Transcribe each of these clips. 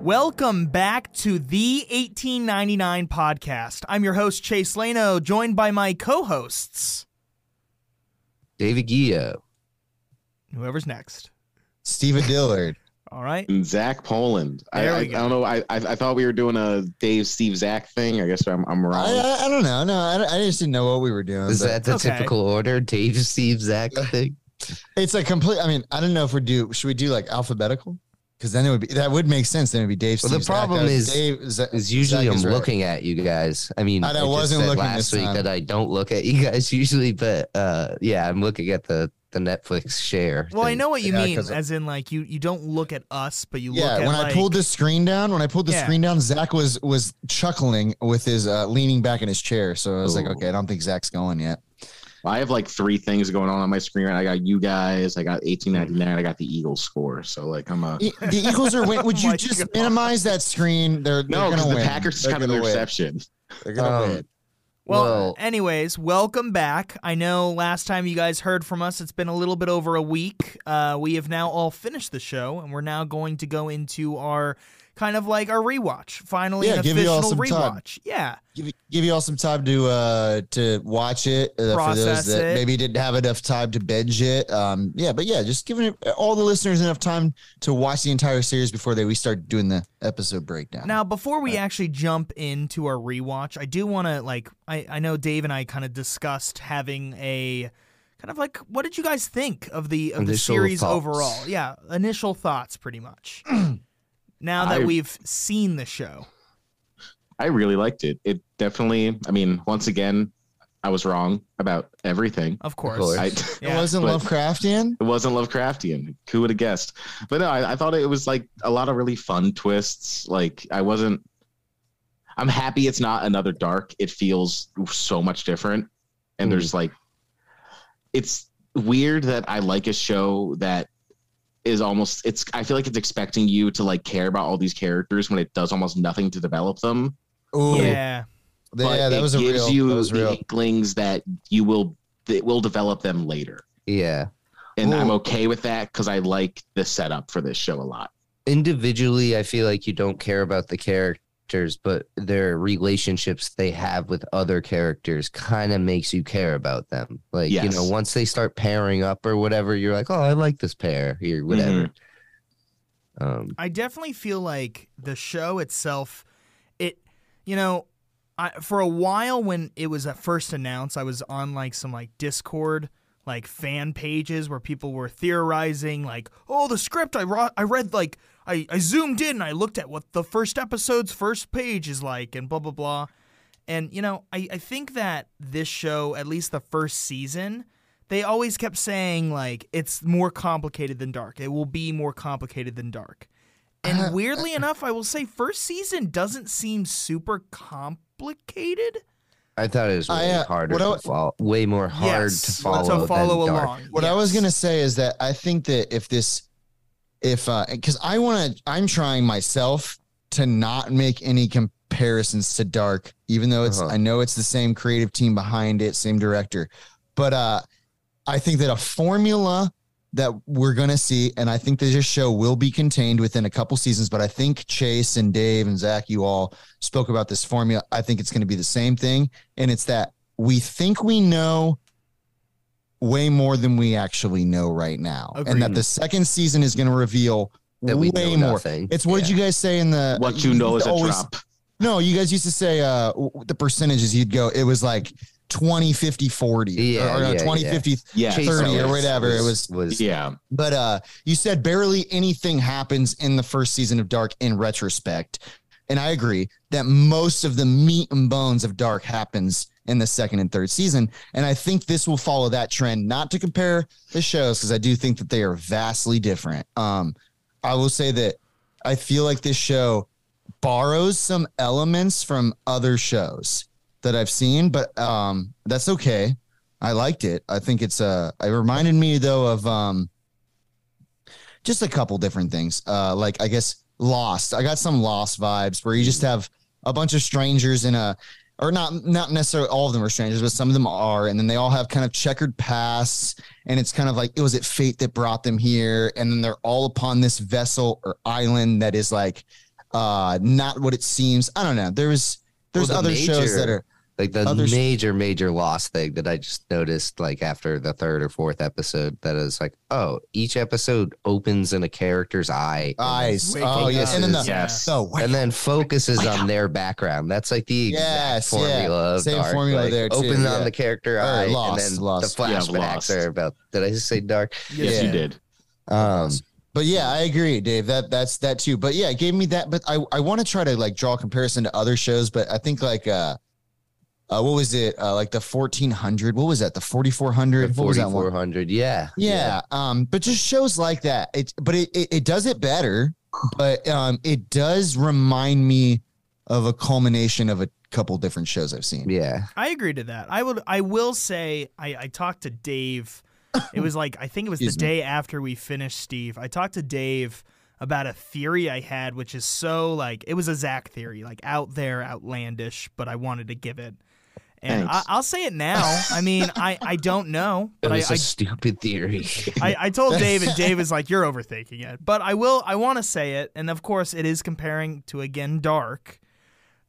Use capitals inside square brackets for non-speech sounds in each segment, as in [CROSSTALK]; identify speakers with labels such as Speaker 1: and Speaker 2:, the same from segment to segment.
Speaker 1: Welcome back to the 1899 podcast. I'm your host, Chase Leno, joined by my co hosts,
Speaker 2: David Gia.
Speaker 1: whoever's next.
Speaker 3: Stephen Dillard.
Speaker 1: All right.
Speaker 4: And Zach Poland. I,
Speaker 1: There
Speaker 4: I,
Speaker 1: we
Speaker 4: I
Speaker 1: go.
Speaker 4: don't know. I, I I thought we were doing a Dave Steve Zach thing. I guess I'm I'm
Speaker 3: I,
Speaker 4: wrong.
Speaker 3: I, I don't know. No, I, don't- I just didn't know what we were doing.
Speaker 2: [LAUGHS] Is
Speaker 3: but
Speaker 2: that the
Speaker 1: Okay.
Speaker 2: typical order? Dave, Steve, Zach thing?
Speaker 3: it's a complete. I mean, I don't know if we do. Should we do like alphabetical? Because then it would be that would make sense. Then it would be Dave.
Speaker 2: Well, the
Speaker 3: Steve, Zach,
Speaker 2: problem
Speaker 3: uh,
Speaker 2: is-
Speaker 3: Dave, Zach-
Speaker 2: Because usually
Speaker 3: Zach
Speaker 2: I'm
Speaker 3: is right.
Speaker 2: looking at you guys. I mean,
Speaker 3: I- I
Speaker 2: just
Speaker 3: wasn't
Speaker 2: said
Speaker 3: looking
Speaker 2: last
Speaker 3: this
Speaker 2: week
Speaker 3: time.
Speaker 2: that I don't look at you guys [LAUGHS] usually, but uh, yeah, I'm looking at the, the Netflix share.
Speaker 1: Well, I
Speaker 2: thing.
Speaker 1: know what you
Speaker 3: Yeah,
Speaker 1: mean,
Speaker 3: 'cause-
Speaker 1: as in, like, you, you don't look at us, but you
Speaker 3: Yeah,
Speaker 1: look at
Speaker 3: when
Speaker 1: like-
Speaker 3: I pulled the screen down, when I pulled the
Speaker 1: Yeah.
Speaker 3: screen down, Zach was was chuckling with his uh, leaning back in his chair. So I was like,
Speaker 2: Ooh.
Speaker 3: okay, I don't think Zach's going yet.
Speaker 4: I have like three things going on on my screen. right now. I got you guys. I got 1899. I got the Eagles score. So like I'm a
Speaker 3: E- the Eagles are win. Would
Speaker 1: Oh
Speaker 3: you
Speaker 1: my
Speaker 3: just
Speaker 1: God.
Speaker 3: minimize that screen? They're, they're gonna
Speaker 4: no because the
Speaker 3: win.
Speaker 4: Packers
Speaker 3: They're
Speaker 4: kind of
Speaker 3: gonna win.
Speaker 4: interception.
Speaker 3: They're gonna
Speaker 2: Um,
Speaker 3: win.
Speaker 1: Well,
Speaker 2: Well-
Speaker 1: anyways, welcome back. I know last time you guys heard from us, it's been a little bit over a week. Uh, we have now all finished the show, and we're now going to go into our kind of like our rewatch. Finally,
Speaker 3: Yeah,
Speaker 1: an
Speaker 3: give you all
Speaker 1: official
Speaker 3: some time.
Speaker 1: rewatch. Yeah.
Speaker 3: Give, give you all some time to uh to watch it uh, for
Speaker 1: Process
Speaker 3: those that
Speaker 1: it.
Speaker 3: maybe didn't have enough time to binge it. Um, yeah, but yeah, just giving it, all the listeners enough time to watch the entire series before they we start doing the episode breakdown.
Speaker 1: Now, before we actually jump into our rewatch, I do want to like I I know Dave and I kind of discussed having a kind of like what did you guys think of the of the
Speaker 2: Initial
Speaker 1: series
Speaker 2: thoughts.
Speaker 1: overall? Yeah, initial thoughts pretty much. now that
Speaker 4: I-
Speaker 1: we've seen the show.
Speaker 4: I really liked it. It definitely. I mean, once again, I was wrong about everything.
Speaker 1: Of course.
Speaker 2: course.
Speaker 4: I.
Speaker 1: Yeah.
Speaker 3: it wasn't
Speaker 4: but-
Speaker 3: Lovecraftian.
Speaker 4: It wasn't Lovecraftian. Who would have guessed? But no, I, I thought it was like a lot of really fun twists. Like I wasn't. I'm happy it's not another dark. It feels so much different,
Speaker 3: Hmm.
Speaker 4: and
Speaker 2: Mm.
Speaker 4: there's like, it's weird that I like a show that is almost. It's. I feel like it's expecting you to like care about all these characters when it does almost nothing to develop them.
Speaker 3: Ooh,
Speaker 1: yeah.
Speaker 4: But
Speaker 3: yeah, that
Speaker 4: it
Speaker 3: was a
Speaker 4: gives
Speaker 3: real.
Speaker 4: you
Speaker 3: that was
Speaker 4: the
Speaker 3: real.
Speaker 4: inklings that you will. That will develop them later
Speaker 2: Yeah.
Speaker 4: and I'm
Speaker 3: Ooh.
Speaker 4: okay with that because I like the setup for this show a lot.
Speaker 2: Individually, I feel like you don't care about the characters, but their relationships they have with other characters kind of makes you care about them. Like, you know,
Speaker 4: Yes.
Speaker 2: once they start pairing up or whatever, you're like, oh, I like this pair or whatever. Um,
Speaker 1: I definitely feel like the show itself, it, you know, I, for a while when it was at first announced, I was on like some like Discord like fan pages where people were theorizing like, oh, the script I ro- I read like I, I zoomed in and I looked at what the first episode's first page is like and blah blah blah. And you know, I, I think that this show, at least the first season, they always kept saying like it's more complicated than dark. It will be more complicated than dark.
Speaker 3: Uh,
Speaker 1: And weirdly enough, I will say first season doesn't seem super complicated.
Speaker 2: I thought it was
Speaker 3: I,
Speaker 2: way
Speaker 3: uh,
Speaker 2: harder
Speaker 3: what
Speaker 2: to
Speaker 3: I-
Speaker 2: follow, way more hard
Speaker 1: yes,
Speaker 2: to follow,
Speaker 1: to follow
Speaker 2: than dark.
Speaker 1: along.
Speaker 3: What I was
Speaker 1: yes.
Speaker 3: gonna say is that I think that if this, if uh, because I want to, I'm trying myself to not make any comparisons to Dark, even though it's,
Speaker 2: Uh-huh.
Speaker 3: I know it's the same creative team behind it, same director, but uh, I think that a formula that we're gonna see, and I think that this show will be contained within a couple seasons, but I think Chase and Dave and Zach, you all spoke about this formula. I think it's gonna be the same thing, and it's that we think we know way more than we actually know right now, and that
Speaker 4: Agreed.
Speaker 3: the second season is going to reveal
Speaker 2: That we
Speaker 3: way
Speaker 2: know
Speaker 3: more.
Speaker 2: nothing.
Speaker 3: It's what did you guys say in the
Speaker 4: What you know
Speaker 3: used
Speaker 4: is
Speaker 3: to
Speaker 4: a
Speaker 3: Uh, always-
Speaker 4: drop.
Speaker 3: No, you guys used to say uh, w- the percentages. You'd go, it was like 20, 50, 40,
Speaker 2: Yeah,
Speaker 3: or, or no,
Speaker 2: yeah,
Speaker 3: 20,
Speaker 2: yeah.
Speaker 3: 50.
Speaker 4: Yeah,
Speaker 2: Chase
Speaker 3: 30 or
Speaker 2: Ellis
Speaker 3: whatever, it was-
Speaker 2: was
Speaker 4: Yeah,
Speaker 3: But uh, you said barely anything happens in the first season of Dark in retrospect. And I agree that most of the meat and bones of Dark happens in the second and third season. And I think this will follow that trend, not to compare the shows, because I do think that they are vastly different. Um, I will say that I feel like this show borrows some elements from other shows that I've seen, but um, that's okay. I liked it. I think it's uh, it reminded me though of um, just a couple different things. Uh, like I guess Lost. I got some Lost vibes where you just have a bunch of strangers in a, or not not necessarily all of them are strangers, but some of them are, and then they all have kind of checkered pasts, and it's kind of like it was it fate that brought them here, and then they're all upon this vessel or island that is like uh, not what it seems. I don't know. There's there's
Speaker 2: Well, the
Speaker 3: other shows
Speaker 2: major-
Speaker 3: that are
Speaker 2: Like the
Speaker 3: Others-
Speaker 2: major, major loss thing that I just noticed, like after the third or fourth episode, that is like, oh, each episode opens in a character's eye, and,
Speaker 3: eyes.
Speaker 1: Wake
Speaker 3: Oh
Speaker 1: up.
Speaker 3: yes, and then the
Speaker 4: Yes.
Speaker 3: so wait,
Speaker 2: and then focuses on their background. That's like the exact
Speaker 3: Yes, yeah.
Speaker 2: formula. Of
Speaker 3: Same
Speaker 2: Dark,
Speaker 3: formula
Speaker 2: like,
Speaker 3: there, too,
Speaker 2: Open
Speaker 3: yeah.
Speaker 2: on the character
Speaker 3: Or
Speaker 2: eye,
Speaker 3: Lost,
Speaker 2: and then
Speaker 3: Lost.
Speaker 2: the
Speaker 4: Yeah,
Speaker 2: flashbacks
Speaker 4: Lost.
Speaker 2: are about. Did I just say dark?
Speaker 4: Yes,
Speaker 3: Yeah.
Speaker 4: you did.
Speaker 3: Uh,
Speaker 2: Um,
Speaker 3: But yeah, I agree, Dave. That that's that too. But yeah, it gave me that. But I I want to try to like draw a comparison to other shows. But I think like uh, uh what was it? Uh, like the fourteen hundred. What was that? The forty four
Speaker 2: the
Speaker 3: hundred. What was that one?
Speaker 2: 4400. Yeah.
Speaker 3: Yeah, Um. But just shows like that. It. But it, it it does it better. But um, it does remind me of a culmination of a couple different shows I've seen.
Speaker 2: Yeah.
Speaker 1: I agree to that. I would. I will say. I, I talked to Dave. It was like I think it was the
Speaker 3: Excuse me.
Speaker 1: day after we finished Steve. I talked to Dave about a theory I had, which is so like it was a Zach theory, like out there, outlandish, but I wanted to give it. And I,
Speaker 4: Thanks.
Speaker 1: I'll say it now. I mean, I, I don't know,
Speaker 2: It
Speaker 1: but I,
Speaker 2: was a
Speaker 1: I
Speaker 2: stupid theory.
Speaker 1: I, I
Speaker 3: [LAUGHS]
Speaker 1: told Dave, and Dave is like, "You're overthinking it." But I will. I want to say it, and of course, it is comparing to again Dark.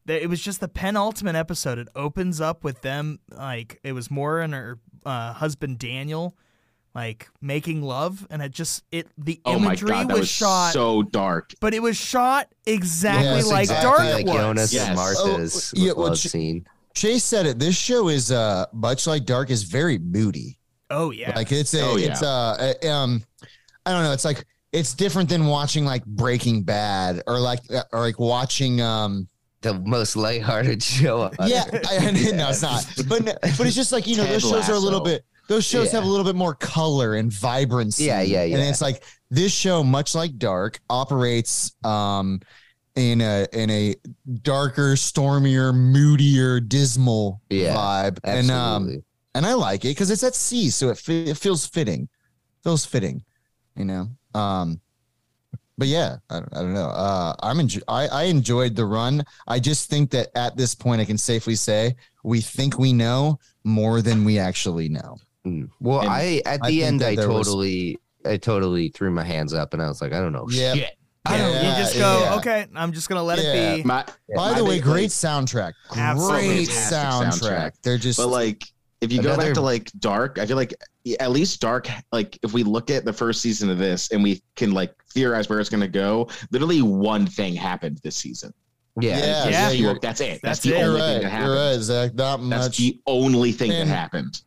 Speaker 1: That it was just the penultimate episode. It opens up with them like it was Moira and her uh, husband Daniel, like making love, and it just it the
Speaker 4: Oh my
Speaker 1: imagery
Speaker 4: god, that
Speaker 1: was,
Speaker 4: was,
Speaker 1: shot,
Speaker 4: so dark.
Speaker 1: but it was shot exactly
Speaker 3: Yes,
Speaker 1: like
Speaker 3: exactly
Speaker 1: Dark
Speaker 2: like
Speaker 1: was.
Speaker 2: Jonas
Speaker 4: Yes.
Speaker 2: and Martha's
Speaker 3: Oh, yeah,
Speaker 2: love
Speaker 3: well, she-
Speaker 2: scene.
Speaker 3: Chase said it. This show is uh much like Dark is very moody.
Speaker 1: Oh yeah,
Speaker 3: Like it's a,
Speaker 4: Oh, yeah.
Speaker 3: it's uh, uh, um, I don't know. It's like it's different than watching like Breaking Bad or like uh, or like watching um.
Speaker 2: The most lighthearted [LAUGHS] show. on
Speaker 3: Yeah,
Speaker 2: earth.
Speaker 3: I, no,
Speaker 2: [LAUGHS]
Speaker 3: it's not. But no- but it's just like you know
Speaker 4: Ted
Speaker 3: those shows are a little
Speaker 4: Lasso.
Speaker 3: bit. Those shows
Speaker 2: Yeah.
Speaker 3: have a little bit more color and vibrancy.
Speaker 2: Yeah, yeah, yeah.
Speaker 3: And it's like this show, much like Dark, operates um in a in a darker, stormier, moodier, dismal
Speaker 2: Yeah,
Speaker 3: vibe. And um
Speaker 2: Absolutely.
Speaker 3: and I like it because it's at sea, so it, fe- it feels fitting, feels fitting, you know. Um, but yeah, I, don't- I don't know. Uh, I'm enjo- I, I enjoyed the run. I just think that at this point, I can safely say we think we know more than we actually know.
Speaker 2: Mm. well,
Speaker 4: and
Speaker 2: I at
Speaker 3: I
Speaker 2: the
Speaker 3: think
Speaker 2: end,
Speaker 3: that
Speaker 2: I
Speaker 3: there was-
Speaker 2: totally, I totally threw my hands up, and I was like, I don't know.
Speaker 3: Yep.
Speaker 2: shit.
Speaker 1: Oh, I don't.
Speaker 3: Yeah,
Speaker 1: you just go,
Speaker 3: yeah.
Speaker 1: okay, I'm just gonna let
Speaker 3: Yeah.
Speaker 1: it be.
Speaker 4: My,
Speaker 3: By
Speaker 4: my
Speaker 3: the way,
Speaker 4: big
Speaker 3: great
Speaker 4: thing-
Speaker 3: soundtrack,
Speaker 1: Absolutely
Speaker 3: great
Speaker 4: fantastic
Speaker 3: soundtrack.
Speaker 4: soundtrack.
Speaker 3: They're just
Speaker 4: But like, if you go
Speaker 2: Another-
Speaker 4: back to like Dark, I feel like at least Dark, like if we look at the first season of this and we can like theorize where it's going to go, literally one thing happened this season.
Speaker 2: Yeah.
Speaker 3: yeah,
Speaker 1: Yeah.
Speaker 3: you're,
Speaker 4: that's it.
Speaker 1: That's
Speaker 4: That's, the
Speaker 1: it.
Speaker 3: you're
Speaker 4: only
Speaker 3: right.
Speaker 4: thing that happened.
Speaker 3: You're right, Zach. Not
Speaker 4: That's
Speaker 3: much.
Speaker 4: the only thing
Speaker 3: Man.
Speaker 4: that happened.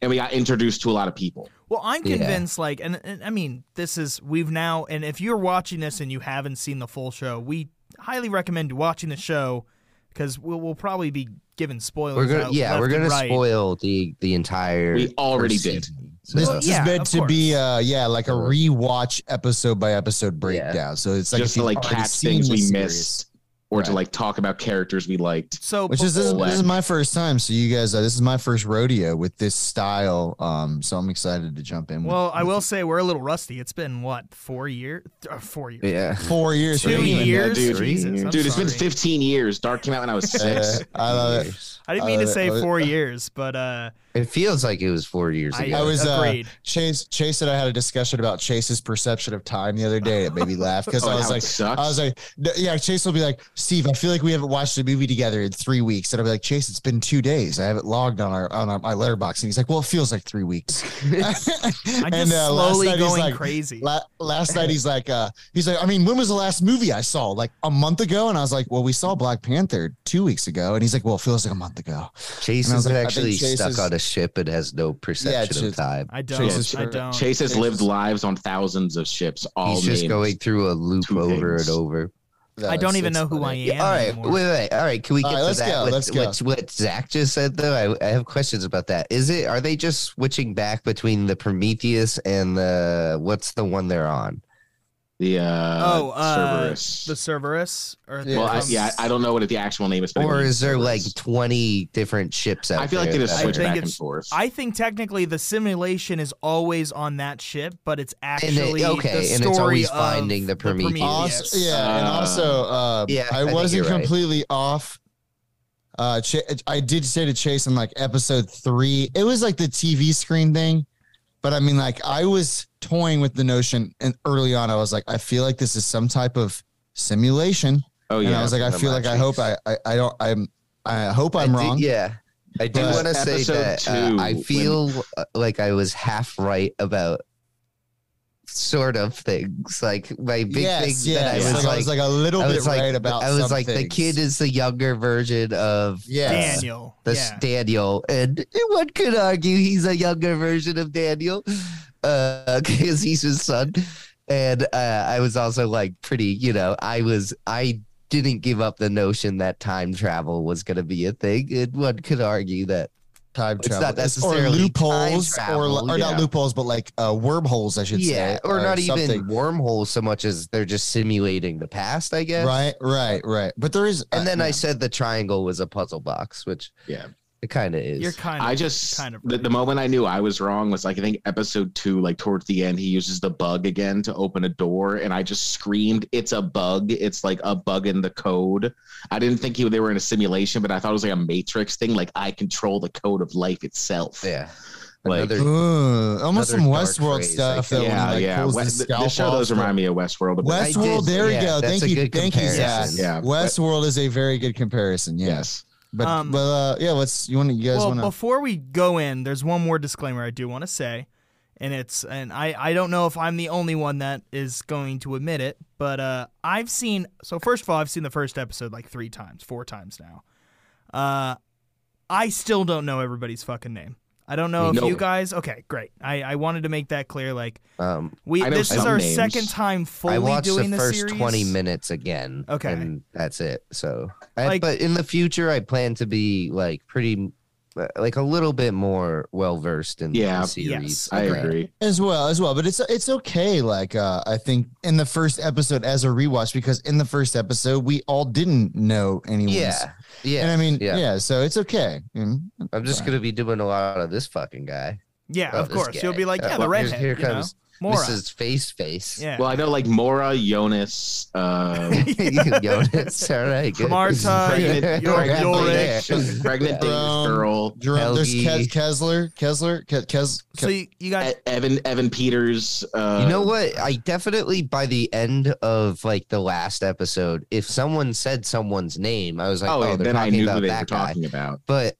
Speaker 4: And we got introduced to a lot of people.
Speaker 1: Well, I'm
Speaker 2: Yeah.
Speaker 1: convinced, like, and, and I mean, this is, we've now, and if you're watching this and you haven't seen the full show, we highly recommend watching the show because we'll, we'll probably be given spoilers.
Speaker 2: We're gonna,
Speaker 1: out
Speaker 2: yeah,
Speaker 1: left
Speaker 2: we're
Speaker 1: and
Speaker 2: gonna
Speaker 1: right.
Speaker 2: spoil the the entire.
Speaker 4: We already
Speaker 2: first
Speaker 4: did.
Speaker 2: season. So-
Speaker 3: This,
Speaker 1: Well,
Speaker 3: this
Speaker 1: yeah,
Speaker 3: is meant
Speaker 1: of
Speaker 3: to be, uh, yeah, like a rewatch episode by episode breakdown. So it's like
Speaker 4: just
Speaker 3: if
Speaker 4: to
Speaker 3: you've
Speaker 4: like
Speaker 3: already
Speaker 4: catch
Speaker 3: seen
Speaker 4: things
Speaker 3: the
Speaker 4: we
Speaker 3: series.
Speaker 4: missed or to
Speaker 3: Right.
Speaker 4: like talk about characters we liked.
Speaker 1: So, oh,
Speaker 3: Which is this, is
Speaker 1: before-
Speaker 3: this is my first time, so you guys, uh, this is my first rodeo with this style. Um, so I'm excited to jump in. with-
Speaker 1: well, I
Speaker 3: with
Speaker 1: will say we're a little rusty. It's been, what, four years? Uh, four years.
Speaker 2: yeah.
Speaker 3: four years.
Speaker 1: Two
Speaker 3: for me.
Speaker 1: years?
Speaker 4: dude.
Speaker 1: Jesus, I'm
Speaker 4: Dude, it's been
Speaker 1: sorry.
Speaker 4: 15 years. Dark came out when I was
Speaker 3: Uh,
Speaker 4: six.
Speaker 3: [LAUGHS] I love it.
Speaker 1: I didn't mean to
Speaker 3: Uh,
Speaker 1: say
Speaker 3: uh,
Speaker 1: four years, but uh,
Speaker 2: It feels like it was four years
Speaker 1: I,
Speaker 2: ago.
Speaker 3: I was, uh, [LAUGHS]
Speaker 1: agreed.
Speaker 3: Chase, Chase and I had a discussion about Chase's perception of time the other day. It made me laugh because
Speaker 4: [LAUGHS] Oh,
Speaker 3: I
Speaker 4: and
Speaker 3: was
Speaker 4: how it
Speaker 3: like,
Speaker 4: sucks.
Speaker 3: I was like, "No," yeah, Chase will be like, Steve, I feel like we haven't watched a movie together in three weeks. And I'll be like, Chase, it's been two days. I haven't logged on our on our, my letterbox. And he's like, well, it feels like
Speaker 1: [LAUGHS]
Speaker 3: three weeks. [LAUGHS] uh,
Speaker 1: I'm just slowly going
Speaker 3: like,
Speaker 1: crazy.
Speaker 3: La- last night he's like, uh, he's like, I mean, when was the last movie I saw? Like a month ago. And I was like, well, we saw Black Panther two weeks ago. And he's like, well, it feels like a month ago.
Speaker 2: [LAUGHS] Chase
Speaker 3: and I was
Speaker 2: is
Speaker 3: like, I think
Speaker 2: actually
Speaker 3: Chase
Speaker 2: stuck
Speaker 3: is-
Speaker 2: on a ship and has no perception
Speaker 3: Chase-
Speaker 2: of time.
Speaker 1: I don't.
Speaker 3: Chase is-
Speaker 1: I don't.
Speaker 4: Chase has
Speaker 3: Chase
Speaker 4: lived
Speaker 3: is-
Speaker 4: lives on thousands of ships, all
Speaker 2: He's just
Speaker 4: named-
Speaker 2: going through a loop
Speaker 4: Oh, two
Speaker 2: over
Speaker 4: things.
Speaker 2: and over.
Speaker 1: I don't even know who I am.
Speaker 2: Yeah, all right,
Speaker 1: anymore.
Speaker 2: wait, wait, all right. Can we
Speaker 3: All
Speaker 2: get
Speaker 3: right,
Speaker 2: to
Speaker 3: let's
Speaker 2: that?
Speaker 3: go,
Speaker 2: What,
Speaker 3: let's go.
Speaker 2: What, what Zach just said, though, I, I have questions about that. Is it are they just switching back between the Prometheus and the what's the one they're on?
Speaker 4: The uh,
Speaker 1: Oh, uh,
Speaker 4: Cerberus.
Speaker 1: The Cerberus? Or
Speaker 3: Yeah.
Speaker 4: well, I,
Speaker 1: um,
Speaker 4: yeah, I don't know what the actual name is, but it
Speaker 2: Or
Speaker 4: means
Speaker 2: is there like
Speaker 4: Cerberus.
Speaker 2: twenty different ships out
Speaker 4: I feel like
Speaker 2: there
Speaker 4: they just
Speaker 2: that
Speaker 1: I
Speaker 4: switch
Speaker 1: think
Speaker 4: back and
Speaker 1: it's-
Speaker 4: forth.
Speaker 1: I think technically the simulation is always on that ship, but it's
Speaker 2: And it-
Speaker 1: actually the
Speaker 2: okay, and
Speaker 1: story
Speaker 2: it's always
Speaker 1: of
Speaker 2: finding the Prometheus.
Speaker 3: Also, yeah, and
Speaker 4: Uh,
Speaker 3: also, uh,
Speaker 2: yeah, I
Speaker 3: I
Speaker 2: think
Speaker 3: wasn't
Speaker 2: you're right.
Speaker 3: completely off. Uh, Ch- I did say to Chase in like episode three, it was like the TV screen thing, but I mean, like I was toying with the notion, and early on, I was like, I feel like this is some type of simulation
Speaker 4: Oh
Speaker 3: and
Speaker 4: yeah,
Speaker 3: I was like, I
Speaker 4: I'm
Speaker 3: feel like I
Speaker 4: actually-
Speaker 3: hope I, I, I don't I'm I hope I'm
Speaker 2: I do-
Speaker 3: wrong.
Speaker 2: yeah. I do
Speaker 3: But
Speaker 2: want to say
Speaker 4: episode
Speaker 2: that uh,
Speaker 4: two,
Speaker 2: I
Speaker 4: when-
Speaker 2: feel uh, like I was half right about sort of things. Like my big
Speaker 3: yes,
Speaker 2: thing that I
Speaker 3: yes.
Speaker 2: was
Speaker 3: like, I was
Speaker 2: like,
Speaker 3: like a little
Speaker 2: I
Speaker 3: bit
Speaker 2: was like,
Speaker 3: right about.
Speaker 2: I was
Speaker 3: some
Speaker 2: like, the
Speaker 3: things.
Speaker 2: kid is the younger version of
Speaker 3: Yes.
Speaker 1: Daniel.
Speaker 2: the
Speaker 1: yeah.
Speaker 2: Daniel, and one could argue he's a younger version of Daniel, [LAUGHS] because he's his son. And uh, I was also like pretty, you know, I was I didn't give up the notion that time travel was going to be a thing, and one could argue that
Speaker 3: time
Speaker 2: It's
Speaker 3: travel.
Speaker 2: not
Speaker 3: It's- or
Speaker 2: necessarily
Speaker 3: loopholes,
Speaker 2: time
Speaker 3: or
Speaker 2: travel,
Speaker 3: or
Speaker 4: yeah.
Speaker 3: not loopholes, but like uh, wormholes, I should
Speaker 2: yeah,
Speaker 3: say,
Speaker 2: or not
Speaker 3: uh, something.
Speaker 2: even wormholes so much as they're just simulating the past, I guess.
Speaker 3: Right, right, right. But there is,
Speaker 2: And then
Speaker 3: uh,
Speaker 2: I said the triangle was a puzzle box, which
Speaker 4: Yeah.
Speaker 2: it kind of is.
Speaker 1: You're kind of
Speaker 4: I just
Speaker 1: kind of
Speaker 4: the, the
Speaker 1: right.
Speaker 4: moment I knew I was wrong was like I think episode two, like towards the end, he uses the bug again to open a door, and I just screamed, "It's a bug! It's like a bug in the code." I didn't think he, they were in a simulation, but I thought it was like a Matrix thing, like I control the code of life itself.
Speaker 2: yeah,
Speaker 4: Like-
Speaker 2: another
Speaker 3: Ooh, almost some
Speaker 2: another dark
Speaker 3: Westworld
Speaker 2: phrase,
Speaker 3: stuff.
Speaker 2: I think.
Speaker 3: though, when he,
Speaker 4: yeah,
Speaker 3: like,
Speaker 4: yeah.
Speaker 3: pulls
Speaker 4: West-
Speaker 3: the
Speaker 4: th- this show
Speaker 3: scalp off
Speaker 4: does
Speaker 3: the-
Speaker 4: remind me of Westworld. But
Speaker 2: I did-
Speaker 3: Westworld. There
Speaker 2: yeah,
Speaker 3: we go.
Speaker 2: that's
Speaker 3: Thank
Speaker 2: a
Speaker 3: you,
Speaker 2: good
Speaker 3: thank you, Zach.
Speaker 2: comparison.
Speaker 4: Yeah, but-
Speaker 3: Westworld is a very good comparison. Yeah.
Speaker 4: yes,
Speaker 3: But
Speaker 1: Um,
Speaker 3: but uh, yeah, let's. You want to? You guys
Speaker 1: well,
Speaker 3: want to?
Speaker 1: before we go in, there's one more disclaimer I do want to say, and it's and I I don't know if I'm the only one that is going to admit it, but uh, I've seen so first of all, I've seen the first episode like three times, four times now. Uh, I still don't know everybody's fucking name. I don't know if
Speaker 4: Nope.
Speaker 1: you guys. Okay, great. I I wanted to make that clear. Like
Speaker 2: um,
Speaker 1: we,
Speaker 4: I know
Speaker 1: this is
Speaker 4: some
Speaker 1: our
Speaker 4: names.
Speaker 1: second time fully
Speaker 2: I watched
Speaker 1: doing
Speaker 2: the
Speaker 1: this
Speaker 2: first
Speaker 1: series.
Speaker 2: 20 minutes again.
Speaker 1: Okay.
Speaker 2: And that's it. So, I,
Speaker 1: Like-
Speaker 2: but in the future, I plan to be like pretty, uh, like a little bit more well versed in
Speaker 4: Yeah.
Speaker 2: the series.
Speaker 1: Yes.
Speaker 4: I
Speaker 1: Agreed.
Speaker 4: agree.
Speaker 3: As well, as well, but it's it's okay. Like uh, I think in the first episode as a rewatch, because in the first episode we all didn't know anyone.
Speaker 2: Yeah. Yeah.
Speaker 3: and I mean, yeah.
Speaker 2: yeah.
Speaker 3: so it's okay. Mm,
Speaker 2: I'm just going to be doing a lot of this fucking guy.
Speaker 1: Yeah,
Speaker 2: Oh,
Speaker 1: of
Speaker 2: this
Speaker 1: course.
Speaker 2: guy.
Speaker 1: You'll be like,
Speaker 2: Oh,
Speaker 1: yeah, the
Speaker 2: here's-
Speaker 1: redhead.
Speaker 2: Here
Speaker 1: you know?
Speaker 2: comes
Speaker 1: Mora.
Speaker 2: Mrs. Face Face. [LAUGHS]
Speaker 1: yeah.
Speaker 4: Well, [LAUGHS] I know like Mora, Jonas,
Speaker 3: [LAUGHS]
Speaker 4: uh,
Speaker 2: [LAUGHS] Jonas. All right. Good.
Speaker 1: Marta,
Speaker 2: [LAUGHS]
Speaker 4: pregnant,
Speaker 1: Yor-
Speaker 4: pregnant,
Speaker 1: Yorick. [LAUGHS]
Speaker 4: Danish- [LAUGHS] pregnant Danish
Speaker 3: Um,
Speaker 4: girl,
Speaker 3: Jerome, there's
Speaker 2: Helgi.
Speaker 3: Kes- Kesler, Kesler, Ke- Kes.
Speaker 1: [LAUGHS]
Speaker 3: Ke-
Speaker 1: So you, you got
Speaker 4: E- Evan Evan Peters. Uh,
Speaker 2: You know what? I definitely by the end of like the last episode, if someone said someone's name, I was like,
Speaker 4: oh,
Speaker 2: "Oh,
Speaker 4: and
Speaker 2: they're
Speaker 4: then I
Speaker 2: talking
Speaker 4: knew
Speaker 2: about
Speaker 4: who they
Speaker 2: that
Speaker 4: were
Speaker 2: guy."
Speaker 4: talking about.
Speaker 2: But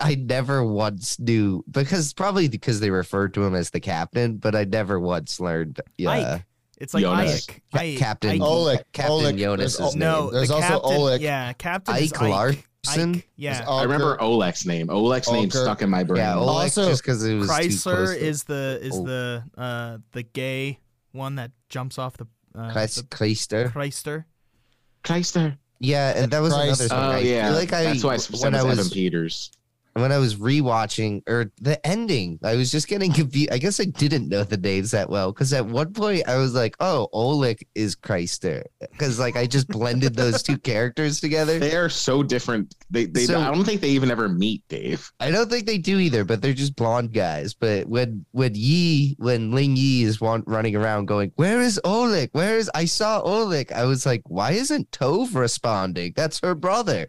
Speaker 2: I never once knew because probably because they referred to him as the captain, but I never once learned. Yeah,
Speaker 1: Ike. It's like
Speaker 4: Jonas.
Speaker 1: Ike.
Speaker 2: Ca-
Speaker 1: Ike.
Speaker 2: Captain
Speaker 1: Ike.
Speaker 2: Oleg
Speaker 3: Oleg,
Speaker 2: Captain
Speaker 3: Oleg,
Speaker 2: Jonas'
Speaker 3: there's Ol-
Speaker 2: name.
Speaker 1: No,
Speaker 3: There's
Speaker 1: the
Speaker 3: also
Speaker 1: captain,
Speaker 3: Oleg.
Speaker 1: Yeah, Captain is
Speaker 2: Ike Larson?
Speaker 1: Ike, Yeah.
Speaker 4: I remember
Speaker 3: Alker.
Speaker 4: Oleg's name. Oleg's name
Speaker 3: Alker.
Speaker 4: stuck in my brain.
Speaker 2: yeah, Oleg
Speaker 3: Also,
Speaker 2: just because it was too close
Speaker 1: Chrysler
Speaker 2: to-
Speaker 1: is the is
Speaker 2: Oh.
Speaker 1: the uh the gay one that jumps off the uh,
Speaker 2: Chris-
Speaker 1: the
Speaker 2: Chrysler.
Speaker 1: Chrysler.
Speaker 3: [LAUGHS]
Speaker 1: [LAUGHS]
Speaker 4: Chrysler.
Speaker 2: Yeah, and that was another
Speaker 3: Chrysler.
Speaker 2: thing.
Speaker 4: Oh
Speaker 2: I
Speaker 4: yeah,
Speaker 2: feel like I
Speaker 4: that's why I said
Speaker 2: when I
Speaker 4: Evan
Speaker 2: was
Speaker 4: Peters.
Speaker 2: when I was rewatching or the ending, I was just getting confused. I guess I didn't know the names that well because at one point I was like, "Oh, Oleg is Chrysler," because like I just blended those
Speaker 3: [LAUGHS]
Speaker 2: two characters together.
Speaker 4: They are so different. They, they
Speaker 2: So-
Speaker 4: I don't think they even ever meet Dave.
Speaker 2: I don't think they do either, but they're just blonde guys. But when when Yi, when Ling Yi is wan- running around going, "Where is Oleg? Where is?" I saw Oleg. I was like, "Why isn't Tove responding? That's her
Speaker 3: [LAUGHS]
Speaker 2: brother."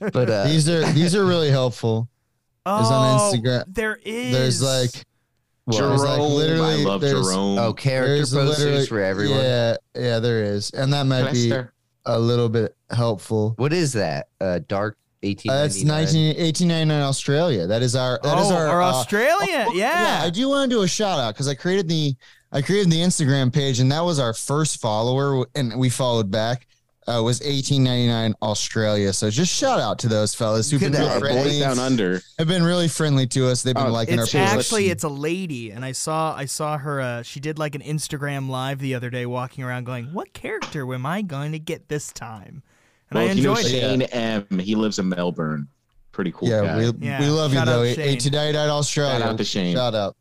Speaker 2: but uh,
Speaker 3: These are these are really helpful.
Speaker 1: Oh,
Speaker 3: on Instagram.
Speaker 1: There is.
Speaker 3: There's like
Speaker 2: well,
Speaker 3: Jerome. there's,
Speaker 4: Jerome,
Speaker 3: like,
Speaker 4: I
Speaker 3: literally-
Speaker 4: love
Speaker 3: there's-
Speaker 4: Jerome.
Speaker 2: oh, character
Speaker 3: there's literally-
Speaker 2: posters for everyone.
Speaker 3: Yeah, yeah, there is, and that might be
Speaker 4: Chrysler.
Speaker 3: a little bit helpful.
Speaker 2: What is that? Uh, dark eighteen.
Speaker 3: Uh, that's 19, 1899 Australia. That is our. That
Speaker 1: oh,
Speaker 3: is our.
Speaker 1: or
Speaker 3: uh,
Speaker 1: Australia.
Speaker 3: oh,
Speaker 1: yeah.
Speaker 3: I do want to do a shout out because I created the I created the Instagram page and that was our first follower and we followed back. Uh, was 1899 Australia. So just shout out to those fellas who've
Speaker 2: Good
Speaker 3: been
Speaker 2: at
Speaker 3: really
Speaker 4: Our
Speaker 2: it.
Speaker 4: boys
Speaker 3: friendly,
Speaker 4: down under.
Speaker 3: have been really friendly to us. They've been
Speaker 4: Oh,
Speaker 3: liking
Speaker 1: It's
Speaker 3: our page.
Speaker 1: actually it's a lady, and I saw I saw her. Uh, she did like an Instagram live the other day, walking around going, "What character am I going to get this time?" And
Speaker 4: Well,
Speaker 1: I
Speaker 4: if you know
Speaker 1: enjoyed it.
Speaker 4: Shane M. He lives in Melbourne. Pretty cool
Speaker 3: yeah,
Speaker 4: guy.
Speaker 3: we,
Speaker 1: Yeah,
Speaker 3: we love you
Speaker 1: shout out
Speaker 3: though.
Speaker 1: Shane.
Speaker 3: 1899 Australia.
Speaker 4: Shout out to Shane.
Speaker 3: Shout out.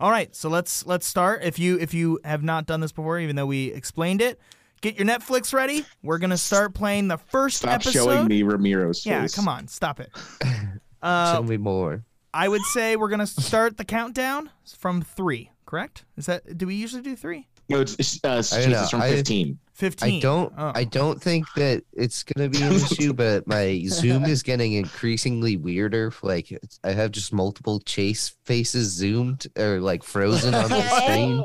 Speaker 1: All right, so let's let's start. If you if you have not done this before, even though we explained it, get your Netflix ready. We're gonna start playing the first
Speaker 4: Stop
Speaker 1: episode.
Speaker 4: showing me Ramiro's
Speaker 1: yeah,
Speaker 4: face.
Speaker 1: come on, stop
Speaker 4: [LAUGHS]
Speaker 1: it.
Speaker 2: Show
Speaker 1: Uh,
Speaker 2: me more.
Speaker 1: I would say we're gonna start the countdown from three. Correct? Is that do we usually do three?
Speaker 4: No, it's, it's, uh, it's
Speaker 2: I don't know.
Speaker 4: from
Speaker 2: I-
Speaker 4: fifteen.
Speaker 1: Fifteen.
Speaker 2: I don't.
Speaker 1: Oh.
Speaker 2: I don't think that it's gonna be
Speaker 1: [LAUGHS]
Speaker 2: an issue. But my Zoom is getting increasingly weirder. Like I have just multiple chase faces zoomed or like frozen on the screen.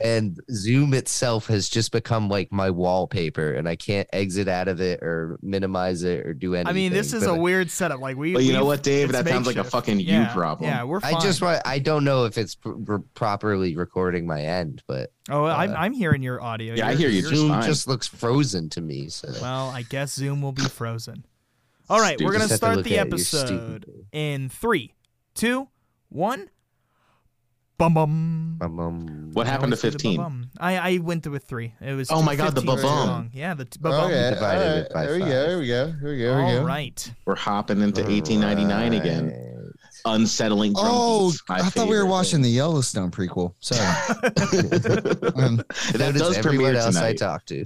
Speaker 2: and Zoom itself has just become like my wallpaper, and I can't exit out of it or minimize it or do anything.
Speaker 1: I mean, this is
Speaker 2: but
Speaker 1: a weird setup. Like we.
Speaker 4: But you know
Speaker 1: we've-
Speaker 4: what, Dave?
Speaker 1: it's
Speaker 4: That sounds like a
Speaker 1: makeshift.
Speaker 4: fucking you
Speaker 1: yeah,
Speaker 4: problem.
Speaker 1: Yeah, we're fine.
Speaker 2: I just want. I don't know if it's pr- pr- properly recording my end, but
Speaker 1: Oh, I'm,
Speaker 2: uh,
Speaker 1: I'm hearing your audio.
Speaker 4: Yeah, I
Speaker 1: You're-
Speaker 4: hear you
Speaker 1: you're-
Speaker 4: just
Speaker 2: Zoom
Speaker 4: fine.
Speaker 2: just looks frozen to me. So
Speaker 1: Well, I guess Zoom will be frozen. All right, we're
Speaker 4: Stupid.
Speaker 1: gonna
Speaker 2: Just have to
Speaker 1: start
Speaker 2: look
Speaker 1: the
Speaker 2: at it. You're stupid.
Speaker 1: episode in three, two, one. Bum bum.
Speaker 2: Um, um,
Speaker 4: What happened to
Speaker 1: I always do the
Speaker 4: 15?
Speaker 1: bum-bum. I, I went through with three. It was
Speaker 4: Oh my God, the
Speaker 1: 15 was too
Speaker 4: ba-bum.
Speaker 1: long. Yeah, the t-
Speaker 3: Oh,
Speaker 1: bum.
Speaker 3: yeah.
Speaker 2: Divided
Speaker 3: all right.
Speaker 2: it by
Speaker 3: there we
Speaker 2: five.
Speaker 3: go. There we go. There we go. There we
Speaker 1: All
Speaker 3: go.
Speaker 1: right.
Speaker 4: We're hopping into 1899 again. Unsettling. drum
Speaker 3: Oh,
Speaker 4: beats, my
Speaker 3: I thought we were
Speaker 4: favorite
Speaker 3: watching the Yellowstone prequel. Sorry.
Speaker 4: [LAUGHS]
Speaker 3: um,
Speaker 4: thing.
Speaker 2: That
Speaker 4: That
Speaker 2: is
Speaker 4: does
Speaker 2: everyone
Speaker 4: premiere
Speaker 2: else I
Speaker 4: tonight.
Speaker 2: talk to.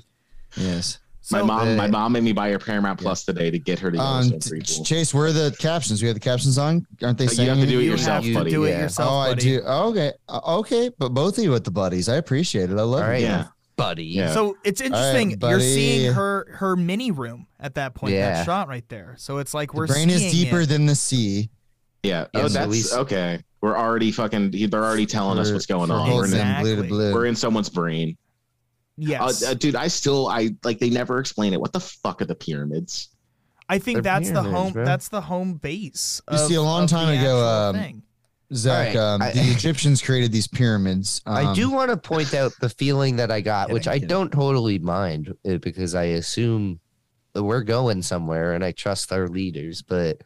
Speaker 3: yes.
Speaker 1: So,
Speaker 4: My mom, my
Speaker 2: uh,
Speaker 4: mom made me buy her Paramount Plus today to get her to
Speaker 3: Um,
Speaker 4: Yellowstone
Speaker 3: Ch- Ch-
Speaker 4: prequel.
Speaker 3: Chase, where are the captions? We have the captions on. Aren't they
Speaker 4: Uh,
Speaker 3: saying?
Speaker 4: you have to do it
Speaker 1: you
Speaker 4: yourself,
Speaker 1: have
Speaker 4: buddy.
Speaker 1: to do it
Speaker 2: Yeah.
Speaker 1: yourself,
Speaker 3: Oh, I
Speaker 1: buddy.
Speaker 3: do. Oh, okay, Uh, okay, but both of you at the buddies, I appreciate it. I love
Speaker 2: All right,
Speaker 3: it.
Speaker 4: Yeah.
Speaker 2: buddy.
Speaker 4: Yeah.
Speaker 1: So it's interesting. You're
Speaker 3: buddy.
Speaker 1: seeing her her mini room at that point.
Speaker 2: Yeah.
Speaker 1: That shot right there. So it's like we're
Speaker 3: the brain is
Speaker 1: seeing
Speaker 3: deeper
Speaker 1: it.
Speaker 3: than the sea.
Speaker 4: Yeah.
Speaker 2: Yeah,
Speaker 4: Oh,
Speaker 2: so we s-
Speaker 4: that's okay. We're already fucking. They're already telling us
Speaker 3: For-
Speaker 4: what's going
Speaker 3: for
Speaker 4: on.
Speaker 3: both
Speaker 4: We're
Speaker 3: of
Speaker 4: in,
Speaker 1: Exactly.
Speaker 3: them, blue to blue.
Speaker 4: we're in someone's brain. Uh,
Speaker 1: Yes.
Speaker 4: uh, dude, I still, I like. They never explain it. What the fuck are the pyramids?
Speaker 1: I think
Speaker 2: They're
Speaker 1: that's the
Speaker 2: pyramids,
Speaker 1: home.
Speaker 2: bro.
Speaker 1: That's the home base.
Speaker 3: You see, a
Speaker 1: of-
Speaker 3: long
Speaker 1: of
Speaker 3: time
Speaker 1: the
Speaker 3: ago,
Speaker 1: actual
Speaker 3: um,
Speaker 1: thing.
Speaker 3: Zach,
Speaker 2: All right,
Speaker 3: um,
Speaker 2: I-
Speaker 3: the Egyptians created these pyramids.
Speaker 2: I
Speaker 3: um,
Speaker 2: do want to point out the feeling that I got, which
Speaker 3: Kidding,
Speaker 2: I
Speaker 3: kidding.
Speaker 2: don't totally mind uh, because I assume that we're going somewhere and I trust our leaders, but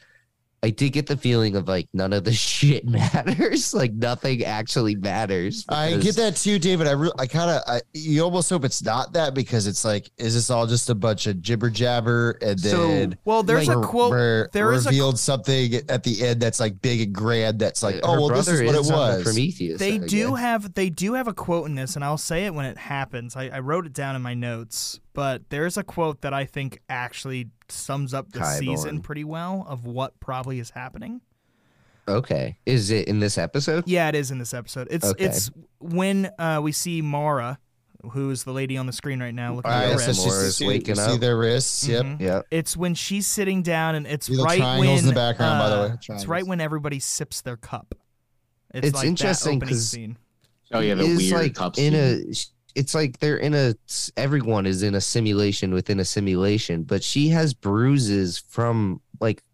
Speaker 2: I did get the feeling of like none of the [LAUGHS] shit matters. [LAUGHS] Like nothing actually matters.
Speaker 3: I
Speaker 2: because-
Speaker 3: get that too, David. I re- I kind of, I, you almost hope it's not that because it's like, is this all just a bunch of jibber jabber? And
Speaker 2: So,
Speaker 3: then
Speaker 1: Well, there's
Speaker 2: like,
Speaker 1: a
Speaker 3: re-
Speaker 1: quote.
Speaker 3: re-
Speaker 1: there is a-
Speaker 3: revealed something at the end that's like big and grand. That's like,
Speaker 2: Her
Speaker 3: oh well, this
Speaker 2: brother
Speaker 3: is what it
Speaker 2: on the
Speaker 3: was.
Speaker 2: Prometheus.
Speaker 1: they
Speaker 2: I
Speaker 1: do
Speaker 2: guess.
Speaker 1: have they do have a quote in this and i'll say it when it happens I, I wrote it down in my notes but there's a quote that i think actually sums up the
Speaker 2: Kai
Speaker 1: season
Speaker 2: Bowen.
Speaker 1: pretty well of what probably is happening
Speaker 2: Okay, is it in this episode?
Speaker 1: yeah it is in this episode it's
Speaker 2: Okay.
Speaker 1: it's when uh, we see mara who is the lady on the screen right now looking
Speaker 3: All
Speaker 1: at her
Speaker 2: Yeah,
Speaker 3: right, so
Speaker 1: wrist.
Speaker 3: it's just-
Speaker 2: Moore's
Speaker 3: you
Speaker 2: waking
Speaker 3: see
Speaker 2: up.
Speaker 3: their wrists. Yep.
Speaker 1: Mhm.
Speaker 2: Yep.
Speaker 1: it's when she's sitting down and it's
Speaker 3: See the
Speaker 1: right
Speaker 3: triangles
Speaker 1: when
Speaker 3: in the background, by the way.
Speaker 1: uh, it's
Speaker 3: Triangles.
Speaker 1: right when everybody sips their cup it's,
Speaker 2: It's
Speaker 1: like
Speaker 2: interesting
Speaker 1: that opening
Speaker 2: 'cause-
Speaker 1: scene
Speaker 4: Oh yeah, the
Speaker 2: It's
Speaker 4: weird
Speaker 2: like
Speaker 4: cups.
Speaker 2: in
Speaker 4: dude.
Speaker 2: a. It's like they're in a. Everyone is in a simulation within a simulation, but she has bruises from like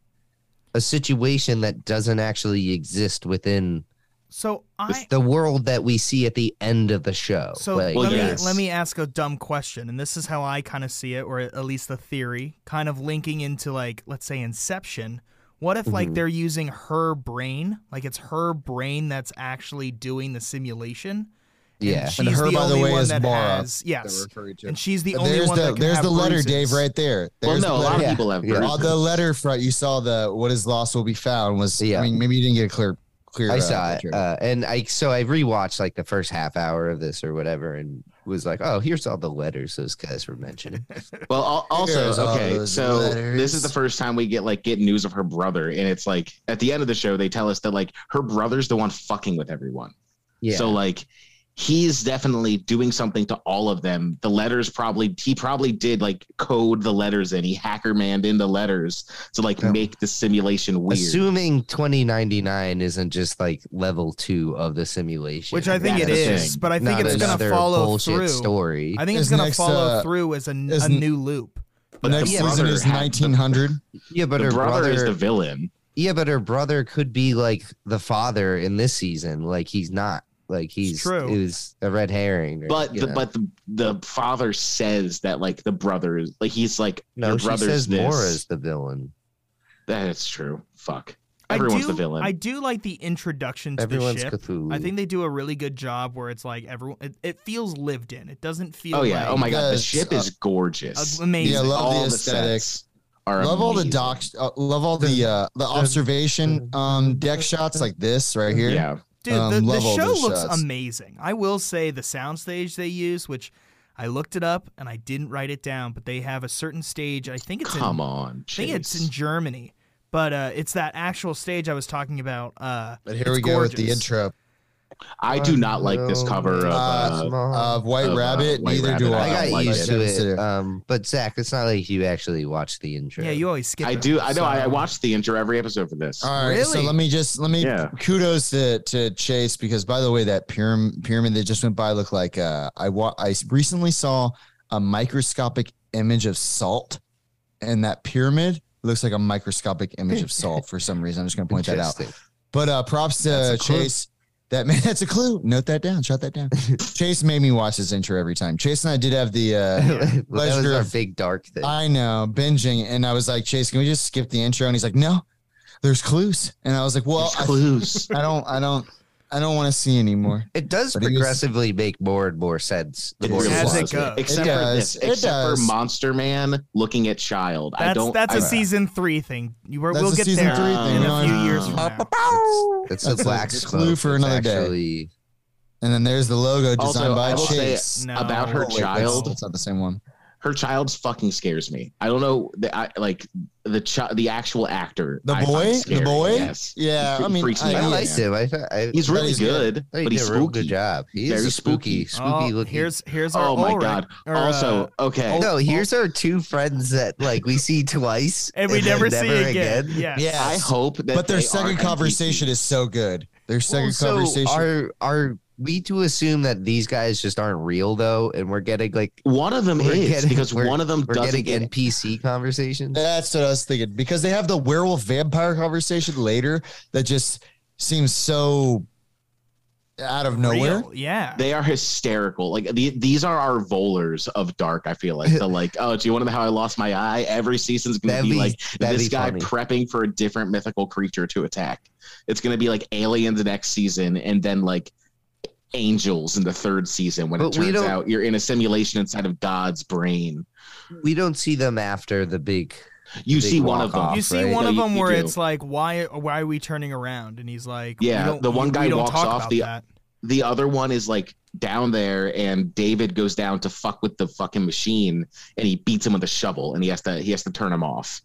Speaker 2: a situation that doesn't actually exist within
Speaker 1: so i
Speaker 2: the world that we see at the end of the show.
Speaker 1: So
Speaker 2: like,
Speaker 4: Well,
Speaker 1: let,
Speaker 4: yes.
Speaker 1: me, let me ask a dumb question, and this is how I kind of see it, or at least the theory, kind of linking into like, let's say Inception. What if like
Speaker 2: Mhm.
Speaker 1: they're using her brain, like it's her brain that's actually doing the simulation?
Speaker 2: yeah.
Speaker 1: she's
Speaker 3: And her, by the
Speaker 1: only
Speaker 3: way,
Speaker 1: one
Speaker 3: is
Speaker 1: that
Speaker 3: Mara.
Speaker 1: has yes, and she's the
Speaker 3: But
Speaker 1: only
Speaker 3: there's
Speaker 1: one
Speaker 3: the
Speaker 1: that can
Speaker 3: there's
Speaker 1: have
Speaker 3: the letter,
Speaker 1: bruises.
Speaker 3: Dave, right there.
Speaker 4: well,
Speaker 3: There's
Speaker 4: no,
Speaker 3: the
Speaker 4: a
Speaker 3: letter.
Speaker 4: lot of
Speaker 2: Yeah.
Speaker 4: people have.
Speaker 2: Yeah.
Speaker 4: bruises.
Speaker 3: Uh, the letter front you saw the what is lost will be found was
Speaker 2: Yeah.
Speaker 3: I mean maybe you didn't get a clear clear
Speaker 2: I
Speaker 3: uh,
Speaker 2: saw it,
Speaker 3: picture.
Speaker 2: uh, and I so I rewatched like the first half hour of this or whatever, and was like, "Oh, here's all the letters those guys were
Speaker 4: [LAUGHS]
Speaker 2: mentioning."
Speaker 4: Well, al- also
Speaker 3: There's all
Speaker 4: okay.
Speaker 3: those
Speaker 4: So this
Speaker 3: letters.
Speaker 4: is the first time we get like get news of her brother, and it's like at the end of the show they tell us that like her brother's the one fucking with everyone.
Speaker 2: Yeah,
Speaker 4: So like he's definitely doing something to all of them. The letters probably he probably did like code the letters in. He hacker manned in the letters to like
Speaker 2: Yeah.
Speaker 4: make the simulation weird.
Speaker 2: assuming 2099 isn't just like level two of the simulation,
Speaker 1: which I think
Speaker 4: That's
Speaker 1: it
Speaker 4: the
Speaker 1: is,
Speaker 4: thing.
Speaker 1: but I think
Speaker 2: Not
Speaker 1: it's gonna
Speaker 2: another
Speaker 1: follow
Speaker 2: bullshit
Speaker 1: through.
Speaker 2: story.
Speaker 1: I think it's
Speaker 3: Is
Speaker 1: gonna
Speaker 3: next,
Speaker 1: follow
Speaker 3: uh,
Speaker 1: through as a, n-
Speaker 3: is
Speaker 1: a
Speaker 3: n-
Speaker 1: new loop.
Speaker 4: but
Speaker 3: Next
Speaker 4: the
Speaker 2: yeah,
Speaker 3: season
Speaker 4: brother
Speaker 3: is
Speaker 4: had-
Speaker 3: nineteen hundred.
Speaker 2: yeah, but
Speaker 4: the
Speaker 2: her
Speaker 4: brother,
Speaker 2: brother,
Speaker 4: is the villain.
Speaker 2: yeah, but her brother could be like the father in this season. Like he's not. Like he's
Speaker 1: true.
Speaker 2: Is a red herring. or,
Speaker 4: But
Speaker 2: you
Speaker 4: the,
Speaker 2: know.
Speaker 4: but the, the father says that like the brother is like he's like
Speaker 2: no,
Speaker 4: your
Speaker 2: she
Speaker 4: brother's
Speaker 2: says
Speaker 4: this.
Speaker 2: Mora's the villain.
Speaker 4: That's true. Fuck.
Speaker 1: I
Speaker 4: Everyone's
Speaker 1: do-
Speaker 4: the villain.
Speaker 1: I do like the introduction to the
Speaker 2: Everyone's
Speaker 1: ship.
Speaker 2: Cthulhu.
Speaker 1: I think they do a really good job where it's like everyone. It, it feels lived in. It doesn't feel.
Speaker 4: oh yeah.
Speaker 1: Like
Speaker 4: oh my god. The
Speaker 3: Yes,
Speaker 4: ship
Speaker 3: uh,
Speaker 4: is gorgeous.
Speaker 1: a- Amazing.
Speaker 3: Yeah, I love
Speaker 4: all
Speaker 3: the aesthetics.
Speaker 4: sets are
Speaker 3: love all the
Speaker 4: amazing.
Speaker 3: docs. Uh, love all the uh, the observation um deck shots like this right here.
Speaker 4: Yeah.
Speaker 1: Dude,
Speaker 3: um,
Speaker 1: the, the
Speaker 3: love all
Speaker 1: show
Speaker 3: those
Speaker 1: looks
Speaker 3: shots.
Speaker 1: amazing. I will say the soundstage they use, which I looked it up and I didn't write it down, but they have a certain stage. I think it's
Speaker 4: Come
Speaker 1: in,
Speaker 4: on.
Speaker 1: I think it's
Speaker 4: Chase.
Speaker 1: in Germany, but uh, it's that actual stage I was talking about. Uh,
Speaker 3: But here
Speaker 1: It's
Speaker 3: we go with the
Speaker 1: gorgeous.
Speaker 3: intro.
Speaker 4: I do not like this cover of.
Speaker 3: Uh,
Speaker 4: Uh,
Speaker 2: Oh.
Speaker 3: Of White
Speaker 4: Of, uh,
Speaker 3: Rabbit,
Speaker 4: White
Speaker 3: neither
Speaker 4: Rabbit,
Speaker 3: do I.
Speaker 4: I
Speaker 2: I got
Speaker 4: like
Speaker 2: used
Speaker 4: it.
Speaker 2: to it. Um, but Zach, it's not like you actually watched the intro.
Speaker 1: Yeah, you always skip.
Speaker 4: I
Speaker 1: it,
Speaker 4: do. I know. I, I
Speaker 1: so-
Speaker 4: watched the intro every episode for this.
Speaker 3: All right, so
Speaker 1: Really?
Speaker 3: let me just let me
Speaker 4: Yeah.
Speaker 3: kudos to, to Chase because by the way, that pyram- pyramid that just went by looked like uh, I wa- I recently saw a microscopic image of salt, and that pyramid looks like a microscopic image of salt for some reason. I'm just gonna point that
Speaker 2: [LAUGHS]
Speaker 3: out.
Speaker 2: Interesting.
Speaker 3: But uh, props to
Speaker 2: That's a clue.
Speaker 3: Chase. That man, [LAUGHS] that's a clue. Note that down.
Speaker 2: [LAUGHS]
Speaker 3: Jot that down. Chase made me watch this intro every time. Chase and I did have the uh,
Speaker 2: Well, that was
Speaker 3: Pleasure
Speaker 2: our
Speaker 3: of-
Speaker 2: big dark thing.
Speaker 3: I know, binging. And I was like, Chase, can we just skip the intro? And he's like, no, there's clues. And I was like, well,
Speaker 4: There's
Speaker 3: I,
Speaker 4: clues.
Speaker 3: [LAUGHS] I don't, I don't, I don't want to see anymore.
Speaker 2: it does
Speaker 3: But it was-
Speaker 2: progressively make more and more sense. The
Speaker 4: It
Speaker 2: more
Speaker 4: really
Speaker 2: you
Speaker 1: As
Speaker 2: watch
Speaker 1: it
Speaker 4: was.
Speaker 1: goes.
Speaker 4: Except
Speaker 3: It
Speaker 4: for
Speaker 3: does.
Speaker 4: this,
Speaker 3: It
Speaker 4: except
Speaker 3: does.
Speaker 4: for Monster Man looking at child. I
Speaker 1: That's
Speaker 4: don't.
Speaker 1: that's
Speaker 4: a
Speaker 1: a season three thing. You were,
Speaker 3: That's
Speaker 1: we'll
Speaker 3: a
Speaker 1: get
Speaker 3: season
Speaker 1: there
Speaker 3: three
Speaker 4: thing,
Speaker 1: in
Speaker 4: you know,
Speaker 1: a few
Speaker 4: I-
Speaker 1: years from now.
Speaker 2: It's
Speaker 3: That's
Speaker 2: a
Speaker 3: a
Speaker 2: black
Speaker 3: clue for another day.
Speaker 2: actually,
Speaker 3: And then there's the logo
Speaker 4: Also,
Speaker 3: designed
Speaker 4: I
Speaker 3: by
Speaker 4: will say-
Speaker 3: Chase.
Speaker 1: No.
Speaker 4: about her
Speaker 3: Oh, wait, that's-
Speaker 4: child.
Speaker 3: That's not the same one.
Speaker 4: her child's fucking scares me. I don't know. The, I, like the chi- the actual actor.
Speaker 3: The
Speaker 4: I
Speaker 3: boy?
Speaker 4: find
Speaker 3: The
Speaker 4: scary,
Speaker 3: boy?
Speaker 4: Yes.
Speaker 3: Yeah,
Speaker 4: He
Speaker 3: I mean,
Speaker 4: freaks me
Speaker 3: I,
Speaker 2: I
Speaker 4: out.
Speaker 2: liked him. I, thought- I,
Speaker 4: He's really
Speaker 3: he's
Speaker 4: good,
Speaker 2: I thought
Speaker 4: but
Speaker 2: he
Speaker 4: he's
Speaker 2: did a real good
Speaker 4: spooky.
Speaker 2: job. He is
Speaker 4: Very
Speaker 2: a spooky, spooky
Speaker 1: Oh,
Speaker 2: looking.
Speaker 1: here's here's our
Speaker 4: Oh my
Speaker 1: Ulrich,
Speaker 4: god.
Speaker 1: or,
Speaker 4: also,
Speaker 1: uh,
Speaker 4: okay.
Speaker 2: no, here's our two friends that like we see twice
Speaker 1: [LAUGHS] and we
Speaker 2: then
Speaker 1: never, see again. Yeah.
Speaker 3: Yeah.
Speaker 4: I hope that.
Speaker 3: But their
Speaker 4: they
Speaker 3: second
Speaker 4: aren't
Speaker 3: conversation
Speaker 4: NPCs.
Speaker 3: is so good. Their second
Speaker 2: Well, so
Speaker 3: conversation.
Speaker 2: are are we to assume that these guys just aren't real though, and we're getting like
Speaker 4: [LAUGHS] One of them
Speaker 2: We're
Speaker 4: is
Speaker 2: getting-
Speaker 4: because
Speaker 2: [LAUGHS] we're-
Speaker 4: one of them
Speaker 2: we're
Speaker 4: doesn't
Speaker 2: getting
Speaker 4: get
Speaker 2: NPC conversations?
Speaker 3: That's what I was thinking because they have the werewolf vampire conversation later that just seems so out of nowhere.
Speaker 1: Real, Yeah.
Speaker 4: They are hysterical. Like the, these are our volers of dark. I feel like the like. Oh, do you want to know how I lost my eye? Every season's gonna
Speaker 2: That'd
Speaker 4: be,
Speaker 2: be-
Speaker 4: like
Speaker 2: that'd
Speaker 4: this
Speaker 2: be
Speaker 4: guy
Speaker 2: funny.
Speaker 4: prepping for a different mythical creature to attack. It's gonna be like aliens next season, and then like angels in the third season when it
Speaker 2: But we
Speaker 4: turns
Speaker 2: don't-
Speaker 4: out you're in a simulation inside of God's brain.
Speaker 2: We don't see them after the big.
Speaker 4: You
Speaker 2: Big
Speaker 4: see one of
Speaker 2: walk-off.
Speaker 4: them.
Speaker 1: you see
Speaker 2: right?
Speaker 1: one
Speaker 4: No,
Speaker 1: of
Speaker 4: you-
Speaker 1: them
Speaker 4: you
Speaker 1: where
Speaker 4: do.
Speaker 1: it's like, why why are we turning around? And he's like, we
Speaker 4: Yeah,
Speaker 1: don't-
Speaker 4: the one
Speaker 1: we- we
Speaker 4: guy
Speaker 1: don't
Speaker 4: walks
Speaker 1: talk
Speaker 4: off
Speaker 1: about
Speaker 4: the-
Speaker 1: that.
Speaker 4: the other one is like down there and David goes down to fuck with the fucking machine and he beats him with a shovel and he has to he has to turn him off.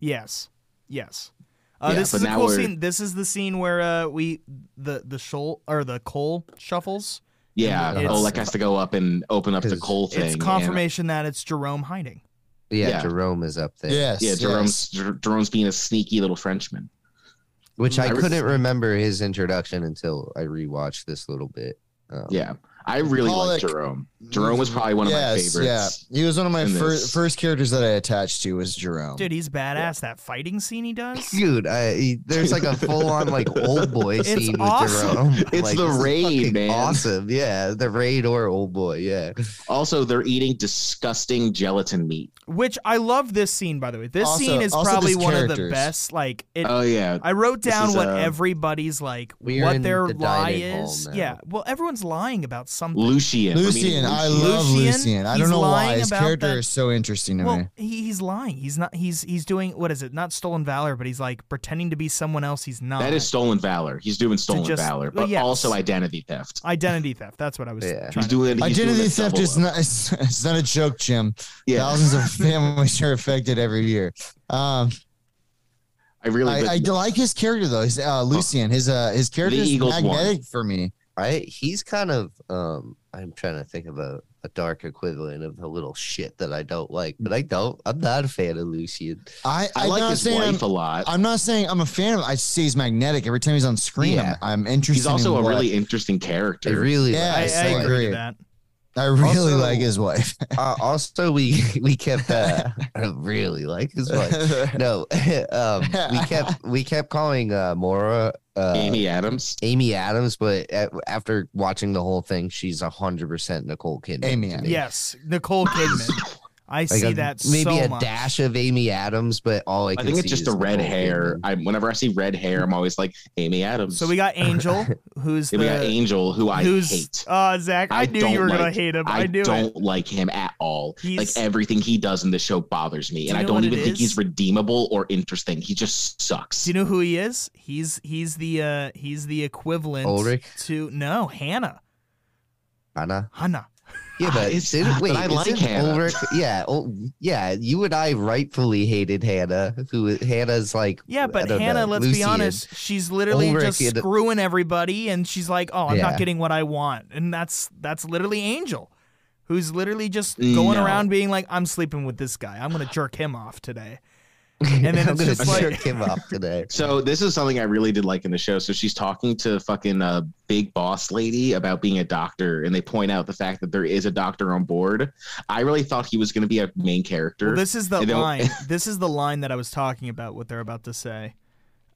Speaker 1: Yes. Yes. Uh,
Speaker 4: Yeah,
Speaker 1: this
Speaker 4: but
Speaker 1: is a
Speaker 4: now
Speaker 1: cool
Speaker 4: we're-
Speaker 1: scene. This is the scene where uh, we the the shoal or the coal shuffles.
Speaker 4: Yeah,
Speaker 1: It's-
Speaker 4: Oleg has to go up and open up the
Speaker 2: It's-
Speaker 4: coal thing.
Speaker 1: It's
Speaker 4: and-
Speaker 1: confirmation that it's Jerome hiding.
Speaker 2: Yeah,
Speaker 4: Yeah.
Speaker 2: Jerome is up there,
Speaker 3: Yes.
Speaker 4: yeah,
Speaker 3: yes.
Speaker 4: Jerome's Jer- Jerome's being a sneaky little Frenchman.
Speaker 2: which I,
Speaker 4: I re-
Speaker 2: couldn't remember his introduction until I rewatched this little bit. Um,
Speaker 4: Yeah, I really like
Speaker 3: Pollock-
Speaker 4: Jerome. Jerome was probably one of my favorites.
Speaker 3: Yeah. He was one of my
Speaker 4: in
Speaker 3: fir-
Speaker 4: this.
Speaker 3: first characters that I attached to was Jerome.
Speaker 1: Dude, he's badass. That fighting scene he does.
Speaker 4: [LAUGHS]
Speaker 2: Dude, I, he- there's like a full on like old boy
Speaker 1: It's
Speaker 2: scene
Speaker 1: awesome.
Speaker 2: with Jerome.
Speaker 4: It's
Speaker 2: Like,
Speaker 4: the
Speaker 2: this is
Speaker 4: raid,
Speaker 2: fucking
Speaker 4: man.
Speaker 2: Awesome, yeah, the raid or old boy, yeah.
Speaker 4: Also, they're eating disgusting gelatin meat.
Speaker 1: Which I love this scene by the way. This
Speaker 3: Also-
Speaker 1: scene is
Speaker 3: also
Speaker 1: probably
Speaker 3: just
Speaker 1: one of the
Speaker 3: characters.
Speaker 1: best. Like it,
Speaker 4: Oh yeah,
Speaker 1: I wrote
Speaker 4: This
Speaker 1: down
Speaker 4: is,
Speaker 1: what
Speaker 4: uh,
Speaker 1: everybody's like,
Speaker 2: We're
Speaker 1: what
Speaker 2: in
Speaker 1: their
Speaker 2: the
Speaker 1: lie
Speaker 2: dining hall
Speaker 1: is.
Speaker 2: now.
Speaker 1: Yeah. Well, everyone's lying about something.
Speaker 4: Lucian. We're meeting
Speaker 3: Lucian, I
Speaker 4: Lucian.
Speaker 3: love
Speaker 1: Lucian,
Speaker 3: Lucian. I
Speaker 1: he's
Speaker 3: don't know why
Speaker 1: lying
Speaker 3: his
Speaker 1: about
Speaker 3: character
Speaker 1: that-
Speaker 3: is so interesting to me.
Speaker 1: Well, he, he's lying. He's not. He's he's doing what is it? Not stolen valor, but he's like pretending to be someone else. He's not.
Speaker 4: That is stolen valor. He's doing stolen
Speaker 1: just-
Speaker 4: valor,
Speaker 1: well,
Speaker 4: but
Speaker 1: yes.
Speaker 4: also identity theft.
Speaker 1: identity theft. That's what I was
Speaker 2: Yeah.
Speaker 1: trying
Speaker 4: He's
Speaker 1: to.
Speaker 4: doing. He's doing
Speaker 3: Identity
Speaker 4: a
Speaker 3: theft
Speaker 4: double
Speaker 3: is
Speaker 4: up.
Speaker 3: not it's, it's not a joke, Jim.
Speaker 4: Yeah,
Speaker 3: Thousands
Speaker 4: [LAUGHS]
Speaker 3: of families are affected every year. Um,
Speaker 4: I really.
Speaker 3: I, I
Speaker 4: but-
Speaker 3: like his character though. His uh, Lucian, his uh, his character is
Speaker 4: Eagles won.
Speaker 3: magnetic for me.
Speaker 2: I he's kind of um I'm trying to think of a, a dark equivalent of the little shit that I don't like, but I don't I'm not a fan of Lucian.
Speaker 3: I
Speaker 4: I
Speaker 3: I'm
Speaker 4: like
Speaker 3: not
Speaker 4: his
Speaker 3: saying I'm-
Speaker 4: wife a lot.
Speaker 3: I'm not saying I'm a fan of. I say he's magnetic every time he's on screen.
Speaker 2: Yeah.
Speaker 3: I'm, I'm interested.
Speaker 4: He's also
Speaker 3: in
Speaker 4: a
Speaker 3: what-
Speaker 4: really interesting
Speaker 2: I
Speaker 4: character.
Speaker 2: really
Speaker 3: Yeah,
Speaker 1: I, I
Speaker 2: like
Speaker 3: so
Speaker 1: agree
Speaker 3: agree.
Speaker 1: to that.
Speaker 3: I really
Speaker 2: Also-
Speaker 3: like his wife.
Speaker 4: [LAUGHS]
Speaker 2: uh, also we [LAUGHS] we kept uh I really like his wife. No, [LAUGHS] um we kept we kept calling uh Mora uh
Speaker 4: Amy Adams.
Speaker 2: Amy Adams, but a after watching the whole thing, she's hundred percent Nicole Kidman.
Speaker 3: Amy
Speaker 2: to me.
Speaker 3: Adams.
Speaker 1: Yes,
Speaker 4: [LAUGHS]
Speaker 1: Nicole Kidman. I
Speaker 2: Like
Speaker 1: see
Speaker 2: a-
Speaker 1: that
Speaker 2: maybe
Speaker 1: so
Speaker 2: a
Speaker 1: much.
Speaker 2: dash of Amy Adams, but all I,
Speaker 4: I
Speaker 2: can
Speaker 4: think it's
Speaker 2: see
Speaker 4: just
Speaker 2: is
Speaker 4: the red
Speaker 2: Nicole
Speaker 4: hair.
Speaker 2: Kidman.
Speaker 4: I'm whenever I see red hair, I'm always like Amy Adams.
Speaker 1: So we got
Speaker 4: [LAUGHS]
Speaker 1: Angel, who's
Speaker 4: Then
Speaker 1: the
Speaker 4: we got Angel, who I
Speaker 1: who's
Speaker 4: hate.
Speaker 1: uh Zach. I,
Speaker 4: I
Speaker 1: knew
Speaker 4: don't
Speaker 1: you were gonna
Speaker 4: like-
Speaker 1: hate him. I,
Speaker 4: I,
Speaker 1: knew it.
Speaker 4: don't like him at all.
Speaker 1: He's
Speaker 4: like everything he does in the show bothers me,
Speaker 1: Do
Speaker 4: and
Speaker 1: you
Speaker 4: I
Speaker 1: know
Speaker 4: don't
Speaker 1: what
Speaker 4: even
Speaker 1: it
Speaker 4: think
Speaker 1: is?
Speaker 4: he's redeemable or interesting. He just sucks.
Speaker 1: Do you know who he is? He's he's the uh he's the equivalent
Speaker 2: Ulrich?
Speaker 1: to no Hannah
Speaker 2: Anna.
Speaker 1: Hannah.
Speaker 2: Yeah, but
Speaker 4: It's
Speaker 2: didn't-
Speaker 4: not that
Speaker 2: wait,
Speaker 4: I like
Speaker 2: isn't
Speaker 4: Hannah.
Speaker 2: Ulrich- yeah, oh, yeah. You and I rightfully hated Hannah. Who Hannah's like?
Speaker 1: Yeah,
Speaker 2: I
Speaker 1: but
Speaker 2: don't
Speaker 1: Hannah,
Speaker 2: know,
Speaker 1: let's
Speaker 2: Lucy
Speaker 1: be
Speaker 2: and-
Speaker 1: honest, she's literally
Speaker 2: Ulrich
Speaker 1: just
Speaker 2: and-
Speaker 1: screwing everybody, and she's like, "Oh, I'm
Speaker 2: Yeah.
Speaker 1: not getting what I want," and that's that's literally Angel, who's literally just going
Speaker 4: No.
Speaker 1: around being like, "I'm sleeping with this guy. I'm gonna jerk him off today." And then
Speaker 2: [LAUGHS] I'm
Speaker 1: it's
Speaker 2: gonna
Speaker 1: just like-
Speaker 2: jerk him off today.
Speaker 4: So this is something I really did like in the show. So she's talking to fucking uh, big boss lady about being a doctor, and they point out the fact that there is a doctor on board. I really thought he was going to be a main character.
Speaker 1: Well, this is
Speaker 2: [LAUGHS]
Speaker 1: the
Speaker 4: You know-
Speaker 1: line. this is the line that I was talking about. What they're about to say.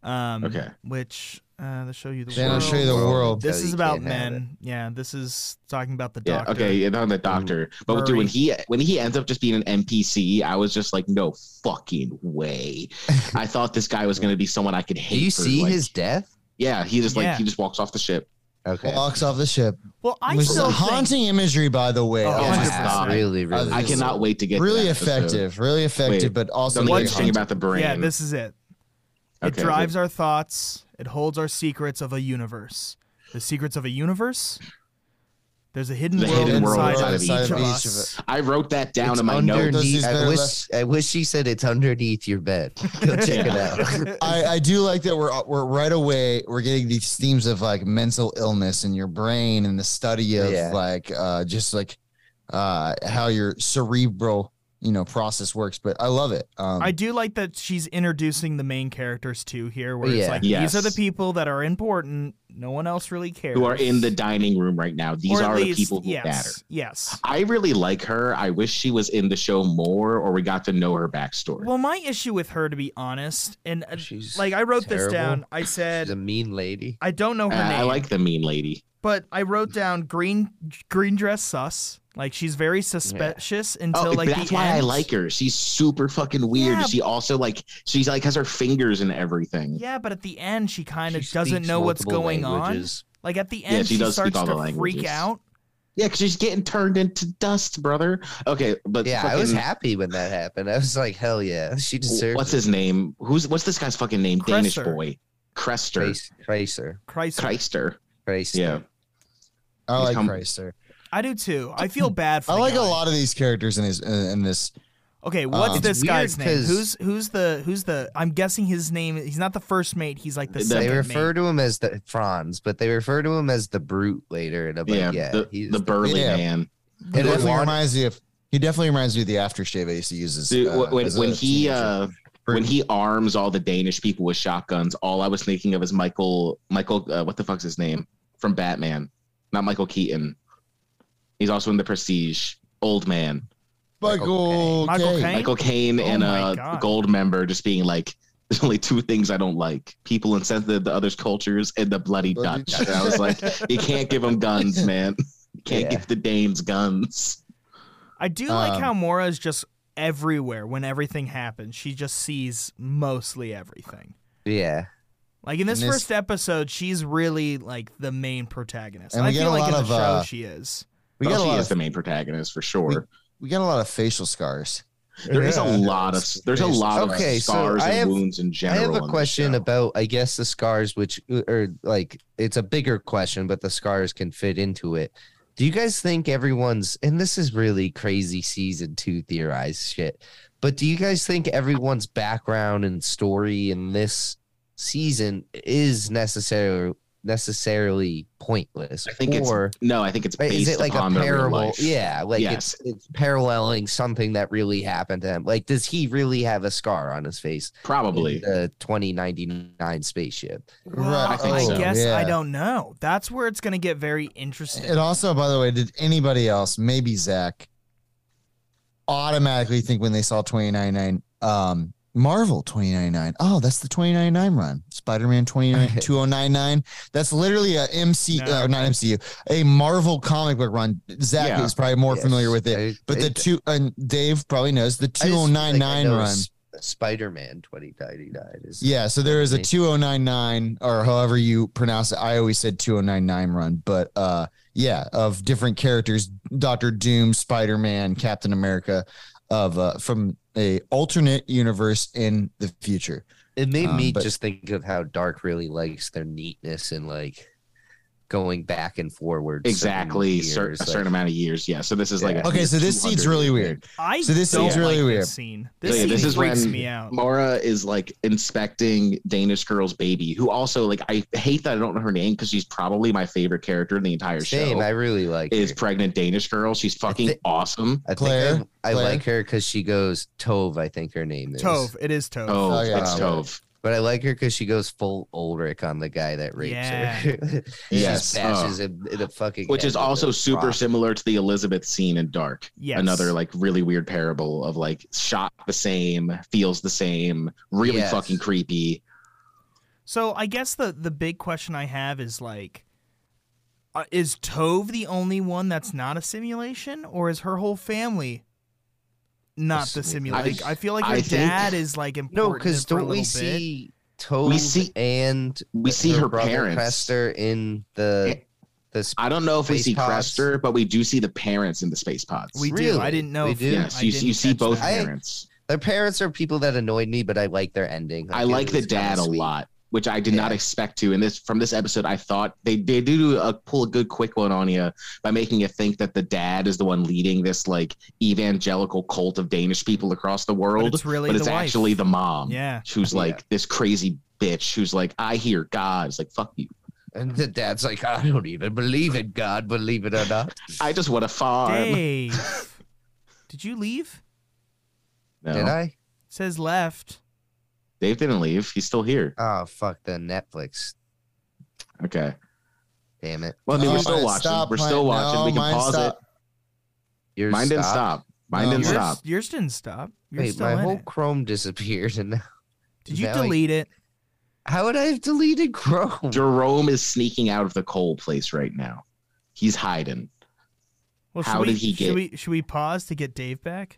Speaker 1: Um,
Speaker 4: Okay.
Speaker 1: Which uh, they show you the.
Speaker 3: Then I'll
Speaker 1: world.
Speaker 3: show you the world.
Speaker 1: This
Speaker 2: So
Speaker 1: is
Speaker 2: you
Speaker 1: about
Speaker 2: can't have
Speaker 1: men. Yeah, this is talking about the
Speaker 4: yeah,
Speaker 1: doctor.
Speaker 4: okay, yeah, not the doctor, but dude, when
Speaker 1: Murray.
Speaker 4: he when he ends up just being an NPC, I was just like, no fucking way. I thought this guy was going to be someone I could
Speaker 2: it. Do
Speaker 4: hate.
Speaker 2: you
Speaker 4: for,
Speaker 2: see
Speaker 4: like-
Speaker 2: his death?
Speaker 4: Yeah, he just like
Speaker 1: Yeah.
Speaker 4: he just walks off the ship.
Speaker 2: Okay.
Speaker 3: Walks off the ship.
Speaker 1: Well, I
Speaker 3: Which is
Speaker 1: still
Speaker 3: a
Speaker 1: think
Speaker 3: haunting imagery, by the way.
Speaker 1: Oh,
Speaker 3: Wow.
Speaker 4: yeah.
Speaker 2: Wow,
Speaker 4: stop.
Speaker 2: Really, really.
Speaker 4: I cannot wait to get to
Speaker 3: Really
Speaker 4: that episode.
Speaker 3: effective. Really effective, but also
Speaker 4: Something
Speaker 1: What-
Speaker 3: very
Speaker 4: interesting
Speaker 3: haunting.
Speaker 4: about the brain.
Speaker 1: Yeah, this is it. It
Speaker 4: Okay,
Speaker 1: drives our thoughts. It holds our secrets of a universe. The secrets of a universe. There's a hidden,
Speaker 4: The
Speaker 1: world,
Speaker 4: hidden world
Speaker 1: inside,
Speaker 4: inside
Speaker 1: of,
Speaker 4: of
Speaker 1: each
Speaker 3: each
Speaker 1: of
Speaker 3: of
Speaker 1: us.
Speaker 3: us.
Speaker 4: I wrote that down
Speaker 2: It's
Speaker 4: in my notes.
Speaker 3: Those
Speaker 2: underneath.
Speaker 3: is
Speaker 2: I
Speaker 3: better
Speaker 2: wish.
Speaker 3: left-
Speaker 2: I wish she said it's underneath your bed. [LAUGHS] Go check it out.
Speaker 3: I, I do like that we're we're right away we're getting these themes of like mental illness in your brain and the study of
Speaker 2: Yeah.
Speaker 3: like uh just like uh how your cerebral you know process works but I love it um
Speaker 1: I do like that she's introducing the main characters too here, where it's
Speaker 2: Yeah.
Speaker 1: like
Speaker 4: Yes.
Speaker 1: these are the people that are important. No one else really cares.
Speaker 4: who are in the dining room right now. These
Speaker 1: Or at
Speaker 4: are
Speaker 1: least-
Speaker 4: the people who
Speaker 1: yes,
Speaker 4: matter.
Speaker 1: Yes.
Speaker 4: I really like her. I wish she was in the show more or we got to know her backstory.
Speaker 1: Well, my issue with her, to be honest, [LAUGHS] and uh,
Speaker 2: She's
Speaker 1: like I wrote this
Speaker 2: terrible.
Speaker 1: down. I
Speaker 2: She's a
Speaker 1: said
Speaker 2: mean lady.
Speaker 1: I don't know her
Speaker 4: Uh, I-
Speaker 1: name.
Speaker 4: I like the mean lady.
Speaker 1: but I wrote down green green dress sus. Like she's very suspicious until
Speaker 4: oh,
Speaker 1: like
Speaker 4: that's
Speaker 1: the
Speaker 4: why
Speaker 1: end.
Speaker 4: I like her. She's super fucking weird.
Speaker 1: Yeah.
Speaker 4: She also like she's like has her fingers and everything.
Speaker 1: Yeah, but at the end she kind of
Speaker 2: She
Speaker 1: doesn't
Speaker 2: speaks
Speaker 1: know what's
Speaker 2: multiple
Speaker 1: going
Speaker 2: languages.
Speaker 1: on. Like at the
Speaker 4: Yeah,
Speaker 1: end
Speaker 4: she
Speaker 1: she,
Speaker 4: does speak
Speaker 1: starts
Speaker 4: all
Speaker 1: to
Speaker 4: the languages.
Speaker 1: freak out.
Speaker 4: Yeah, because she's getting turned into dust, brother. Okay, but
Speaker 2: Yeah, I was
Speaker 4: fucking-
Speaker 2: happy when that happened. I was like, hell yeah, she deserves.
Speaker 4: What's
Speaker 2: it.
Speaker 4: his name? Who's what's this guy's fucking name? Danish
Speaker 1: Kreiser.
Speaker 4: boy, Crester,
Speaker 2: Christ, Chrysler,
Speaker 1: Christ,
Speaker 4: Kreister.
Speaker 2: Chrysler.
Speaker 4: Yeah,
Speaker 3: I like
Speaker 4: become-
Speaker 3: Chrysler
Speaker 1: I do too. I feel bad for.
Speaker 3: I
Speaker 1: the
Speaker 3: like a
Speaker 1: guy.
Speaker 3: lot of these characters in his uh, in this
Speaker 1: Okay, what's
Speaker 3: Um,
Speaker 1: this
Speaker 2: It's
Speaker 1: guy's
Speaker 2: weird
Speaker 1: name?
Speaker 2: 'cause-
Speaker 1: Who's who's the who's the? I'm guessing his name. He's not the first mate. He's like the
Speaker 4: They
Speaker 1: second
Speaker 2: They
Speaker 1: mate.
Speaker 2: refer to him as the Franz, but they refer to him as the brute later. And I'm
Speaker 4: yeah,
Speaker 2: like, yeah,
Speaker 4: the,
Speaker 2: he's
Speaker 4: the burly
Speaker 3: Yeah.
Speaker 4: man.
Speaker 3: He
Speaker 2: And
Speaker 3: definitely
Speaker 2: Eduardo-
Speaker 3: reminds me of. He definitely reminds me of the aftershave I used to use as
Speaker 4: Dude,
Speaker 3: uh,
Speaker 4: when
Speaker 3: as a
Speaker 4: when he
Speaker 3: teenager.
Speaker 4: uh, when he arms all the Danish people with shotguns, all I was thinking of is Michael Michael uh, what the fuck's his name from Batman, not Michael Keaton. He's also in The Prestige. Old man,
Speaker 3: Michael
Speaker 1: Michael
Speaker 3: Caine.
Speaker 1: Caine.
Speaker 4: Michael Caine,
Speaker 1: Oh
Speaker 4: and
Speaker 1: my
Speaker 4: uh,
Speaker 1: God.
Speaker 4: Gold Member, just being like, "There's only two things I don't like: people insensitive to others' cultures and the bloody,
Speaker 3: Bloody
Speaker 4: Dutch." And I was like, "You can't give them guns, man. [LAUGHS] You can't
Speaker 2: Yeah.
Speaker 4: give the Danes guns."
Speaker 1: I do like
Speaker 3: Um,
Speaker 1: how Mora is just everywhere when everything happens. She just sees mostly everything.
Speaker 2: yeah.
Speaker 1: Like in this,
Speaker 3: And this-
Speaker 1: first episode, she's really like the main protagonist.
Speaker 3: And we
Speaker 1: I
Speaker 3: get
Speaker 1: feel
Speaker 3: a
Speaker 1: like in
Speaker 3: lot
Speaker 1: the
Speaker 3: of,
Speaker 1: show
Speaker 3: uh,
Speaker 1: she is.
Speaker 3: We got
Speaker 4: Well,
Speaker 3: a
Speaker 4: she
Speaker 3: lot
Speaker 4: Oh, is the
Speaker 3: of
Speaker 4: main protagonist for sure.
Speaker 3: we got a lot of facial scars.
Speaker 4: There is
Speaker 3: Yeah.
Speaker 4: a lot of there's a lot of
Speaker 2: Okay, so
Speaker 4: scars
Speaker 2: I
Speaker 4: and
Speaker 2: have-
Speaker 4: wounds in
Speaker 2: I
Speaker 4: general.
Speaker 2: have
Speaker 4: on
Speaker 2: a
Speaker 4: this
Speaker 2: question
Speaker 4: show.
Speaker 2: about, I guess, the scars, which or like it's a bigger question, but the scars can fit into it. Do you guys think everyone's and this is really crazy season two theorized shit, but do you guys think everyone's background and story in this season is necessarily necessarily pointless?
Speaker 4: I think
Speaker 2: or
Speaker 4: it's no. I think it's based
Speaker 2: is it like a
Speaker 4: upon their real
Speaker 2: parallel?
Speaker 4: life.
Speaker 2: Yeah, like
Speaker 4: Yes.
Speaker 2: it's it's paralleling something that really happened to him. Like, does he really have a scar on his face? in
Speaker 4: probably.
Speaker 2: the 2099 spaceship.
Speaker 1: Well,
Speaker 3: I
Speaker 1: I,
Speaker 4: think so,
Speaker 1: guess I
Speaker 3: yeah.
Speaker 1: don't know. That's where it's going to get very interesting.
Speaker 3: And also, by the way, did anybody else, maybe Zach, automatically think when they saw 2099, um, Marvel 2099? Oh, that's the 2099 run. Spider Man 2099. That's literally a MC,
Speaker 1: No.
Speaker 3: uh, not MCU, a Marvel comic book run. Zach
Speaker 4: Yeah.
Speaker 3: is probably more
Speaker 2: Yes.
Speaker 3: familiar with it.
Speaker 2: I-
Speaker 3: But
Speaker 2: I-
Speaker 3: the two, and Dave probably knows the
Speaker 2: I just feel like I
Speaker 3: 2099
Speaker 2: know
Speaker 3: run.
Speaker 2: S- Spider-Man 2099 is
Speaker 3: Yeah, so there is a
Speaker 2: Okay.
Speaker 3: 2099 or however you pronounce it. I always said 2099 run, but uh yeah, of different characters, Doctor Doom, Spider-Man, Captain America of uh from a alternate universe in the future.
Speaker 2: It made
Speaker 3: Um,
Speaker 2: me
Speaker 3: but-
Speaker 2: just think of how Dark really likes their neatness and like going back and forward. certain
Speaker 4: exactly cer-
Speaker 2: years,
Speaker 4: a
Speaker 2: like-
Speaker 4: certain ament amount of years. Yeah, so this is like
Speaker 2: Yeah.
Speaker 4: a
Speaker 3: Okay, so this
Speaker 4: 200
Speaker 3: seems really weird.
Speaker 1: I
Speaker 3: So this
Speaker 1: don't
Speaker 3: scene's really
Speaker 1: like
Speaker 3: weird.
Speaker 1: This scene. This
Speaker 4: So, yeah,
Speaker 1: scene
Speaker 4: this is
Speaker 1: freaks
Speaker 4: when
Speaker 1: me out.
Speaker 4: Mara is like inspecting Danish girl's baby, who also like I hate that I don't know her name because she's probably my favorite character in the entire
Speaker 2: Same.
Speaker 4: show.
Speaker 2: I really like
Speaker 4: is
Speaker 2: her.
Speaker 4: pregnant Danish girl. She's fucking
Speaker 2: thi-
Speaker 4: awesome.
Speaker 2: I
Speaker 3: Claire?
Speaker 2: think I, I
Speaker 3: Claire?
Speaker 2: like her because she goes Tove. I think her name is
Speaker 1: Tove. It is Tove.
Speaker 4: Oh,
Speaker 3: Oh, yeah.
Speaker 4: it's Tove.
Speaker 2: But I like her because she goes full Ulrich on the guy that rapes her. [LAUGHS] she
Speaker 4: Yes. Oh.
Speaker 2: just bashes him in the fucking.
Speaker 4: Which
Speaker 2: head
Speaker 4: is
Speaker 2: with
Speaker 4: also
Speaker 2: a
Speaker 4: super
Speaker 2: rock.
Speaker 4: similar to the Elizabeth scene in Dark.
Speaker 1: Yes.
Speaker 4: Another like really weird parable of like shot the same, feels the same, really
Speaker 2: Yes.
Speaker 4: fucking creepy.
Speaker 1: So I guess the the big question I have is like, uh, is Tove the only one that's not a simulation, or is her whole family not the
Speaker 2: simulation.
Speaker 1: simulation? I, feel like her
Speaker 4: I think-
Speaker 1: dad is like important.
Speaker 2: No, because
Speaker 1: for a
Speaker 2: don't we
Speaker 1: little bit.
Speaker 2: see Tove
Speaker 4: We see-
Speaker 2: and
Speaker 4: We see her,
Speaker 2: brother
Speaker 4: parents.
Speaker 2: Crester in the the sp-
Speaker 4: I don't know if we
Speaker 2: Space
Speaker 4: see
Speaker 2: pods.
Speaker 4: Crester, but we do see the parents in the space pods.
Speaker 1: We do. I
Speaker 2: Really?
Speaker 1: didn't know.
Speaker 2: We
Speaker 1: if-
Speaker 2: do?
Speaker 4: yes,
Speaker 1: I
Speaker 4: you,
Speaker 1: didn't
Speaker 4: you see
Speaker 1: catch
Speaker 4: both
Speaker 1: that.
Speaker 2: I-
Speaker 4: parents.
Speaker 2: their parents are people that annoyed me, but I like their ending.
Speaker 4: I
Speaker 2: it
Speaker 4: like the
Speaker 2: was kinda
Speaker 4: dad a
Speaker 2: sweet.
Speaker 4: lot, which I did not
Speaker 2: Yeah.
Speaker 4: expect to. And this from this episode, I thought they they do a, pull a good quick one on you by making you think that the dad is the one leading this like evangelical cult of Danish people across the
Speaker 1: But
Speaker 4: world,
Speaker 1: it's really
Speaker 4: but
Speaker 1: the
Speaker 4: it's
Speaker 1: wife.
Speaker 4: actually the mom
Speaker 1: Yeah.
Speaker 4: who's
Speaker 2: Yeah.
Speaker 4: like this crazy bitch who's like, I hear God. It's like fuck you.
Speaker 2: And the dad's like, I don't even believe in God, believe it or not.
Speaker 4: I just want a
Speaker 2: [LAUGHS]
Speaker 4: farm.
Speaker 1: Dave, did you leave?
Speaker 4: [LAUGHS] No,
Speaker 2: Did I?
Speaker 1: It says left.
Speaker 4: Dave didn't leave. He's still here.
Speaker 2: Oh fuck the Netflix.
Speaker 4: Okay.
Speaker 2: Damn it.
Speaker 4: Well, I mean, Oh, we're
Speaker 3: No,
Speaker 4: still
Speaker 3: mine
Speaker 4: watching.
Speaker 3: stopped,
Speaker 4: we're still
Speaker 3: mine-
Speaker 4: watching.
Speaker 3: no,
Speaker 4: we can
Speaker 3: mine
Speaker 4: pause
Speaker 3: stopped.
Speaker 4: it.
Speaker 2: Yours
Speaker 4: Mine didn't
Speaker 2: stopped?
Speaker 4: stop. Mine
Speaker 3: No.
Speaker 4: didn't
Speaker 1: Yours,
Speaker 4: stop.
Speaker 1: yours didn't stop. You're
Speaker 2: Wait,
Speaker 1: still
Speaker 2: my
Speaker 1: in
Speaker 2: whole
Speaker 1: it.
Speaker 2: Chrome disappeared, and now-
Speaker 1: Did you
Speaker 2: now I-
Speaker 1: delete it?
Speaker 2: how would I have deleted Chrome?
Speaker 4: Jerome is sneaking out of the coal place right now. He's hiding.
Speaker 1: Well,
Speaker 4: How
Speaker 1: should we,
Speaker 4: did he
Speaker 1: Should
Speaker 4: get-
Speaker 1: we, should we pause to get Dave back?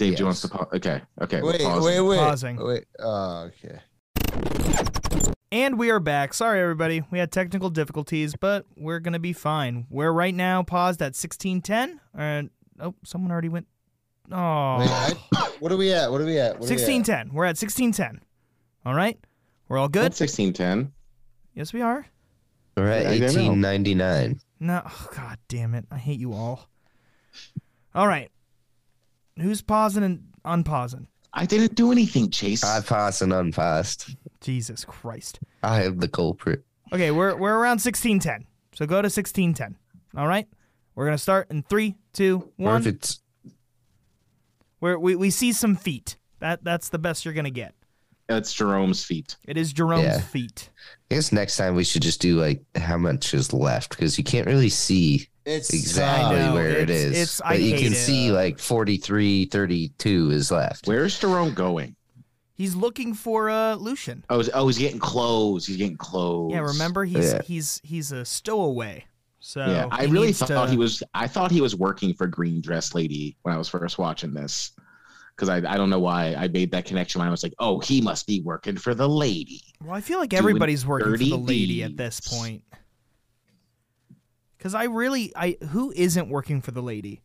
Speaker 4: Dave, do you want us
Speaker 2: Yes.
Speaker 4: to pause? Okay, okay. we're
Speaker 3: Wait,
Speaker 4: pausing.
Speaker 3: wait, wait,
Speaker 1: Pausing.
Speaker 3: wait. Oh, okay.
Speaker 1: And we are back. Sorry, everybody. We had technical difficulties, but we're going to be fine. We're right now paused at 1610. And, oh, someone already went. Oh.
Speaker 3: Wait, I- what are we at? What are we at? What are we at?
Speaker 1: 1610. We're at 1610. All right. We're all good?
Speaker 4: That's 1610.
Speaker 1: Yes, we are.
Speaker 2: We're at
Speaker 4: I don't know.
Speaker 2: eighteen ninety nine.
Speaker 1: No. Oh, God damn it. I hate you all. All right. Who's pausing and unpausing?
Speaker 4: I didn't do anything, Chase.
Speaker 2: I passed and unpassed.
Speaker 1: Jesus Christ.
Speaker 2: I am the culprit.
Speaker 1: Okay, we're, we're around 1610. So go to 1610. All right. We're going to start in three, two, one.
Speaker 2: Perfect.
Speaker 1: Where we, we see some feet. That that's the best you're gonna get.
Speaker 4: That's Jerome's feet.
Speaker 1: It is Jerome's
Speaker 2: Yeah.
Speaker 1: feet.
Speaker 2: I guess next time we should just do like how much is left because you can't really see
Speaker 3: It's
Speaker 2: exactly
Speaker 1: I know,
Speaker 2: where it
Speaker 1: it's-
Speaker 2: is.
Speaker 1: it's- I
Speaker 2: but you
Speaker 1: hate
Speaker 2: can
Speaker 1: it.
Speaker 2: see like 43, 32 is left.
Speaker 4: Where's Jerome going?
Speaker 1: He's looking for uh Lucian.
Speaker 4: Oh, he's- oh, he's getting clothes. He's getting clothes.
Speaker 1: Yeah, remember he's
Speaker 2: Yeah.
Speaker 1: he's he's a stowaway. So
Speaker 4: yeah, I
Speaker 1: he
Speaker 4: really
Speaker 1: needs
Speaker 4: thought
Speaker 1: to-
Speaker 4: he was. I thought he was working for Green Dress Lady when I was first watching this, because I, I don't know why I made that connection. When I was like, oh, he must be working for the lady.
Speaker 1: Well, I feel like
Speaker 4: doing
Speaker 1: everybody's working for
Speaker 4: dirty
Speaker 1: the lady at this
Speaker 4: deeds.
Speaker 1: point. Cause I really I who isn't working for the lady?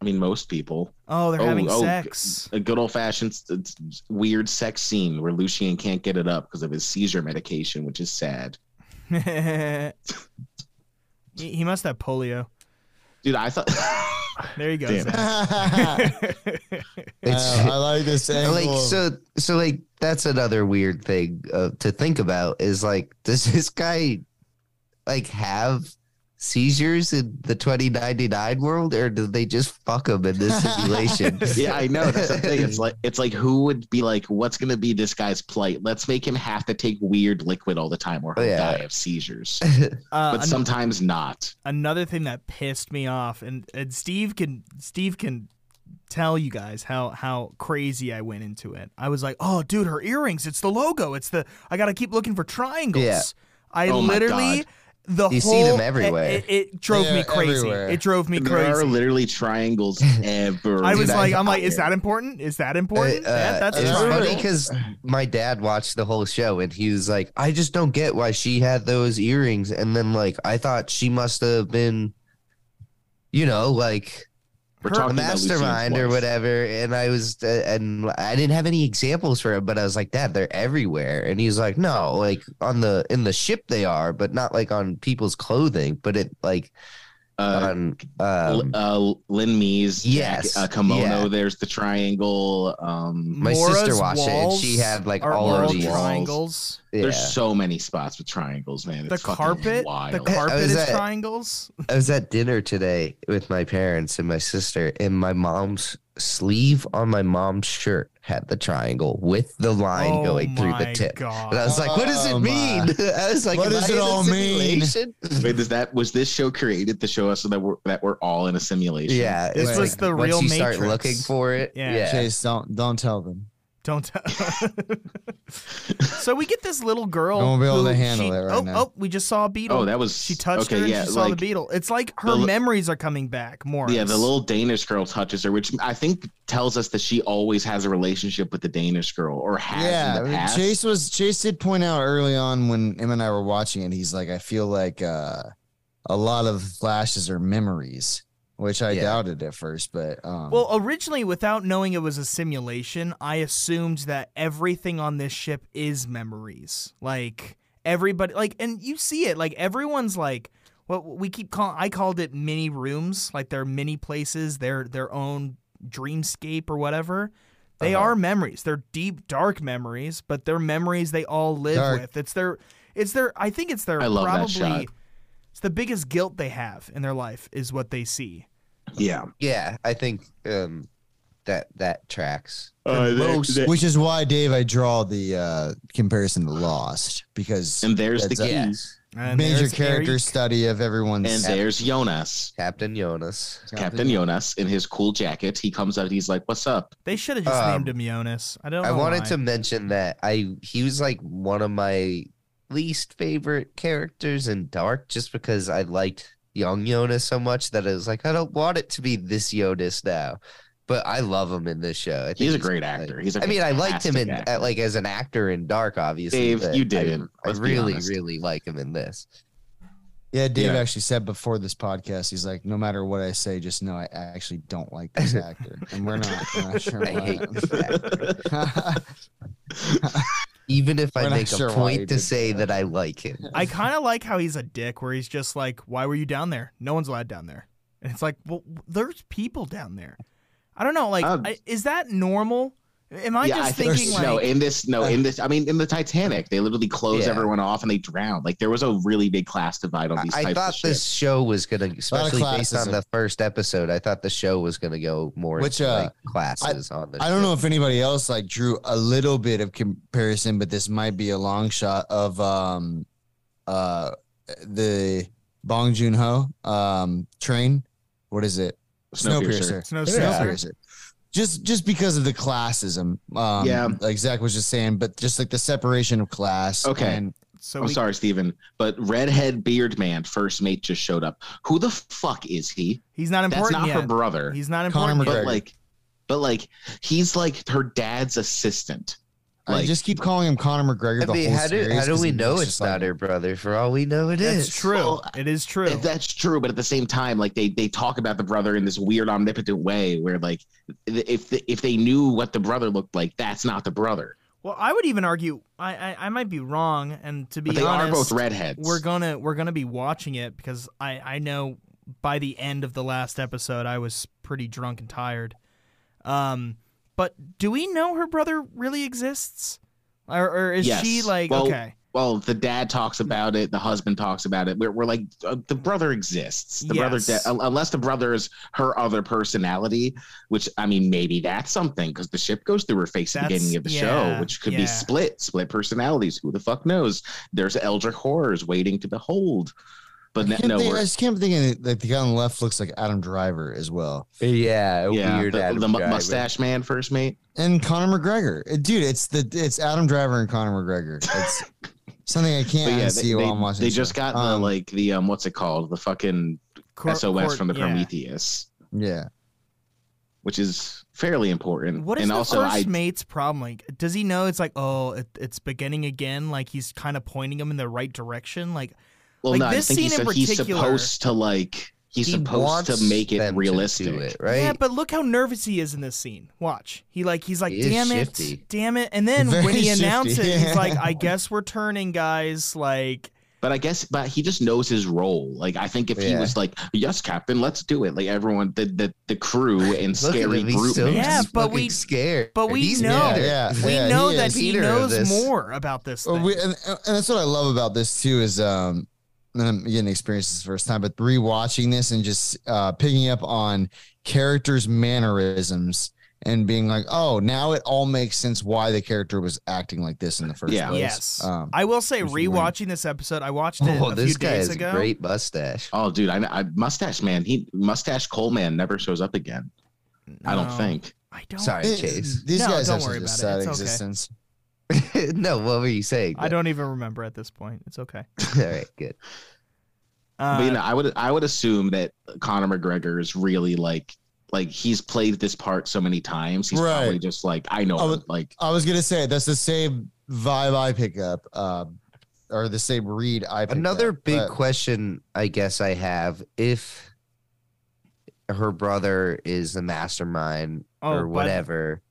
Speaker 4: I mean, most people.
Speaker 1: Oh, they're
Speaker 4: Oh,
Speaker 1: having
Speaker 4: oh,
Speaker 1: sex.
Speaker 4: a good old fashioned s- s- weird sex scene where Lucien can't get it up because of his seizure medication, which is sad. [LAUGHS]
Speaker 1: he, [LAUGHS] he must have polio.
Speaker 4: Dude, I thought [LAUGHS]
Speaker 1: There he goes.
Speaker 4: Damn it.
Speaker 3: [LAUGHS] Uh,
Speaker 2: [LAUGHS] It's-
Speaker 3: I like
Speaker 4: [LAUGHS]
Speaker 3: this uh, angle.
Speaker 2: like so so like that's another weird thing uh, to think about is like [LAUGHS] does this guy like have seizures in the 2099 world or do they just fuck him
Speaker 1: [LAUGHS]
Speaker 2: in this simulation
Speaker 4: Yeah, I know. That's the thing. It's like it's like who would be like, what's gonna be this guy's plight? Let's make him have to take weird liquid all the time or he'll
Speaker 2: Oh, yeah.
Speaker 4: die of seizures.
Speaker 1: [LAUGHS] Uh,
Speaker 4: But
Speaker 1: an-
Speaker 4: sometimes not.
Speaker 1: another thing that pissed me off and, and Steve can Steve can tell you guys how how crazy I went into it. I was like, "Oh, dude, her earrings, it's the logo. It's the I got to keep looking for triangles."
Speaker 2: Yeah.
Speaker 1: I
Speaker 4: Oh my
Speaker 1: literally
Speaker 4: God.
Speaker 1: the
Speaker 2: You
Speaker 1: whole
Speaker 2: see them everywhere.
Speaker 1: It, it drove me
Speaker 3: They're
Speaker 1: crazy.
Speaker 3: everywhere.
Speaker 1: It drove me
Speaker 4: There are
Speaker 1: crazy.
Speaker 2: [LAUGHS]
Speaker 4: literally triangles ever.
Speaker 1: I was
Speaker 2: Dude, I-
Speaker 1: like, I'm like, is that important? Is that important?
Speaker 2: Uh,
Speaker 1: That-
Speaker 2: uh,
Speaker 1: that's a
Speaker 2: it's
Speaker 3: true.
Speaker 2: funny
Speaker 1: triangle.
Speaker 2: because my dad watched the whole show and he was like, I just don't get why she had those earrings. And then, like, I thought she must have been, you know, like
Speaker 4: We're
Speaker 1: Her-
Speaker 4: talking
Speaker 2: a
Speaker 4: about Lucille
Speaker 2: mastermind or
Speaker 4: Weiss.
Speaker 2: whatever. And I was, uh, and I didn't have any examples for him, but I was like, Dad, they're everywhere. And he's like, No, like on the in the ship they are, but not like on people's clothing, but it like
Speaker 4: Uh,
Speaker 2: on
Speaker 4: L-
Speaker 2: um,
Speaker 4: uh, Lin Me's
Speaker 2: Yes,
Speaker 4: jacket, uh, kimono.
Speaker 2: yeah.
Speaker 4: There's the triangle. Um,
Speaker 2: my
Speaker 1: Laura's
Speaker 2: sister watched it, and
Speaker 1: walls
Speaker 2: she had like
Speaker 1: are
Speaker 2: all
Speaker 1: all
Speaker 2: of
Speaker 4: world
Speaker 2: these.
Speaker 1: triangles.
Speaker 2: Yeah.
Speaker 4: There's so many spots with triangles, man.
Speaker 1: The
Speaker 4: It's fucking
Speaker 1: carpet,
Speaker 4: wild.
Speaker 1: the carpet
Speaker 2: was
Speaker 1: is
Speaker 2: at-
Speaker 1: triangles.
Speaker 2: I was at dinner today with my parents and my sister, and my mom's sleeve on my mom's shirt had the triangle with the line
Speaker 1: oh
Speaker 2: going through the
Speaker 1: my
Speaker 2: tip.
Speaker 1: God.
Speaker 2: And I was like, what does
Speaker 3: Oh,
Speaker 2: it
Speaker 3: my.
Speaker 2: mean? [LAUGHS] I was like,
Speaker 3: What
Speaker 2: "Am
Speaker 3: does
Speaker 2: I
Speaker 3: it
Speaker 2: in a
Speaker 3: all mean?"
Speaker 1: [LAUGHS]
Speaker 2: simulation?"
Speaker 4: Wait, does that was this show created to show us that we're that we're all in a simulation?
Speaker 2: Yeah.
Speaker 1: This
Speaker 2: it's
Speaker 1: was the
Speaker 2: once
Speaker 1: real
Speaker 2: you start
Speaker 1: Matrix.
Speaker 2: looking for it.
Speaker 1: Yeah.
Speaker 2: Yeah.
Speaker 3: Chase, don't don't tell them.
Speaker 1: Don't tell. [LAUGHS] so we get this little girl.
Speaker 3: I won't be able
Speaker 1: who
Speaker 3: to handle
Speaker 1: she-
Speaker 3: it right
Speaker 1: oh,
Speaker 3: now.
Speaker 1: Oh, we just saw a beetle.
Speaker 4: Oh, that was
Speaker 1: she touched
Speaker 4: okay,
Speaker 1: her and
Speaker 4: yeah,
Speaker 1: she saw
Speaker 4: like-
Speaker 1: the beetle. It's like her
Speaker 4: the li-
Speaker 1: memories are coming back more.
Speaker 4: Yeah, the little Danish girl touches her, which I think tells us that she always has a relationship with the Danish girl or has in the
Speaker 3: Yeah,
Speaker 4: past.
Speaker 3: Chase was Chase did point out early on when him and I were watching it. He's like, I feel like uh, a lot of flashes are memories, which I
Speaker 2: Yeah.
Speaker 3: doubted at first, but um,
Speaker 1: Well, originally, without knowing it was a simulation, I assumed that everything on this ship is memories. Like everybody, like, and you see it. Like everyone's like, what we keep calling. I called it mini rooms. Like they're mini places. They're their own dreamscape or whatever. They
Speaker 2: Uh-huh.
Speaker 1: are memories. They're deep, dark memories, but they're memories they all live
Speaker 3: Dark.
Speaker 1: with. It's their, it's their. I think it's their
Speaker 4: I love that
Speaker 1: probably.
Speaker 4: shot.
Speaker 1: It's the biggest guilt they have in their life is what they see.
Speaker 4: yeah.
Speaker 2: Yeah, I think um, that that tracks.
Speaker 4: Uh,
Speaker 2: The
Speaker 4: they-
Speaker 2: most-
Speaker 4: they-
Speaker 3: which is why Dave, I draw the uh, comparison to Lost because
Speaker 4: And there's the
Speaker 3: That's a-
Speaker 4: key.
Speaker 2: yes.
Speaker 1: And
Speaker 3: major
Speaker 1: there's
Speaker 3: character
Speaker 1: Eric.
Speaker 3: study of everyone's
Speaker 4: And there's Jonas.
Speaker 2: Captain Jonas.
Speaker 4: Captain Jonas in his cool jacket. He comes out. He's like, "What's up?"
Speaker 1: They should have just
Speaker 2: Um,
Speaker 1: named him Jonas. I
Speaker 4: Oh
Speaker 1: don't. Know
Speaker 2: I wanted
Speaker 1: why.
Speaker 2: to mention that I he was like one of my least favorite characters in Dark, just because I liked young Jonas so much that I was like, I don't want it to be this Jonas now. But I love him in this show. I think
Speaker 4: He's a great actor. He's a
Speaker 2: I mean, I liked him in
Speaker 4: fantastic
Speaker 2: at, like as an actor in Dark, obviously.
Speaker 4: Dave,
Speaker 2: but
Speaker 4: you
Speaker 2: I-
Speaker 4: didn't.
Speaker 2: I,
Speaker 4: Let's be
Speaker 2: really,
Speaker 4: honest.
Speaker 2: really like him in this.
Speaker 3: Yeah, Dave
Speaker 4: Yeah.
Speaker 3: actually said before this podcast, he's like, no matter what I say, just know I actually don't like
Speaker 4: [LAUGHS]
Speaker 3: this actor, and we're not, we're not sure
Speaker 2: I hate
Speaker 3: [LAUGHS]
Speaker 2: this
Speaker 3: why.
Speaker 2: [LAUGHS] actor. Even if I
Speaker 3: We're not
Speaker 2: make
Speaker 3: sure
Speaker 2: a
Speaker 3: why he
Speaker 2: point to
Speaker 3: did
Speaker 2: say
Speaker 3: that.
Speaker 2: that I like him.
Speaker 1: I kind of like how he's a dick, where he's just like, "Why were you down there? No one's allowed down there." And it's like, well, there's people down there. I don't know. Like,
Speaker 4: Um,
Speaker 1: I, is that normal? Am I just
Speaker 4: think
Speaker 1: thinking
Speaker 4: there's-
Speaker 1: like?
Speaker 4: no in this no in this I mean in the Titanic they literally
Speaker 2: Uh,
Speaker 4: closed
Speaker 2: Yeah.
Speaker 4: everyone off and they drowned like there was a really big class divide on
Speaker 2: I-
Speaker 4: these
Speaker 2: I
Speaker 4: types
Speaker 2: thought
Speaker 4: of
Speaker 2: this
Speaker 4: ships.
Speaker 2: show was gonna, especially based on
Speaker 3: classism.
Speaker 2: the first episode. I thought the show was gonna go more
Speaker 3: Which,
Speaker 2: into,
Speaker 3: uh,
Speaker 2: like, classes on the.
Speaker 3: I don't know if anybody else like drew a little bit of comparison, but this might be a long shot of um uh the Bong Joon Ho um train. What is it?
Speaker 4: Snowpiercer.
Speaker 1: Snowpiercer.
Speaker 3: Snowpiercer. Just just because of the classism. Um
Speaker 4: Yeah.
Speaker 3: like Zach was just saying, but just like the separation of class.
Speaker 4: Okay.
Speaker 3: and-
Speaker 1: so
Speaker 4: I'm
Speaker 1: we,
Speaker 4: sorry, Steven, but redhead beard man, first mate, just showed up. Who the fuck is he?
Speaker 1: he's not
Speaker 4: That's
Speaker 1: important
Speaker 4: not her
Speaker 1: yet.
Speaker 4: brother.
Speaker 1: he's not
Speaker 3: Conor
Speaker 1: important. yet.
Speaker 4: but
Speaker 3: McGregor.
Speaker 4: like, but like, he's like her dad's assistant.
Speaker 3: I
Speaker 4: Like-
Speaker 3: just keep calling him Conor McGregor.
Speaker 2: I
Speaker 3: the
Speaker 2: mean,
Speaker 3: whole
Speaker 2: how do
Speaker 3: series
Speaker 2: how do
Speaker 3: 'cause
Speaker 2: we
Speaker 3: he
Speaker 2: know
Speaker 3: looks
Speaker 2: it's
Speaker 3: just like
Speaker 2: not
Speaker 3: him.
Speaker 2: her brother? For all we know, it is
Speaker 1: It's true.
Speaker 4: Well,
Speaker 1: it is true.
Speaker 4: That's true, but at the same time, like they they talk about the brother in this weird omnipotent way, where like if if they knew what the brother looked like, that's not the brother.
Speaker 1: well, I would even argue. I, I I might be wrong, and to be
Speaker 4: But they
Speaker 1: honest,
Speaker 4: are both redheads.
Speaker 1: we're gonna we're gonna be watching it because I I know by the end of the last episode I was pretty drunk and tired. Um, but do we know her brother really exists, or, or is
Speaker 4: Yes.
Speaker 1: she like
Speaker 4: Well-
Speaker 1: okay?
Speaker 4: well, the dad talks about it, the husband talks about it. We're, we're like, uh, the brother exists. The brother,
Speaker 1: Yes.
Speaker 4: de- un- unless the brother is her other personality, which I mean, maybe that's something because the ship goes through her face at the
Speaker 1: That's-
Speaker 4: beginning of the
Speaker 1: yeah,
Speaker 4: show, which could
Speaker 1: yeah.
Speaker 4: be split, split personalities. Who the fuck knows? There's Eldritch horrors waiting to behold. But
Speaker 3: I,
Speaker 4: no,
Speaker 3: can't
Speaker 4: no,
Speaker 3: think, I
Speaker 4: we're-
Speaker 3: just can't think of it, like the guy on the left looks like Adam Driver as well.
Speaker 2: Yeah, a
Speaker 4: yeah,
Speaker 2: weird
Speaker 4: the,
Speaker 2: Adam
Speaker 4: the mu-
Speaker 2: Driver.
Speaker 4: mustache man, first mate.
Speaker 3: and Conor McGregor. Uh, Dude, it's the it's Adam Driver and Conor
Speaker 4: [LAUGHS]
Speaker 3: McGregor. It's something I
Speaker 4: But
Speaker 3: can't
Speaker 4: yeah,
Speaker 3: see
Speaker 4: they,
Speaker 3: while
Speaker 4: they-
Speaker 3: I'm watching.
Speaker 4: they
Speaker 3: the
Speaker 4: just
Speaker 3: show.
Speaker 4: got the
Speaker 3: Um,
Speaker 4: like the um, what's it called? The fucking
Speaker 1: Cor-
Speaker 4: SOS
Speaker 1: Cor-
Speaker 4: from the
Speaker 1: yeah.
Speaker 4: Prometheus,
Speaker 3: yeah.
Speaker 4: which is fairly important.
Speaker 1: What is
Speaker 4: and
Speaker 1: the
Speaker 4: also,
Speaker 1: first
Speaker 4: I
Speaker 1: mate's problem? Like, does he know it's like oh it, it's beginning again? Like he's kind of pointing him in the right direction. Like
Speaker 4: Well,
Speaker 1: Like,
Speaker 4: no,
Speaker 1: this
Speaker 4: I think
Speaker 1: scene
Speaker 4: he's,
Speaker 1: in
Speaker 4: he's
Speaker 1: particular-
Speaker 4: supposed to like He's
Speaker 2: He
Speaker 4: supposed
Speaker 2: wants
Speaker 4: to make it
Speaker 2: them do
Speaker 4: realistic.
Speaker 2: it, right?
Speaker 1: Yeah, but look how nervous he is in this scene. Watch. He like he's like,
Speaker 2: He is
Speaker 1: damn it,
Speaker 2: shifty.
Speaker 1: damn it. And then
Speaker 3: Very
Speaker 1: when he
Speaker 3: shifty,
Speaker 1: announced it,
Speaker 3: yeah.
Speaker 1: he's like, I guess we're turning, guys. Like
Speaker 4: But I guess, but he just knows his role. Like I think if he
Speaker 2: Yeah.
Speaker 4: was like, "Yes, Captain, let's do it," like everyone, the the, the crew and
Speaker 2: Look at
Speaker 4: scary
Speaker 2: him.
Speaker 4: group,
Speaker 2: He's so
Speaker 4: members-
Speaker 1: Yeah, but
Speaker 2: fucking
Speaker 1: we-
Speaker 2: scared.
Speaker 1: but we
Speaker 2: He's
Speaker 1: know-
Speaker 2: mad.
Speaker 3: yeah,
Speaker 1: we
Speaker 3: yeah,
Speaker 1: know
Speaker 3: he
Speaker 1: that
Speaker 3: is.
Speaker 1: he
Speaker 2: leader of
Speaker 1: knows
Speaker 2: this.
Speaker 1: more about this
Speaker 3: Well,
Speaker 1: thing.
Speaker 3: we- and, and that's what I love about this too is um and I'm getting to experience this first time, but rewatching this and just uh picking up on characters' mannerisms and being like, oh, now it all makes sense why the character was acting like this in the first
Speaker 4: Yeah.
Speaker 3: place.
Speaker 1: yes.
Speaker 3: Um,
Speaker 1: I will say
Speaker 3: which is weird.
Speaker 1: rewatching this episode, I watched it
Speaker 2: [LAUGHS] Oh,
Speaker 1: a
Speaker 2: this
Speaker 1: few
Speaker 2: guy
Speaker 1: days
Speaker 2: has a
Speaker 1: ago.
Speaker 2: great mustache. [LAUGHS]
Speaker 4: Oh, dude, I, I mustache man. He mustache Coleman never shows up again. I don't
Speaker 1: No,
Speaker 4: think.
Speaker 1: I don't
Speaker 2: Sorry,
Speaker 3: it-
Speaker 2: Chase.
Speaker 3: These
Speaker 1: No,
Speaker 3: guys
Speaker 1: don't
Speaker 3: have
Speaker 1: worry
Speaker 3: such a
Speaker 1: about it.
Speaker 3: sad
Speaker 1: It's okay.
Speaker 3: existence.
Speaker 2: no, what were you saying?
Speaker 1: I don't even remember at this point. It's okay.
Speaker 2: [LAUGHS] All right, good.
Speaker 1: Uh,
Speaker 4: but you know, I would I would assume that Conor McGregor is really like like he's played this part so many times. He's
Speaker 3: Right.
Speaker 4: probably just like I know
Speaker 3: I
Speaker 1: Oh,
Speaker 4: him,
Speaker 3: would-
Speaker 4: like
Speaker 3: I was gonna say that's the same vibe I pick up, uh, or the same read I pick
Speaker 2: Another
Speaker 3: up,
Speaker 2: big
Speaker 3: but-
Speaker 2: question, I guess I have if her brother is the mastermind
Speaker 1: oh,
Speaker 2: or
Speaker 1: but-
Speaker 2: whatever.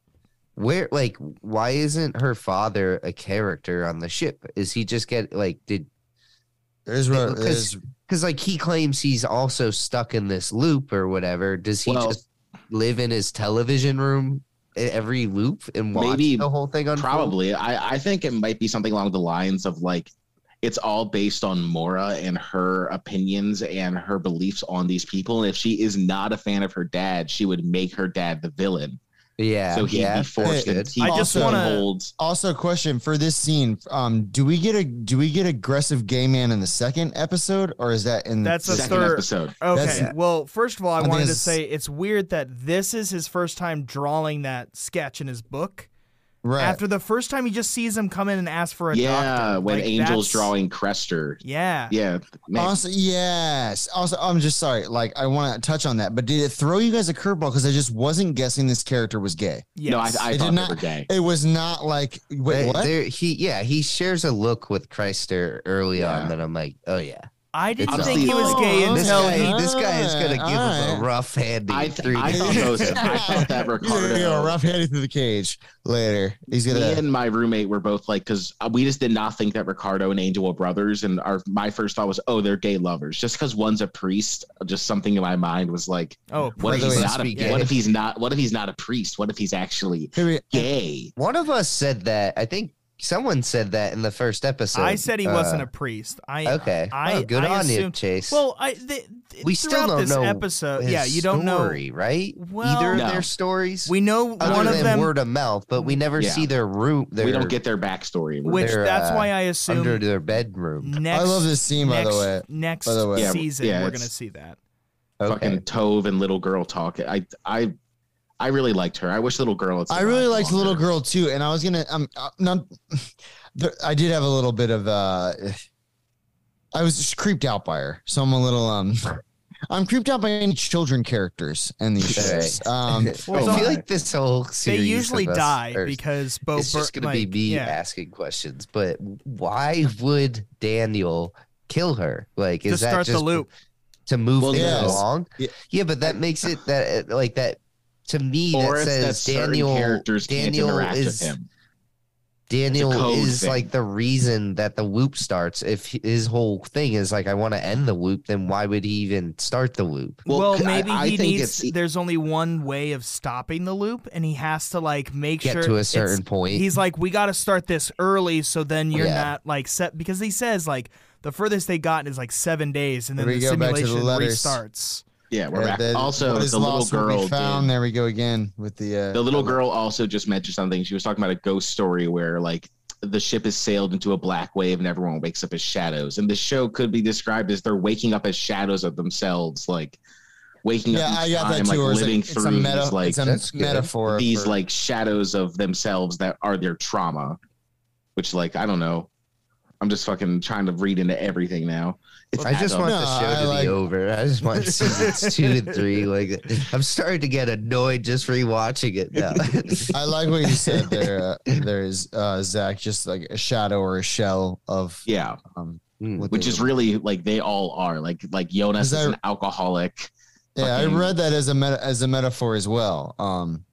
Speaker 2: Where, like, why isn't her father a character on the ship? Is he just get like did
Speaker 3: There's, ro-
Speaker 2: because
Speaker 3: there's
Speaker 2: because like he claims he's also stuck in this loop or whatever. Does he
Speaker 4: Well-
Speaker 2: just live in his television room e- every loop and watch
Speaker 4: Maybe-
Speaker 2: the whole thing on
Speaker 4: probably. I I think it might be something along the lines of like it's all based on Mora and her opinions and her beliefs on these people. And if she is not a fan of her dad, she would make her dad the villain.
Speaker 2: Yeah,
Speaker 4: so he'd
Speaker 2: yeah,
Speaker 4: be
Speaker 2: that's
Speaker 4: forced to.
Speaker 2: good.
Speaker 4: He
Speaker 1: I just
Speaker 4: also
Speaker 1: wanna-
Speaker 4: holds.
Speaker 3: also a question for this scene. Um, do we get a do we get aggressive gay man in the second episode, or is that in
Speaker 1: That's
Speaker 3: the
Speaker 1: a
Speaker 4: Second
Speaker 1: third-
Speaker 4: episode.
Speaker 1: Okay.
Speaker 3: That's-
Speaker 1: Well, first of all, I,
Speaker 3: I think
Speaker 1: wanted to
Speaker 3: it's-
Speaker 1: say it's weird that this is his first time drawing that sketch in his book.
Speaker 3: right?
Speaker 1: After the first time, he just sees him come in and ask for a
Speaker 4: Yeah,
Speaker 1: doctor.
Speaker 4: when
Speaker 1: Like,
Speaker 4: Angel's
Speaker 1: that's-
Speaker 4: drawing Crester.
Speaker 1: Yeah.
Speaker 4: Yeah, man,
Speaker 3: also, yes. Also, I'm just sorry. Like, I want to touch on that, but did it throw you guys a curveball? Because I just wasn't guessing this character was gay.
Speaker 1: Yes.
Speaker 4: No, I, I
Speaker 3: They
Speaker 4: thought
Speaker 3: did
Speaker 4: they
Speaker 3: not-
Speaker 4: were gay.
Speaker 3: It was not like wait,
Speaker 2: They-
Speaker 3: what?
Speaker 2: they're- he yeah he shares a look with Chrysler early
Speaker 4: Yeah.
Speaker 2: on that I'm like oh yeah
Speaker 1: I didn't
Speaker 4: It's
Speaker 1: think he
Speaker 4: not-
Speaker 1: was gay
Speaker 3: Oh,
Speaker 2: this
Speaker 1: until
Speaker 2: guy,
Speaker 1: he,
Speaker 3: okay.
Speaker 2: this guy is
Speaker 1: uh,
Speaker 2: gonna give him
Speaker 3: Alright.
Speaker 2: a rough handy
Speaker 4: I,
Speaker 2: three
Speaker 4: th- I
Speaker 2: days. [LAUGHS]
Speaker 4: thought those. [LAUGHS] I
Speaker 1: [LAUGHS]
Speaker 4: thought that
Speaker 3: He's gonna get a
Speaker 4: Ricardo.
Speaker 3: rough headed through the cage later. He's
Speaker 4: Me
Speaker 3: gonna.
Speaker 4: and my roommate were both like, because we just did not think that Ricardo and Angel were brothers. And our my first thought was, oh, they're gay lovers. Just because one's a priest, uh, just something in my mind was like,
Speaker 1: oh,
Speaker 4: what if
Speaker 3: Brother
Speaker 4: he's
Speaker 2: must
Speaker 4: not?
Speaker 2: be
Speaker 4: A,
Speaker 2: gay.
Speaker 4: what if he's not? What if he's not a priest? What if he's actually
Speaker 3: Here we-
Speaker 4: gay?
Speaker 2: One of us said that I think someone said that in the first episode.
Speaker 1: I said he wasn't a priest. I
Speaker 2: uh, okay.
Speaker 1: I-
Speaker 2: oh, good
Speaker 1: I
Speaker 2: on you,
Speaker 1: assumed-
Speaker 2: Chase.
Speaker 1: Well, I th- th-
Speaker 2: We still
Speaker 1: throughout
Speaker 2: don't
Speaker 1: this
Speaker 2: know
Speaker 1: episode.
Speaker 2: His
Speaker 1: Yeah, you don't know.
Speaker 2: story, right?
Speaker 1: Well-
Speaker 2: Either of
Speaker 4: No.
Speaker 2: their stories.
Speaker 1: We know
Speaker 2: other
Speaker 1: one of
Speaker 2: than
Speaker 1: them,
Speaker 2: word of mouth, but we never
Speaker 4: Yeah.
Speaker 2: see their room. Their,
Speaker 4: we don't get their backstory.
Speaker 1: which
Speaker 2: they're,
Speaker 1: that's
Speaker 2: uh,
Speaker 1: why I
Speaker 2: under
Speaker 1: assume
Speaker 2: their bedroom.
Speaker 1: next
Speaker 3: I love this scene, by
Speaker 1: next
Speaker 3: the way.
Speaker 1: next
Speaker 3: By the way.
Speaker 4: Yeah,
Speaker 1: season
Speaker 4: yeah,
Speaker 1: we're
Speaker 4: it's-
Speaker 1: gonna see that.
Speaker 2: Okay.
Speaker 4: Fucking Tove and little girl talk. I I I really liked her. I wish little girl. Had
Speaker 3: I really
Speaker 4: survived
Speaker 3: liked Little
Speaker 4: longer.
Speaker 3: Girl too, and I was gonna. Um, uh, not. [SIGHS] There, I did have a little bit of. uh [SIGHS] I was just creeped out by her, so I'm a little. um [LAUGHS] I'm creeped out by any children characters in these shows. Um,
Speaker 1: Well,
Speaker 2: I
Speaker 1: it's
Speaker 2: feel
Speaker 1: all-
Speaker 2: like this whole
Speaker 1: They
Speaker 2: series.
Speaker 1: usually
Speaker 2: of us
Speaker 1: die
Speaker 2: are-
Speaker 1: because Bo
Speaker 2: it's just
Speaker 1: Bur-
Speaker 2: going to
Speaker 1: like,
Speaker 2: be me
Speaker 1: yeah.
Speaker 2: asking questions. But why would Daniel kill her? Like, is
Speaker 1: Just
Speaker 2: that
Speaker 1: start
Speaker 2: just
Speaker 1: the loop.
Speaker 2: to move
Speaker 4: Well,
Speaker 2: things
Speaker 3: yes.
Speaker 2: along?
Speaker 3: Yeah.
Speaker 2: Yeah. but that makes it that uh, like that to me
Speaker 4: Or
Speaker 2: that
Speaker 4: it's that
Speaker 2: says
Speaker 4: certain
Speaker 2: Daniel.
Speaker 4: characters
Speaker 2: Daniel
Speaker 4: can't interact
Speaker 2: is
Speaker 4: with him.
Speaker 2: Daniel
Speaker 4: code
Speaker 2: is
Speaker 4: thing.
Speaker 2: like the reason that the loop starts. If he- his whole thing is like, I want to end the loop, then why would he even start the loop?
Speaker 1: Well,
Speaker 4: c- I-
Speaker 1: maybe
Speaker 4: I
Speaker 1: he
Speaker 4: think
Speaker 1: needs.
Speaker 4: it's- e
Speaker 1: There's only one way of stopping the loop, and he has to like make
Speaker 2: Get
Speaker 1: sure
Speaker 2: to a
Speaker 1: it's-
Speaker 2: certain point.
Speaker 1: He's like, we got to start this early, so then you're
Speaker 2: Yeah.
Speaker 1: not like set because he says like the furthest they gotten is like seven days, and then
Speaker 3: Here
Speaker 1: the
Speaker 3: we go back to the
Speaker 1: simulation
Speaker 3: letters.
Speaker 1: restarts.
Speaker 4: Yeah, [LAUGHS] we're
Speaker 3: and
Speaker 4: back.
Speaker 3: then
Speaker 4: Also,
Speaker 3: what is
Speaker 4: the little
Speaker 3: lost will be
Speaker 4: girl.
Speaker 3: found.
Speaker 4: did-
Speaker 3: There we go again with the. Uh,
Speaker 4: The little girl also just mentioned something. She was talking about a ghost story where like the ship is sailed into a black wave and everyone wakes up as shadows. And the show could be described as they're waking up as shadows of themselves, like waking
Speaker 3: Yeah,
Speaker 4: up
Speaker 3: I
Speaker 4: each
Speaker 3: got
Speaker 4: time,
Speaker 3: that too.
Speaker 4: like
Speaker 3: or it's, like,
Speaker 4: living
Speaker 3: it's
Speaker 4: through
Speaker 3: a meta,
Speaker 4: these like
Speaker 3: it's a
Speaker 2: That's good.
Speaker 3: metaphor.
Speaker 4: these
Speaker 3: for-
Speaker 4: like shadows of themselves that are their trauma. Which like I don't know. I'm just fucking trying to read into everything now. It's
Speaker 2: I just
Speaker 4: adult.
Speaker 2: want
Speaker 3: No,
Speaker 2: the show
Speaker 3: I
Speaker 2: to
Speaker 3: like-
Speaker 2: be over. I just
Speaker 3: [LAUGHS]
Speaker 2: want seasons two and three. Like, I'm starting to get annoyed just rewatching it
Speaker 3: [LAUGHS]
Speaker 2: now. [LAUGHS]
Speaker 3: I like what you said there. Uh, there's uh, Zach, just like a shadow or a shell of
Speaker 4: yeah.
Speaker 3: um,
Speaker 2: Mm.
Speaker 3: what
Speaker 4: which
Speaker 3: they-
Speaker 4: is really like they all are. Like like Jonas
Speaker 3: Is
Speaker 4: is,
Speaker 3: that-
Speaker 4: an alcoholic.
Speaker 3: Yeah, I
Speaker 4: fucking-
Speaker 3: read that as a meta, as a metaphor as well. Um,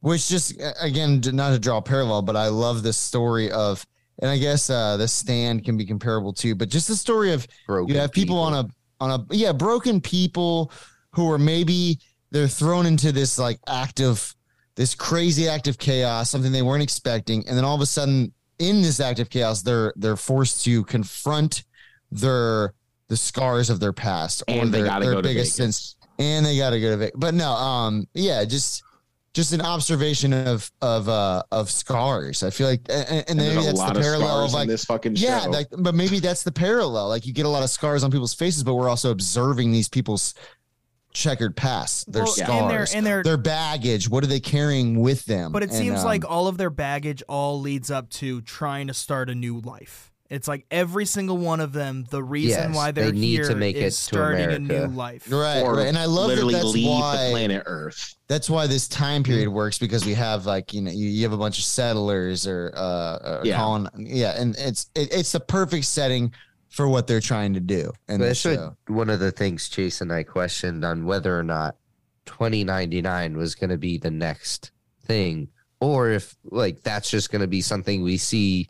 Speaker 3: which just a- again, d- not to draw a parallel, but I love this story of, and I guess uh, the stand can be comparable to, but just the story of
Speaker 2: Broken
Speaker 3: you have people, on a on a yeah broken people who are maybe they're thrown into this like act of this crazy act of chaos, something they weren't expecting, and then all of a sudden in this act of chaos, they're they're forced to confront their the scars of their past or
Speaker 4: and they
Speaker 3: their,
Speaker 4: gotta
Speaker 3: their
Speaker 4: go to
Speaker 3: biggest
Speaker 4: Vegas.
Speaker 3: sins and they got to go to Vegas. But no, um, yeah, just just an observation of of uh of scars. I feel like, and, and
Speaker 4: And
Speaker 3: maybe
Speaker 4: there's a
Speaker 3: that's
Speaker 4: lot
Speaker 3: the
Speaker 4: of
Speaker 3: parallel
Speaker 4: scars
Speaker 3: of
Speaker 4: in
Speaker 3: like,
Speaker 4: this fucking
Speaker 3: yeah,
Speaker 4: show.
Speaker 3: like, but maybe that's the parallel. Like, you get a lot of scars on people's faces, but we're also observing these people's checkered past, their
Speaker 1: Well, and their
Speaker 3: scars,
Speaker 1: and their
Speaker 3: their baggage. What are they carrying with them?
Speaker 1: But it
Speaker 3: And,
Speaker 1: seems
Speaker 3: um,
Speaker 1: like all of their baggage all leads up to trying to start a new life. It's like every single one of them, the reason
Speaker 2: Yes,
Speaker 1: why
Speaker 2: they
Speaker 1: they're
Speaker 2: need
Speaker 1: here
Speaker 2: to make it
Speaker 1: is
Speaker 2: to
Speaker 1: starting a new
Speaker 2: America.
Speaker 1: life.
Speaker 3: right,
Speaker 4: or
Speaker 3: right, and I love that
Speaker 4: literally
Speaker 3: that's
Speaker 4: leave the
Speaker 3: why
Speaker 4: planet Earth.
Speaker 3: that's why this time period works because we have like you know you, you have a bunch of settlers or uh, uh
Speaker 4: Yeah.
Speaker 3: colon- yeah and it's it, it's the perfect setting for what they're trying to do and
Speaker 2: That's what, one of the things Chase and I questioned on whether or not 2099 was going to be the next thing, or if like that's just going to be something we see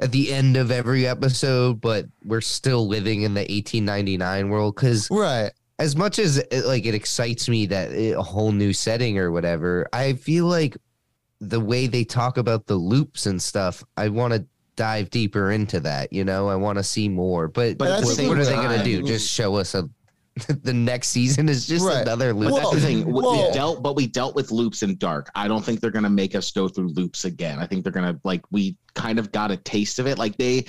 Speaker 2: at the end of every episode, but we're still living in the 1899 world. Because
Speaker 3: right
Speaker 2: as much as it, like it excites me that it, a whole new setting or whatever, I feel like the way they talk about the loops and stuff, I want to dive deeper into that. You know, I want to see more. But,
Speaker 4: But
Speaker 3: at the
Speaker 2: what,
Speaker 3: same
Speaker 2: what are they going
Speaker 4: time-
Speaker 2: to do? Just show us a [LAUGHS] the next season is just
Speaker 3: Right.
Speaker 2: another
Speaker 4: But
Speaker 2: loop.
Speaker 3: Well,
Speaker 4: that's the thing. We,
Speaker 3: whoa.
Speaker 4: we dealt, but we dealt with loops in dark. I don't think they're gonna make us go through loops again. I think they're gonna like we kind of got a taste of it. Like they,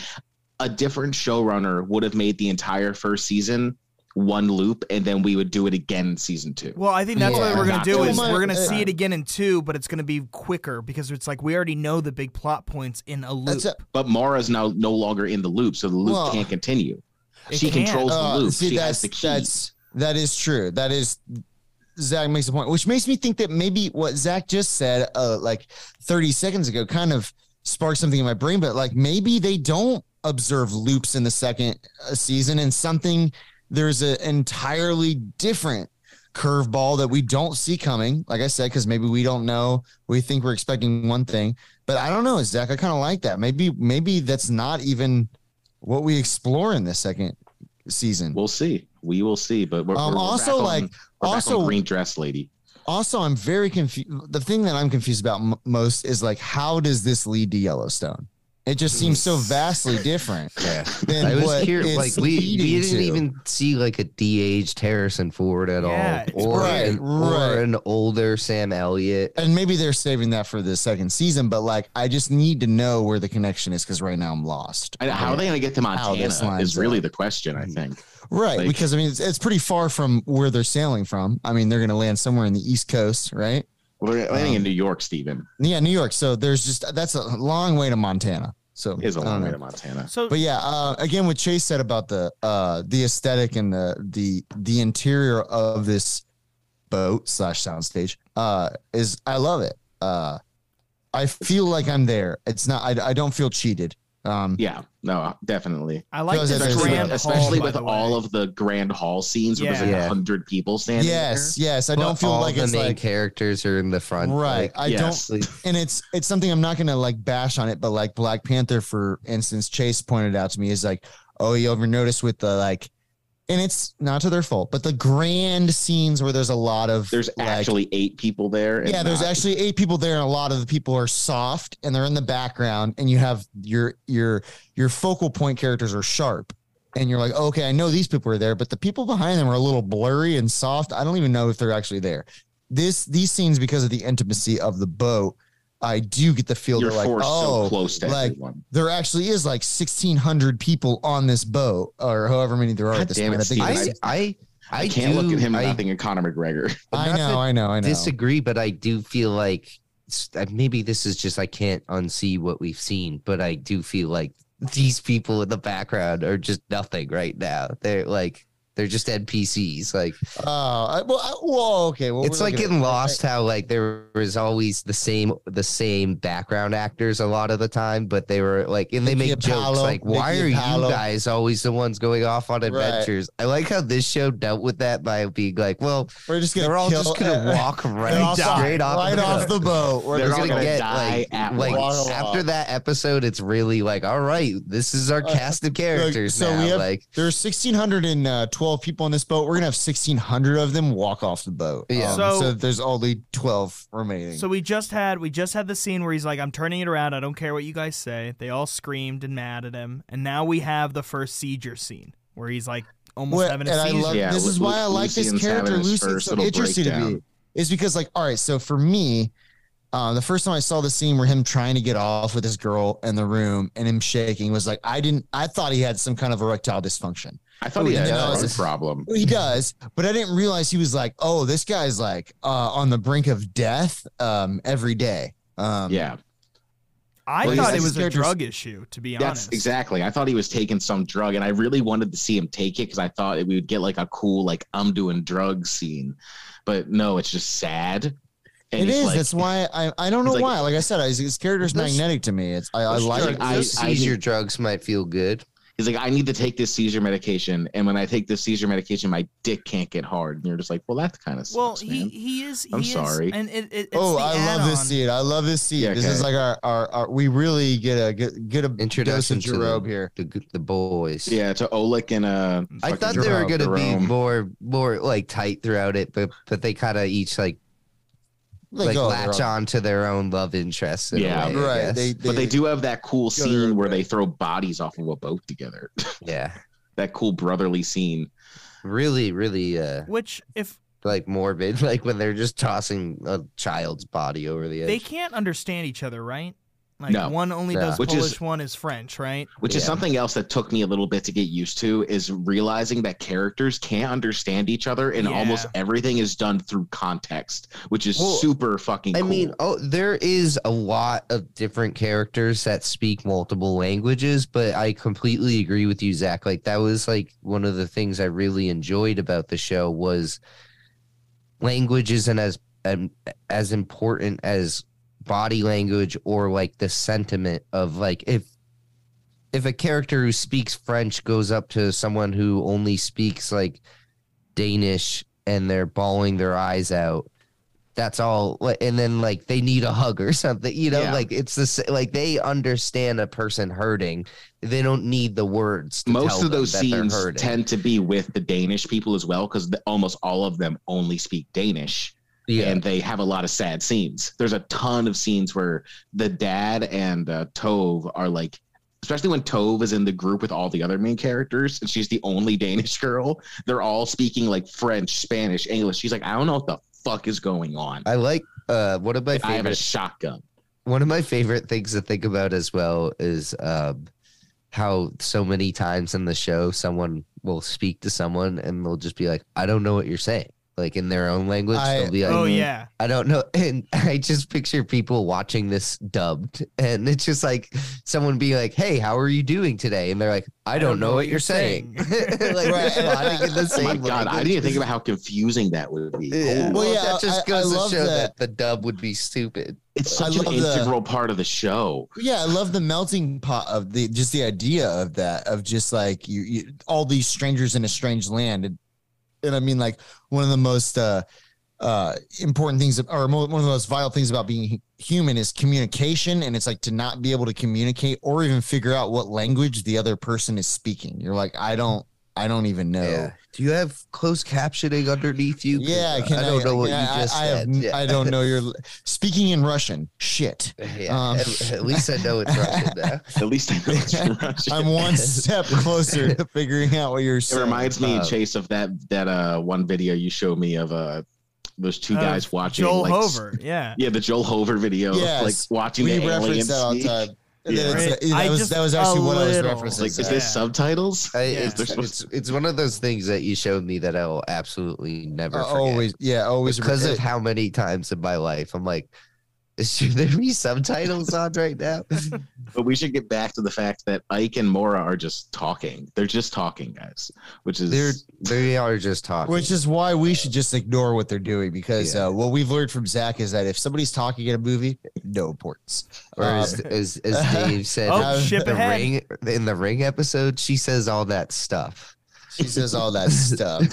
Speaker 4: a different showrunner would have made the entire first season one loop, and then we would do it again in season two.
Speaker 1: Well, I think that's
Speaker 2: Yeah.
Speaker 1: what we're gonna
Speaker 4: Not
Speaker 1: do
Speaker 4: doing
Speaker 1: is
Speaker 3: it.
Speaker 1: we're gonna
Speaker 3: Yeah.
Speaker 1: see it again in two, but it's gonna be quicker because it's like we already know the big plot points in a loop.
Speaker 3: that's a,
Speaker 4: But Mara's now no longer in the loop, so the loop
Speaker 3: Well,
Speaker 4: can't continue.
Speaker 1: It
Speaker 4: she
Speaker 1: can't.
Speaker 4: controls the
Speaker 3: uh,
Speaker 4: loop.
Speaker 3: see
Speaker 4: she
Speaker 3: that's
Speaker 4: has the key.
Speaker 3: that's that is true that is zach makes a point which makes me think that maybe what zach just said uh like 30 seconds ago kind of sparked something in my brain but like maybe they don't observe loops in the second uh, season and something there's an entirely different curveball that we don't see coming like i said because maybe we don't know we think we're expecting one thing but i don't know zach i kind of like that maybe maybe that's not even what we explore in the second season
Speaker 4: We'll see. We will see. But we're,
Speaker 3: Um,
Speaker 4: we're
Speaker 3: also,
Speaker 4: back on-
Speaker 3: like,
Speaker 4: we're back on
Speaker 3: also-
Speaker 4: green dress lady.
Speaker 3: also i'm very confused the thing that i'm confused about m- most is like how does this lead to yellowstone it just seems so vastly different
Speaker 2: Yeah. [LAUGHS]
Speaker 3: than
Speaker 2: I was
Speaker 3: what
Speaker 2: here
Speaker 3: it's
Speaker 2: like we, we
Speaker 3: leading
Speaker 2: didn't
Speaker 3: to.
Speaker 2: even see like a de-aged Harrison Ford at
Speaker 1: Yeah, it's
Speaker 2: all, or,
Speaker 3: Right,
Speaker 2: an,
Speaker 3: right.
Speaker 2: or an older Sam Elliott.
Speaker 3: and maybe they're saving that for the second season but like i just need to know where the connection is because right now i'm lost
Speaker 4: [LAUGHS] And how are they going to get to
Speaker 3: this
Speaker 4: Montana?
Speaker 3: lines
Speaker 4: Is really
Speaker 3: up.
Speaker 4: the question. I think.
Speaker 3: right
Speaker 4: like-
Speaker 3: because i mean it's, it's pretty far from where they're sailing from i mean they're going to land somewhere in the east coast right
Speaker 4: We're landing in
Speaker 3: Um,
Speaker 4: New York, Stephen.
Speaker 3: yeah new york so there's just that's a long way to montana so
Speaker 4: Is a
Speaker 3: I don't
Speaker 4: long
Speaker 3: know.
Speaker 4: way to Montana.
Speaker 1: So
Speaker 3: But yeah, uh, again, what Chase said about the uh, the aesthetic and the the the interior of this boat slash soundstage uh, is I love it. Uh, I feel like I'm there. It's not. I, I don't feel cheated. Um,
Speaker 4: Yeah, no, definitely.
Speaker 1: I like
Speaker 3: Because uh,
Speaker 1: this
Speaker 3: it's-
Speaker 4: Especially,
Speaker 1: grand
Speaker 4: with, especially
Speaker 1: hall,
Speaker 4: with
Speaker 1: by the
Speaker 4: all
Speaker 1: way.
Speaker 4: of the grand hall scenes where there's like
Speaker 2: Yeah.
Speaker 4: a hundred people standing.
Speaker 3: yes,
Speaker 4: there.
Speaker 3: yes. I
Speaker 2: But
Speaker 3: don't feel
Speaker 2: all
Speaker 3: like
Speaker 2: the
Speaker 3: it's
Speaker 2: main
Speaker 3: like
Speaker 2: characters are in the front,
Speaker 3: right. I don't
Speaker 4: yes.
Speaker 2: like,
Speaker 3: and it's it's something I'm not gonna like bash on it, but like Black Panther, for instance, Chase pointed out to me is like, oh, you ever notice with the like, and it's not to their fault, but the grand scenes where there's a lot of
Speaker 4: there's
Speaker 3: like-
Speaker 4: actually eight people there. and
Speaker 3: yeah, there's
Speaker 4: not-
Speaker 3: actually eight people there, and a lot of the people are soft and they're in the background, and you have your your your focal point characters are sharp. And you're like, okay, I know these people are there, but the people behind them are a little blurry and soft. I don't even know if they're actually there. This these scenes, because of the intimacy of the boat, I do get the feel
Speaker 4: you're
Speaker 3: they're like,
Speaker 4: forced so
Speaker 3: oh,
Speaker 4: close to
Speaker 3: like,
Speaker 4: everyone.
Speaker 3: there actually is like 1,600 people on this boat, or however many there are
Speaker 4: God
Speaker 3: at this
Speaker 4: damn
Speaker 3: point.
Speaker 4: it,
Speaker 3: I think
Speaker 4: Steven.
Speaker 3: it's-
Speaker 2: I, I, I,
Speaker 4: I can't
Speaker 2: do,
Speaker 4: look at him
Speaker 2: I
Speaker 4: not thinking of Conor McGregor. [LAUGHS]
Speaker 3: I,
Speaker 2: not to
Speaker 3: know, I know, I know.
Speaker 2: disagree, but I do feel like s- uh, maybe this is just I can't unsee what we've seen, but I do feel like these people in the background are just nothing right now. They're like They're just NPCs. Like
Speaker 3: Oh, I- well, I- well, okay. Well,
Speaker 2: it's
Speaker 3: we're
Speaker 2: like
Speaker 3: looking
Speaker 2: in
Speaker 3: at-
Speaker 2: Lost how like there was always the same the same background actors a lot of the time, but they were like and they
Speaker 3: Nicky
Speaker 2: make jokes
Speaker 3: Apollo,
Speaker 2: like why
Speaker 3: Nicky
Speaker 2: are
Speaker 3: Apollo."
Speaker 2: you guys always the ones going off on adventures? I like how this show dealt with that by being like, well,
Speaker 3: We're just gonna
Speaker 2: they're all
Speaker 3: kill-
Speaker 2: just gonna
Speaker 3: [LAUGHS]
Speaker 2: walk
Speaker 1: They
Speaker 2: right
Speaker 1: all die.
Speaker 2: straight off,
Speaker 3: right
Speaker 2: the
Speaker 3: off
Speaker 2: boat.
Speaker 3: the boat. We're
Speaker 4: They're
Speaker 2: We're
Speaker 3: just
Speaker 4: all
Speaker 2: gonna,
Speaker 4: gonna
Speaker 2: get
Speaker 4: die
Speaker 2: like,
Speaker 4: at
Speaker 2: like
Speaker 3: once.
Speaker 2: after that episode, it's really like, all right, this is our
Speaker 3: Uh,
Speaker 2: cast of characters
Speaker 3: so we
Speaker 2: now.
Speaker 3: have-
Speaker 2: like,
Speaker 3: There's 1,612 people on this boat. We're gonna have 1,600 of them walk off the boat. Um,
Speaker 2: Yeah.
Speaker 1: So-
Speaker 3: so, there's only 12 remaining.
Speaker 1: So we just had we just had the scene where he's like, "I'm turning it around. I don't care what you guys say." They all screamed and mad at him, and now we have the first seizure scene where he's like almost
Speaker 3: Well,
Speaker 1: having
Speaker 3: and
Speaker 1: a
Speaker 3: I
Speaker 1: seizure.
Speaker 3: love
Speaker 4: Yeah,
Speaker 3: this is
Speaker 4: Lu-
Speaker 3: why I like
Speaker 4: Lucian's
Speaker 3: this character.
Speaker 4: having his
Speaker 3: Lucian's
Speaker 4: first
Speaker 3: so
Speaker 4: little
Speaker 3: interesting to me.
Speaker 4: breakdown.
Speaker 3: Is because like, all right, so for me, uh, the first time I saw the scene where him trying to get off with this girl in the room and him shaking was like, I didn't, I thought he had some kind of erectile dysfunction.
Speaker 4: I thought he
Speaker 3: Oh,
Speaker 4: had
Speaker 3: yeah.
Speaker 4: a problem.
Speaker 3: He does, but I didn't realize he was like, oh, this guy's like uh, on the brink of death um, every day. Um,
Speaker 4: Yeah,
Speaker 1: I
Speaker 3: Well,
Speaker 1: thought it
Speaker 3: he's-
Speaker 1: was a
Speaker 3: character's-
Speaker 1: drug issue, to be
Speaker 4: that's
Speaker 1: honest.
Speaker 4: exactly. I thought he was taking some drug, and I really wanted to see him take it because I thought we would get like a cool like I'm doing drugs scene, but no, it's just sad. And
Speaker 3: It
Speaker 4: he's
Speaker 3: is.
Speaker 4: like-
Speaker 3: That's why I, I don't know
Speaker 4: It's like-
Speaker 3: why. Like I said, I, his character's
Speaker 2: Those-
Speaker 3: magnetic to me. It's I, I
Speaker 4: those
Speaker 3: like
Speaker 4: drugs-
Speaker 3: it.
Speaker 4: I-
Speaker 2: those
Speaker 4: I
Speaker 2: seizure
Speaker 4: didn't-
Speaker 2: drugs might feel good.
Speaker 4: He's like, I need to take this seizure medication, and when I take this seizure medication, my dick can't get hard. And you're just like, well, that's kind of sucks,
Speaker 1: Well, he
Speaker 4: man.
Speaker 1: he is. He
Speaker 4: I'm
Speaker 1: is-
Speaker 4: sorry.
Speaker 1: And it, it, it's
Speaker 3: Oh,
Speaker 1: the
Speaker 3: I love this
Speaker 1: add-on.
Speaker 3: seed. I love this seed.
Speaker 4: Yeah,
Speaker 3: This is like our, our, our we really get a get, get a dose
Speaker 2: Introduction
Speaker 3: of
Speaker 2: to the-
Speaker 3: Jerobe here.
Speaker 2: The g- the boys.
Speaker 4: yeah, to Oleg and uh,
Speaker 2: I
Speaker 4: fucking
Speaker 2: thought they were
Speaker 4: Jerome-
Speaker 2: gonna be
Speaker 4: Jerome.
Speaker 2: more more like tight throughout it, but but they kind of each like like
Speaker 3: go
Speaker 2: latch
Speaker 3: their own-
Speaker 2: on to their own love interests. In
Speaker 4: Yeah.
Speaker 2: a way, I
Speaker 3: right?
Speaker 2: guess.
Speaker 3: They,
Speaker 4: But they do have that cool
Speaker 3: Yeah, they're
Speaker 4: scene where
Speaker 3: okay.
Speaker 4: they throw bodies off of a boat together. [LAUGHS]
Speaker 2: yeah,
Speaker 4: that cool brotherly scene.
Speaker 2: really, really, uh,
Speaker 1: Which, if
Speaker 2: like morbid. [LAUGHS] Like when they're just tossing a child's body over the edge.
Speaker 1: they can't understand each other, right? Like
Speaker 4: No.
Speaker 1: one only
Speaker 2: No.
Speaker 1: does
Speaker 4: Which is-
Speaker 1: Polish, one is French, right?
Speaker 4: which is
Speaker 2: Yeah.
Speaker 4: something else that took me a little bit to get used to is realizing that characters can't understand each other and
Speaker 1: Yeah.
Speaker 4: almost everything is done through context which is
Speaker 2: Well,
Speaker 4: super fucking
Speaker 2: I
Speaker 4: cool.
Speaker 2: mean, oh, there is a lot of different characters that speak multiple languages, but I completely agree with you, Zach. Like that was like one of the things I really enjoyed about the show was language isn't as um, as important as body language or like the sentiment of like if if a character who speaks French goes up to someone who only speaks like Danish and they're bawling their eyes out. That's all. like, And then like they need a hug or something, you know,
Speaker 4: Yeah.
Speaker 2: like it's the sa- like they understand a person hurting. They don't need the words. To
Speaker 4: most
Speaker 2: tell them
Speaker 4: of those
Speaker 2: that they're
Speaker 4: scenes
Speaker 2: hurting.
Speaker 4: tend to be with the danish people as well because almost all of them only speak danish
Speaker 2: yeah.
Speaker 4: and they have a lot of sad scenes there's a ton of scenes where the dad and uh, tove are like especially when tove is in the group with all the other main characters and she's the only danish [LAUGHS] girl they're all speaking like french spanish english she's like i don't know what the fuck is going on
Speaker 2: I like uh, one of my
Speaker 4: I have a
Speaker 2: favorite
Speaker 4: shotgun.
Speaker 2: one of my favorite things to think about as well is um, how so many times in the show someone will speak to someone and they'll just be like, "I don't know what you're saying," like in their own language.
Speaker 3: I-
Speaker 2: they'll be like,
Speaker 1: Oh yeah.
Speaker 2: I don't know. [LAUGHS] And I just picture people watching this dubbed, and it's just like someone being like, "Hey, how are you doing today?" And they're like, "I don't, know, what you're
Speaker 4: [LAUGHS]
Speaker 2: saying." [LAUGHS] like
Speaker 3: Right.
Speaker 2: responding in the
Speaker 4: Oh
Speaker 2: same
Speaker 4: my god! I
Speaker 2: language.
Speaker 4: didn't think about how confusing that would be.
Speaker 2: Yeah.
Speaker 4: Cool.
Speaker 2: Well,
Speaker 3: Well, yeah,
Speaker 2: that just
Speaker 3: I- I
Speaker 2: goes
Speaker 3: love
Speaker 2: to show
Speaker 3: that.
Speaker 2: that. the dub would be stupid.
Speaker 4: It's
Speaker 3: I
Speaker 4: such an
Speaker 3: love the-
Speaker 4: integral part of the show.
Speaker 3: yeah, I love the melting pot of the just the idea of that of just like you, you all these strangers in a strange land, and and I mean like one of the most uh uh important things or mo- one of the most vital things about being hu- human is communication and it's like to not be able to communicate or even figure out what language the other person is speaking you're like i don't i don't even know
Speaker 2: Do you have closed captioning underneath you? 'Cause,
Speaker 3: Yeah,
Speaker 2: uh,
Speaker 3: can
Speaker 2: I don't know what
Speaker 3: can I-
Speaker 2: you just
Speaker 3: I,
Speaker 2: said.
Speaker 3: have,
Speaker 2: yeah.
Speaker 3: I don't know your speaking in Russian. Shit,
Speaker 2: [LAUGHS] Yeah,
Speaker 3: um,
Speaker 2: at, at least I know it's Russian
Speaker 3: [LAUGHS]
Speaker 2: now.
Speaker 4: At least I know it's from
Speaker 2: [LAUGHS]
Speaker 4: Russia.
Speaker 3: I'm one step closer to figuring out what you're
Speaker 4: It
Speaker 3: saying.
Speaker 4: reminds me,
Speaker 2: uh,
Speaker 4: Chase, of that that uh one video you showed me of uh those two
Speaker 1: Of
Speaker 4: guys watching
Speaker 1: Joel
Speaker 4: like, s-
Speaker 1: Hover.
Speaker 4: [LAUGHS]
Speaker 1: Yeah.
Speaker 4: Yeah, the Joel Hover video, of,
Speaker 3: Yes.
Speaker 4: like watching
Speaker 3: we
Speaker 4: the aliens.
Speaker 3: reference that all the
Speaker 4: speak.
Speaker 3: time.
Speaker 4: Yeah.
Speaker 3: That it's-
Speaker 1: Right. I
Speaker 3: that, was,
Speaker 1: just-
Speaker 3: that was actually
Speaker 1: a
Speaker 3: what I
Speaker 1: little.
Speaker 3: was referencing.
Speaker 4: Like, is
Speaker 1: Yeah.
Speaker 4: this subtibtles?
Speaker 2: I,
Speaker 1: Yeah.
Speaker 2: it's, it's, it's one of those things that you showed me that I will absolutely never
Speaker 3: I
Speaker 2: forget.
Speaker 3: always, Uh, yeah, always
Speaker 2: because of
Speaker 3: it-
Speaker 2: how many times in my life I'm like, Should there [LAUGHS] be subtitles on right
Speaker 3: [LAUGHS]
Speaker 2: now?
Speaker 4: But we should get back to the fact that Ike and Mora are just talking. They're just talking, guys, which is
Speaker 2: They're they are just talking.
Speaker 3: Which is why we should just ignore what they're doing because
Speaker 2: Yeah.
Speaker 3: uh, what we've learned from Zach is that if somebody's talking in a movie, no importance.
Speaker 2: or as, as, as
Speaker 3: [LAUGHS]
Speaker 2: Dave said,
Speaker 1: Oh,
Speaker 2: in
Speaker 1: ship
Speaker 2: the
Speaker 1: ahead.
Speaker 2: ring in the ring episode, she says all that stuff. [LAUGHS]
Speaker 3: She says all that stuff.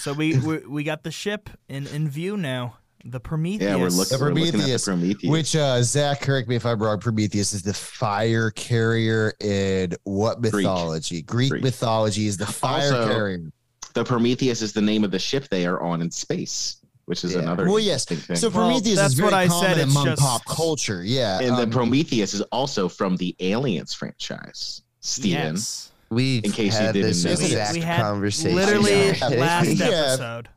Speaker 1: So
Speaker 4: [LAUGHS]
Speaker 1: we, we we got the ship in in view now. The Prometheus.
Speaker 4: yeah, we're looking,
Speaker 3: The
Speaker 4: we're looking at the
Speaker 3: Prometheus,
Speaker 4: Prometheus.
Speaker 3: Which uh Zach, correct me if I'm wrong, Prometheus is the fire carrier in what mythology? Greek,
Speaker 4: Greek.
Speaker 3: mythology is the fire
Speaker 4: Also,
Speaker 3: carrier.
Speaker 4: the Prometheus is the name of the ship they are on in space, which is
Speaker 2: Yeah.
Speaker 4: another
Speaker 3: Well, yes.
Speaker 4: interesting thing.
Speaker 3: So
Speaker 1: Well,
Speaker 3: Prometheus
Speaker 1: that's
Speaker 3: is very
Speaker 1: what I said,
Speaker 3: common
Speaker 1: it's
Speaker 3: among
Speaker 1: just-
Speaker 3: pop culture. Yeah.
Speaker 4: and
Speaker 3: um,
Speaker 4: the Prometheus is also from the Aliens franchise, Steven.
Speaker 1: Yes.
Speaker 2: We've
Speaker 4: In case you
Speaker 2: had
Speaker 4: didn't
Speaker 2: this
Speaker 4: know.
Speaker 2: exact
Speaker 1: We had
Speaker 2: conversation.
Speaker 1: Literally
Speaker 4: [LAUGHS] Yeah.
Speaker 1: last
Speaker 3: Yeah.
Speaker 1: episode.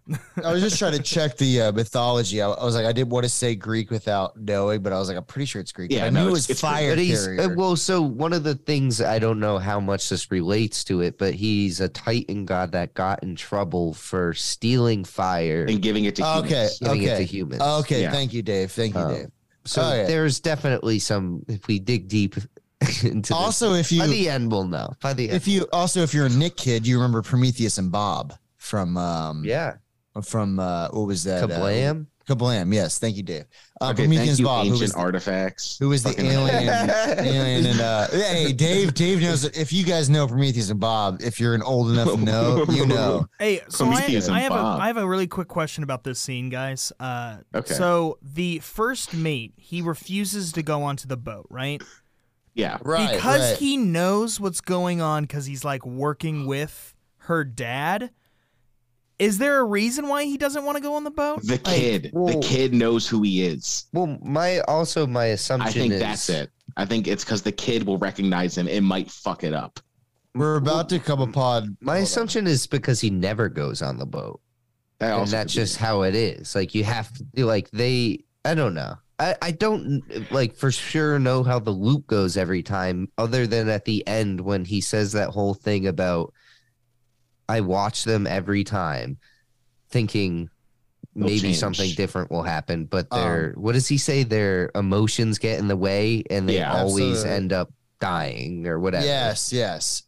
Speaker 3: I was just trying to check the uh, mythology. I, I was like, I didn't want to say Greek without knowing, but I was like, I'm pretty sure it's Greek.
Speaker 4: Yeah,
Speaker 3: I
Speaker 4: no,
Speaker 3: knew it
Speaker 4: it's-
Speaker 3: was
Speaker 4: it's Greek.
Speaker 3: fire
Speaker 2: But he's
Speaker 3: carrier.
Speaker 2: uh, well. So one of the things I don't know how much this relates to it, but he's a Titan god that got in trouble for stealing fire,
Speaker 4: And giving it to humans.
Speaker 3: okay,
Speaker 2: giving it to
Speaker 3: okay,
Speaker 2: humans.
Speaker 3: okay.
Speaker 4: Yeah. Uh,
Speaker 3: Thank you, Dave. Thank you,
Speaker 2: Um,
Speaker 3: Dave.
Speaker 2: so
Speaker 3: oh, yeah.
Speaker 2: there's definitely some. If we dig deep [LAUGHS] into this,
Speaker 3: Also, if you
Speaker 2: by the end we'll know. By the end,
Speaker 3: if you also if you're a Nick kid, you remember Prometheus and Bob from um
Speaker 2: yeah,
Speaker 3: from uh what was that? uh,
Speaker 2: kablam.
Speaker 3: Kablam, yes. Thank you, Dave. Uh,
Speaker 4: Okay,
Speaker 3: Prometheus
Speaker 4: thank you,
Speaker 3: Bob, who
Speaker 4: ancient
Speaker 3: was,
Speaker 4: artifacts.
Speaker 3: who was the [LAUGHS]
Speaker 4: Fucking- [LAUGHS]
Speaker 3: alien? alien and uh, hey, Dave. Dave knows that if you guys know Prometheus and Bob, if you're an old enough to know, you know.
Speaker 4: [LAUGHS]
Speaker 1: Hey, so I,
Speaker 4: Prometheus and
Speaker 1: I have a
Speaker 4: Bob.
Speaker 1: I have a really quick question about this scene, guys. Uh,
Speaker 4: Okay.
Speaker 1: So the first mate he refuses to go onto the boat, right?
Speaker 4: Yeah.
Speaker 3: Right,
Speaker 1: because
Speaker 3: right.
Speaker 1: he knows what's going on because he's like working with her dad. Is there a reason why he doesn't want to go on the
Speaker 3: oh,
Speaker 1: boat?
Speaker 4: The kid.
Speaker 2: whoa.
Speaker 4: the kid knows who he is.
Speaker 2: [LAUGHS] Well, my also my assumption
Speaker 4: I think
Speaker 2: is
Speaker 4: that's it. I think it's because the kid will recognize him and might fuck it up.
Speaker 3: we're about to come upon
Speaker 2: My
Speaker 3: Hold on.
Speaker 2: assumption is because he never goes on the boat.
Speaker 4: That
Speaker 2: and
Speaker 4: also
Speaker 2: that's
Speaker 4: could be
Speaker 2: just how it is. Like you have to like they I don't know. I, I don't like for sure know how the loop goes every time, other than at the end when he says that whole thing about I watch them every time thinking
Speaker 4: They'll
Speaker 2: maybe
Speaker 4: change.
Speaker 2: something different will happen, but
Speaker 3: Um,
Speaker 2: their what does he say? Their emotions get in the way and they
Speaker 4: Yeah,
Speaker 2: always
Speaker 3: absolutely.
Speaker 2: end up dying or whatever.
Speaker 3: Yes, yes.